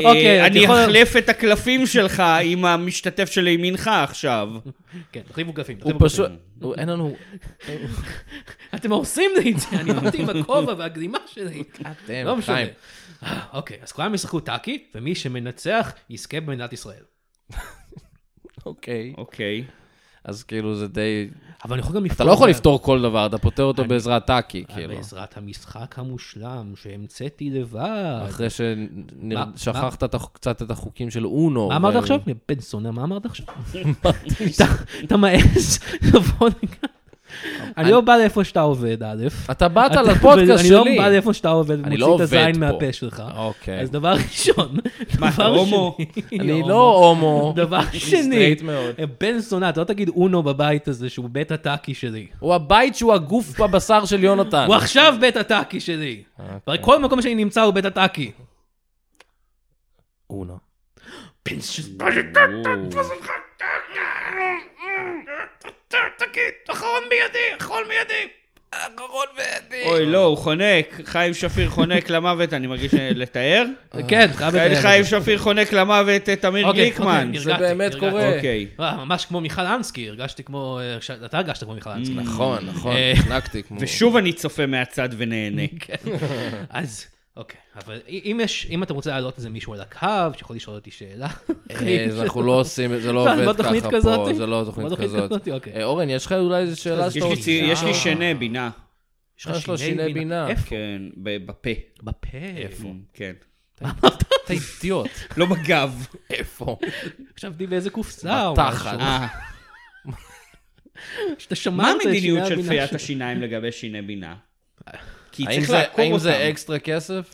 Speaker 3: אוקיי,
Speaker 4: אה,
Speaker 3: אתה
Speaker 4: אני
Speaker 3: יכול-
Speaker 4: אחלף את הקלפים שלך עם המשתתף שלימינך עכשיו.
Speaker 3: כן, תחליפו קלפים.
Speaker 2: הוא
Speaker 3: תחליפו
Speaker 2: פשוט... הוא- אין לנו...
Speaker 3: קלפים. אתם הורסים לי את זה, אני עמדתי עם הכובע והגלימה שלי.
Speaker 2: אתם,
Speaker 3: לא משנה.
Speaker 2: חיים.
Speaker 3: אה, אוקיי, אז כולם ישחקו טאקי, ומי שמנצח יזכה במדינת ישראל.
Speaker 2: אוקיי.
Speaker 4: אוקיי.
Speaker 2: אז כאילו זה די...
Speaker 3: אבל אני יכול גם לפתור...
Speaker 2: אתה לא יכול
Speaker 3: את זה
Speaker 2: לפתור כל דבר, אתה פותר אותו בעזרת טאקי, כאילו.
Speaker 3: אה, בעזרת המשחק המושלם שהמצאתי לבד.
Speaker 2: אחרי
Speaker 3: מה?
Speaker 2: ששכחת קצת את החוקים של אונו. כאילו.
Speaker 3: מה אמרת
Speaker 2: ו-
Speaker 3: עכשיו? בן סונה, מה אמרת
Speaker 4: [LAUGHS]
Speaker 3: עכשיו? אתה- אתה מעז לבוא לכאן? אני לא בא לאיפה שאתה עובד, א'.
Speaker 2: אתה באת
Speaker 3: אתה-
Speaker 2: לפודקאסט
Speaker 3: אני
Speaker 2: שלי.
Speaker 3: לא בא לאיפה שאתה עובד
Speaker 2: אני לא
Speaker 3: ומוציא את
Speaker 2: עובד
Speaker 3: הזין
Speaker 2: פה.
Speaker 3: מהפה שלך.
Speaker 2: אוקיי.
Speaker 3: אז דבר ראשון,
Speaker 4: מה, אתה
Speaker 3: דבר
Speaker 4: הומו?
Speaker 3: שני,
Speaker 2: אני לא הומו.
Speaker 3: דבר
Speaker 2: אני
Speaker 3: שני,
Speaker 2: סטרייט מאוד.
Speaker 3: בן זונה, אתה לא תגיד אונו בבית הזה שהוא בית הטאקי שלי.
Speaker 2: הוא הבית שהוא הגוף בבשר של יונתן.
Speaker 3: הוא עכשיו בית הטאקי שלי.
Speaker 2: לא. אוקיי.
Speaker 3: כל מקום שאני נמצא הוא בית הטאקי.
Speaker 2: אונו.
Speaker 3: בן ש-
Speaker 4: אוי, לא, הוא חונק. חיים שפיר חונק למוות, אני מרגיש לתאר.
Speaker 3: כן, חייב
Speaker 4: חיים-
Speaker 3: לתאר.
Speaker 4: חיים שפיר חונק למוות את אמיר
Speaker 3: אוקיי,
Speaker 4: גליקמן.
Speaker 3: אוקיי,
Speaker 2: זה
Speaker 3: הרגעתי,
Speaker 2: באמת
Speaker 3: הרגעתי.
Speaker 2: קורה.
Speaker 4: אוקיי.
Speaker 3: אה, ממש כמו מיכל אנסקי, הרגשתי כמו... אה, ש- אתה הרגשת כמו מיכל אנסקי.
Speaker 2: נכון, נכון,
Speaker 3: אה,
Speaker 2: נקתי כמו...
Speaker 4: ושוב אני צופה מהצד ונהנה.
Speaker 3: כן. אז, אוקיי. אבל א- אם יש, אם אתה רוצה להעלות איזה מישהו על הקו, שיכול לשאול אותי שאלה.
Speaker 2: אה, אז אנחנו לא עושים, זה
Speaker 3: לא,
Speaker 2: לא
Speaker 3: לא
Speaker 2: עובד
Speaker 3: תוכנית
Speaker 2: ככה פה,
Speaker 3: כזאת?
Speaker 2: זה לא
Speaker 3: לא
Speaker 2: תוכנית
Speaker 3: תוכנית
Speaker 2: כזאת.
Speaker 3: כזאת, אוקיי.
Speaker 2: אה, אורן, יש לך אולי איזה שאלה
Speaker 3: אז
Speaker 2: שאתה
Speaker 4: יש לי
Speaker 2: רוצה?
Speaker 4: צי- יש לי שני בינה.
Speaker 3: יש
Speaker 2: אה, יש לו שיני בינה.
Speaker 3: איפה?
Speaker 4: כן, ב- בפה.
Speaker 3: בפה.
Speaker 4: איפה? כן.
Speaker 2: אתה אידיוט.
Speaker 4: לא בגב.
Speaker 2: איפה?
Speaker 3: חשבתי באיזה קופסה או
Speaker 2: בתחת.
Speaker 3: משהו.
Speaker 4: אה,
Speaker 3: שאתה שמעת
Speaker 4: מה
Speaker 3: את שיני
Speaker 4: המדיניות של
Speaker 3: הבינה
Speaker 4: פיית
Speaker 3: שלי.
Speaker 4: השיניים לגבי שיני בינה? כי
Speaker 2: האם
Speaker 4: צריך
Speaker 2: זה-
Speaker 4: לעקור
Speaker 2: האם זה
Speaker 4: אותם.
Speaker 2: אקסטרה כסף?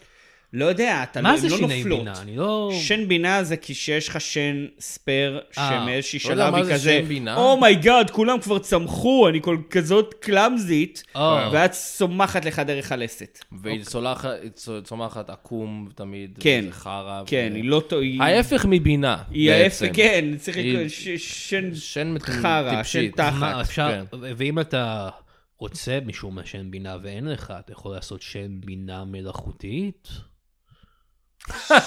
Speaker 4: לא יודע, אתה לא,
Speaker 3: מה
Speaker 4: הן
Speaker 3: זה
Speaker 4: לא
Speaker 3: שיני
Speaker 4: נופלות.
Speaker 3: בינה? אני לא...
Speaker 4: שן בינה זה כי שיש לך שן ספייר
Speaker 3: אה,
Speaker 4: שמאיזשהי
Speaker 2: לא יודע
Speaker 4: שלב
Speaker 2: מה
Speaker 4: היא
Speaker 2: זה
Speaker 4: כזה,
Speaker 2: שן בינה.
Speaker 4: אומייגאד, כולם כבר צמחו, אני כל כזאת קלאמזית,
Speaker 3: אה.
Speaker 4: ואת צומחת לך דרך הלסת.
Speaker 2: והיא צולחת- היא צו- צומחת עקום תמיד,
Speaker 4: אוקיי. כן.
Speaker 2: וזה חרא. ו-
Speaker 4: כן, היא לא... טו- היא-
Speaker 2: ההפך מבינה,
Speaker 4: היא
Speaker 2: בעצם.
Speaker 4: ההפך, כן, צריך
Speaker 2: היא-
Speaker 4: לקרוא ש- שן...
Speaker 2: שן מטו-
Speaker 4: חרא,
Speaker 2: טיפשית.
Speaker 4: שן תחת.
Speaker 3: מה, אפשר...
Speaker 2: כן.
Speaker 3: ו- ואם אתה רוצה משום מה שן בינה ואין לך, אתה יכול לעשות שן בינה מלאכותית?
Speaker 2: [LAUGHS]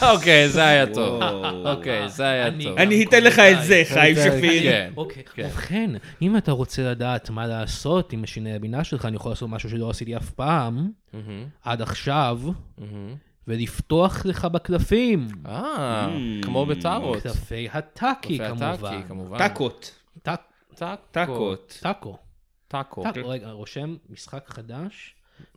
Speaker 2: אוקיי, זה היה טוב.
Speaker 4: וואו.
Speaker 2: אוקיי, זה היה
Speaker 3: אה, אני-
Speaker 2: טוב.
Speaker 4: אני אתן לך את זה, חיים
Speaker 2: אני אתן-
Speaker 4: שפיר.
Speaker 2: כן.
Speaker 3: אוקיי. ובכן, אם אתה רוצה לדעת מה לעשות עם שיני הבינה שלך, אני יכול לעשות משהו שלא עשיתי אף פעם,
Speaker 2: מהמם,
Speaker 3: עד עכשיו,
Speaker 2: מהמם.
Speaker 3: ולפתוח לך בקלפים.
Speaker 2: אה,
Speaker 4: Mm.
Speaker 2: כמו בטארות.
Speaker 3: קלפי הטאקי,
Speaker 2: קפה
Speaker 3: כמובן.
Speaker 2: הטאקי, כמובן.
Speaker 4: טקות.
Speaker 3: טאק-
Speaker 2: טאקו.
Speaker 4: טקות.
Speaker 3: טאקו.
Speaker 2: טאקו.
Speaker 3: טאקו, רגע, רושם משחק חדש,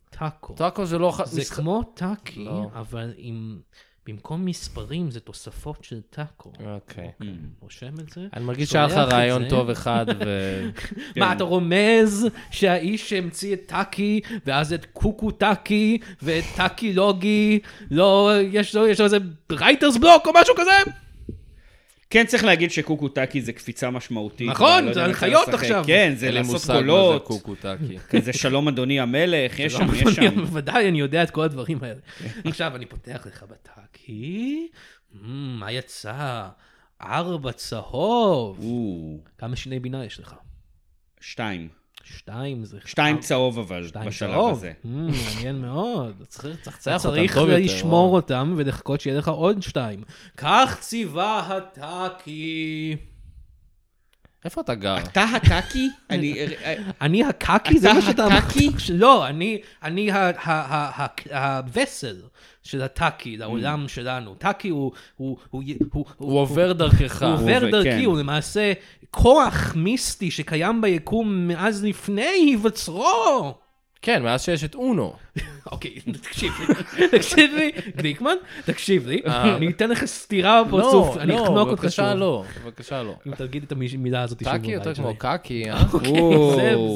Speaker 3: טאקו.
Speaker 2: טאקו זה לא... ח-
Speaker 3: זה
Speaker 2: משחק-
Speaker 3: כמו טאקי,
Speaker 2: לא.
Speaker 3: אבל עם... במקום מספרים זה תוספות של טאקו.
Speaker 2: אוקיי.
Speaker 4: Hmm.
Speaker 3: רושם את זה.
Speaker 2: אני מרגיש שהיה
Speaker 3: שולח
Speaker 2: לך
Speaker 3: את
Speaker 2: רעיון
Speaker 3: זה.
Speaker 2: טוב אחד, ו...
Speaker 3: מה, אתה רומז שהאיש שהמציא את טאקי, ואז את קוקו טאקי, ואת טאקי לוגי, לא, יש לו יש לו איזה רייטרס בלוק או משהו כזה?
Speaker 4: כן, צריך להגיד שקוקו טקי זה קפיצה משמעותית.
Speaker 3: נכון,
Speaker 4: אבל לא
Speaker 3: זה
Speaker 4: יודע אם אתה
Speaker 3: הנחיות
Speaker 4: משחק.
Speaker 3: עכשיו.
Speaker 4: כן, זה
Speaker 2: אין לי
Speaker 4: לעשות
Speaker 2: מושג מה [LAUGHS] זה
Speaker 4: קולות.
Speaker 2: קוקו טאקי.
Speaker 4: כזה שלום אדוני המלך, יש שם, יש
Speaker 3: אני-
Speaker 4: שם.
Speaker 3: בוודאי, אני יודע את כל הדברים האלה. עכשיו, אני פותח לך בטאקי, מ, מה יצא? ארבע צהוב.
Speaker 4: או,
Speaker 3: כמה שיני בינה יש לך?
Speaker 4: שתיים.
Speaker 3: שתיים זה...
Speaker 4: שתיים צהוב אבל,
Speaker 3: אה, שתיים
Speaker 4: בשלב
Speaker 3: צהוב.
Speaker 4: הזה.
Speaker 3: מ, מעניין מאוד. צריך
Speaker 2: צחצח אותם
Speaker 3: צריך
Speaker 2: טוב יותר,
Speaker 3: לשמור
Speaker 2: אורן.
Speaker 3: אותם ולחכות שיהיה לך עוד שתיים. כך ציווה הטאקי.
Speaker 2: [LAUGHS] איפה אתה גר?
Speaker 4: אתה הטאקי? אני... אה,
Speaker 3: אני הקקי? זה
Speaker 4: אתה
Speaker 3: מה שאתה
Speaker 4: הקקי?
Speaker 3: אמרת? לא, אני- אני ה- ה- ה- ה- הווסל של הטאקי, לעולם שלנו. טאקי הוא... הוא- הוא- הוא-
Speaker 2: Mm. הוא עובר דרכך.
Speaker 3: הוא עובר
Speaker 4: עובר,
Speaker 3: דרכי,
Speaker 4: כן.
Speaker 3: הוא למעשה כוח מיסטי שקיים ביקום מאז לפני היווצרו.
Speaker 2: כן, מאז שיש את אונו.
Speaker 3: אוקיי, תקשיב
Speaker 2: [LAUGHS]
Speaker 3: לי, תקשיב לי, גליקמן, תקשיב לי,
Speaker 2: אה.
Speaker 3: אני אתן לך סטירה בפרצוף,
Speaker 2: לא,
Speaker 3: אני אחנוק
Speaker 2: לא,
Speaker 3: אותך
Speaker 2: בבקשה
Speaker 3: שוב.
Speaker 2: לא, בבקשה
Speaker 3: [LAUGHS]
Speaker 2: לא.
Speaker 3: אם תגיד את המילה הזאת שוב
Speaker 2: טאקי יותר
Speaker 3: בבית שלי.
Speaker 2: כמו קקי, אה?
Speaker 3: [LAUGHS] אוקיי,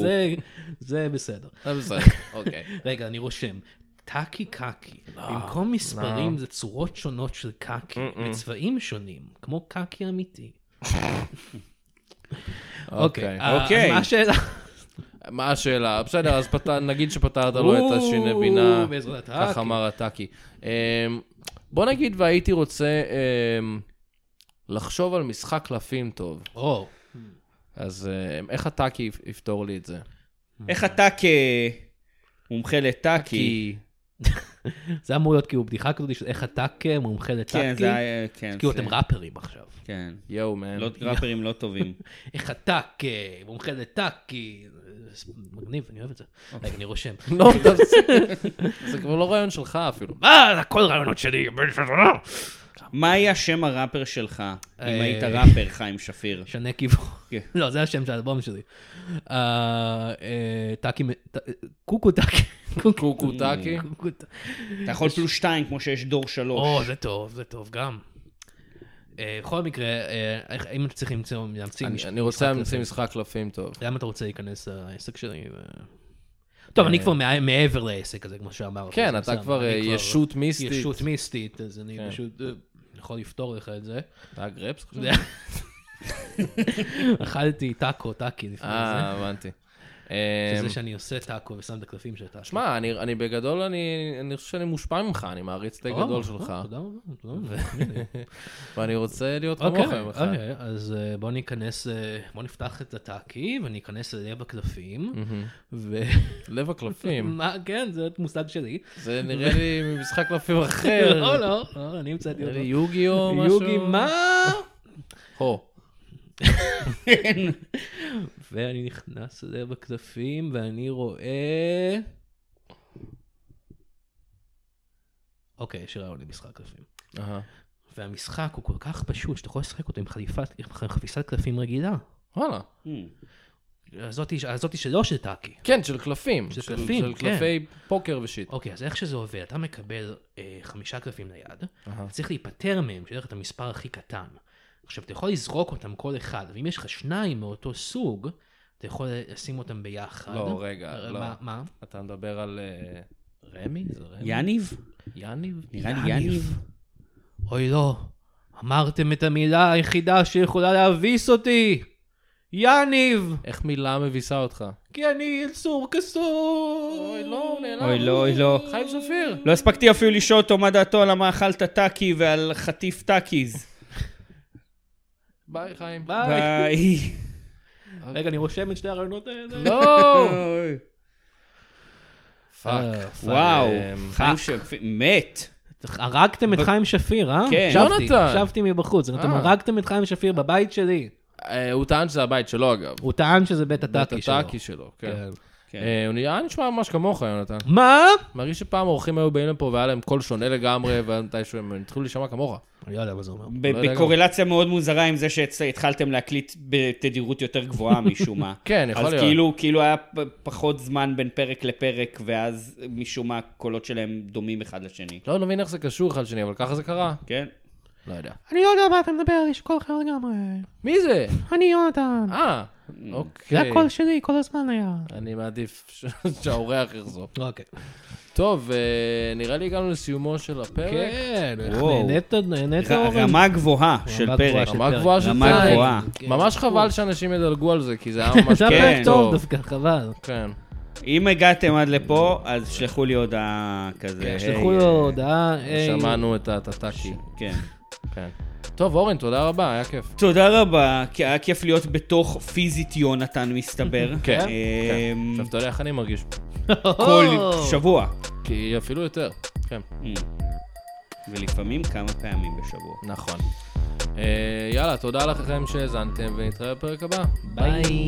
Speaker 3: זה- זה- זה בסדר.
Speaker 2: זה בסדר,
Speaker 3: [LAUGHS]
Speaker 2: אוקיי.
Speaker 3: רגע, אני רושם. טאקי קקי.
Speaker 4: לא,
Speaker 3: במקום מספרים זה צורות שונות של קקי, בצבעים שונים, כמו קקי אמיתי. אוקיי,
Speaker 2: אוקיי.
Speaker 3: אה, אז
Speaker 4: אוקיי.
Speaker 3: מה השאלה?
Speaker 2: מה השאלה? בסדר, אז פת... נגיד שפתרת [LAUGHS] לו את
Speaker 3: או,
Speaker 2: השיני בינה,
Speaker 3: בעזרת
Speaker 2: כך
Speaker 3: האקי.
Speaker 2: אמר הטאקי. אמ, בוא נגיד והייתי רוצה אמ, לחשוב על משחק קלפים טוב,
Speaker 3: או,
Speaker 2: אז אמ, איך הטאקי יפ- יפתור לי את זה?
Speaker 4: איך אתה כמומחה לטאקי,
Speaker 2: כי
Speaker 3: זה אמור להיות כאילו בדיחה כזאת של איך אתה כמומחה לטאקי.
Speaker 4: כן, זה היה, כן,
Speaker 3: כאילו
Speaker 4: זה-
Speaker 3: אתם ראפרים עכשיו.
Speaker 4: כן,
Speaker 2: יואו, מן.
Speaker 4: לא- ראפרים לא טובים.
Speaker 3: [LAUGHS] איך אתה כמומחה לטאקי. זה מגניב, אני אוהב את זה.
Speaker 4: אוקיי.
Speaker 3: רגע, אני רושם. [LAUGHS]
Speaker 2: לא, תפסיק. זה כבר לא רעיון שלך אפילו.
Speaker 3: מה, זה הכל רעיונות שלי. לא.
Speaker 4: מה היה שם הראפר שלך, אם
Speaker 3: אה,
Speaker 4: היית ראפר, חיים שפיר?
Speaker 3: שנה כיוון.
Speaker 4: כן.
Speaker 3: לא, זה השם של האלבום שלי. אה, אה, טאקי, מ- ט- קוקו טאקי.
Speaker 2: קוקו טאקי?
Speaker 3: [LAUGHS] קוקו טאקי.
Speaker 4: אתה יכול פלוס שתיים, כמו שיש דור
Speaker 3: או,
Speaker 4: שלוש.
Speaker 3: זה טוב, זה טוב גם. אה, בכל מקרה, אה, איך- אם אתה צריך למצוא, להמציא
Speaker 2: אני-
Speaker 3: מש-
Speaker 2: אני רוצה
Speaker 3: משחק
Speaker 2: להמציא
Speaker 3: כזה,
Speaker 2: משחק קלפים טוב.
Speaker 3: למה אתה רוצה להיכנס לעסק שלי? ו- טוב, אני כבר מע- מעבר לעסק הזה, כמו שאמרת.
Speaker 2: אה. כן,
Speaker 3: זה
Speaker 2: אתה
Speaker 3: בסדר,
Speaker 2: כבר,
Speaker 3: אני
Speaker 2: אה, ישות מיסטית.
Speaker 3: ישות מיסטית, אז אני
Speaker 2: כן.
Speaker 3: פשוט אה, יכול לפתור לך את
Speaker 2: [LAUGHS]
Speaker 3: זה. [LAUGHS]
Speaker 2: אתה גרפס עכשיו?
Speaker 3: זה- אכלתי טאקו, טאקי לפני
Speaker 2: אה,
Speaker 3: זה.
Speaker 2: הבנתי. אמ,
Speaker 3: שזה שאני עושה טאקו ושם את הקלפים של טאקו.
Speaker 2: שמע, אני, אני בגדול, אני, אני חושב שאני מושפע ממך, אני מעריץ די
Speaker 3: או,
Speaker 2: גדול
Speaker 3: או,
Speaker 2: שלך,
Speaker 3: תודה רבה, תודה
Speaker 2: [LAUGHS]
Speaker 3: רבה.
Speaker 2: ואני רוצה להיות
Speaker 3: אוקיי,
Speaker 2: כמוכם. אחד.
Speaker 3: אוקיי, אז אה, בואו ניכנס, אה, בואו נפתח את הטאקי וניכנס ללב הקלפים.
Speaker 2: מהמם.
Speaker 3: ו...
Speaker 2: לב הקלפים,
Speaker 3: [LAUGHS] מה, כן, זה עוד מושג
Speaker 2: [LAUGHS]
Speaker 3: שלי.
Speaker 2: זה נראה לי ממשחק קלפים אחר.
Speaker 3: [LAUGHS] לא, לא, לא, אני המצאתי
Speaker 2: נראה לי
Speaker 3: אותו.
Speaker 2: יוגי או משהו.
Speaker 3: יוגי, מה?
Speaker 2: [LAUGHS] הו.
Speaker 4: כן.
Speaker 3: [LAUGHS] ואני נכנס ללב הקלפים ואני רואה... אוקיי, יש רעיון למשחק קלפים.
Speaker 2: אהה.
Speaker 3: והמשחק הוא כל כך פשוט, שאתה יכול לשחק אותו עם חליפת- עם חפיסת קלפים רגילה.
Speaker 2: וואלה.
Speaker 4: Hmm.
Speaker 3: הזאתי הזאתי שלא של טאקי.
Speaker 2: כן, של קלפים.
Speaker 3: של קלפים,
Speaker 2: של
Speaker 3: כן.
Speaker 2: קלפי פוקר ושיט.
Speaker 3: אוקיי, אז איך שזה עובד, אתה מקבל אה, חמישה קלפים ליד,
Speaker 2: אהה.
Speaker 3: אתה צריך להיפטר מהם, שיהיה לך את המספר הכי קטן. עכשיו, אתה יכול לזרוק אותם כל אחד, ואם יש לך שניים מאותו סוג, אתה יכול לשים אותם ביחד.
Speaker 2: לא, רגע,
Speaker 3: אה,
Speaker 2: לא.
Speaker 3: מה? מה?
Speaker 2: אתה מדבר על... אה, רמי? זה רמי?
Speaker 4: יניב?
Speaker 2: יניב?
Speaker 4: נראה לי יניב.
Speaker 3: אוי לא, אמרתם את המילה היחידה שיכולה להביס אותי! יניב!
Speaker 2: איך מילה מביסה אותך?
Speaker 3: כי אני יצור כסור!
Speaker 2: אוי, לא, הוא נעלם.
Speaker 4: אוי, לא, אוי, לא.
Speaker 2: חיים שפיר.
Speaker 4: לא הספקתי אפילו לשאול אותו מה דעתו על מה אכלת טאקי ועל חטיף טאקיז.
Speaker 2: ביי, חיים.
Speaker 3: ביי. [LAUGHS]
Speaker 4: ביי.
Speaker 3: רגע, אני רושם את שתי הרעיונות האלה.
Speaker 2: לא!
Speaker 4: אוי.
Speaker 2: פאק.
Speaker 3: אה, פאק.
Speaker 4: וואו,
Speaker 2: אמ,
Speaker 4: חיים שפיר, מת.
Speaker 3: הרגתם את חיים שפיר, אה?
Speaker 4: כן.
Speaker 3: הקשבתי,
Speaker 2: יונתן.
Speaker 3: הקשבתי מבחוץ. אתם
Speaker 2: אה.
Speaker 3: הרגתם את חיים שפיר בבית שלי.
Speaker 2: אה, הוא טען שזה הבית שלו, אגב.
Speaker 3: הוא טען שזה בית הטאקי שלו.
Speaker 2: הטאקי שלו, כן.
Speaker 3: כן.
Speaker 4: כן.
Speaker 2: אה, הוא נראה נשמע ממש כמוך, יונתן.
Speaker 3: מה?
Speaker 2: מרגיש שפעם אורחים היו באים לפה והיה להם קול שונה לגמרי, ומתישהו הם התחילו להישמע כמוך.
Speaker 3: אני לא יודע מה זה אומר.
Speaker 4: ב-
Speaker 2: לא יודע
Speaker 4: בקורלציה מאוד מוזרה עם זה שהתחלתם להקליט בתדירות יותר
Speaker 2: [LAUGHS]
Speaker 4: גבוהה משום מה.
Speaker 2: כן, יכול להיות.
Speaker 4: אז כאילו, כאילו היה פ- פחות זמן בין פרק לפרק, ואז משום מה הקולות שלהם דומים אחד לשני.
Speaker 2: לא מבין איך זה קשור אחד לשני, אבל ככה זה קרה.
Speaker 4: כן?
Speaker 2: לא יודע.
Speaker 3: אני לא יודע מה אתה מדבר, יש קול אחר לגמרי.
Speaker 2: מי [LAUGHS] זה?
Speaker 3: אני יונתן.
Speaker 2: אה,
Speaker 3: זה
Speaker 2: אוקיי.
Speaker 3: הקול שלי, כל הזמן היה.
Speaker 2: אני מעדיף [LAUGHS] ש- שהאורח יחזור.
Speaker 3: אוקיי.
Speaker 2: טוב, אה, נראה לי הגענו לסיומו של הפרק.
Speaker 3: כן, איך
Speaker 4: וואו.
Speaker 3: נהנית, נהנית
Speaker 4: ר-
Speaker 3: אורן?
Speaker 4: רמה גבוהה של
Speaker 3: גבוהה
Speaker 4: פרק.
Speaker 3: של
Speaker 2: רמה
Speaker 3: פרק.
Speaker 2: גבוהה של
Speaker 4: רמה
Speaker 2: פרק.
Speaker 4: גבוהה.
Speaker 3: כן.
Speaker 2: ממש חבל שאנשים ידלגו על זה, כי זה היה ממש
Speaker 3: זה היה
Speaker 4: כן,
Speaker 3: פרק טוב דווקא, חבל.
Speaker 2: כן.
Speaker 4: אם הגעתם עד לפה, אז שלחו לי הודעה כזה.
Speaker 3: שלחו
Speaker 4: היי,
Speaker 3: לו הודעה. היי.
Speaker 2: שמענו את הטאטאקי.
Speaker 4: כן.
Speaker 2: כן. טוב, אורן, תודה רבה, היה כיף.
Speaker 4: תודה רבה, כי היה כיף להיות בתוך פיזית יונתן, מסתבר.
Speaker 2: כן,
Speaker 4: אמ,
Speaker 2: עכשיו, אתה יודע איך אני מרגיש,
Speaker 4: כל שבוע. Mm.
Speaker 2: כי אפילו יותר. כן,
Speaker 4: ולפעמים כמה פעמים בשבוע.
Speaker 2: נכון. אה, יאללה, תודה לכם שהאזנתם, ונתראה בפרק הבא.
Speaker 3: ביי.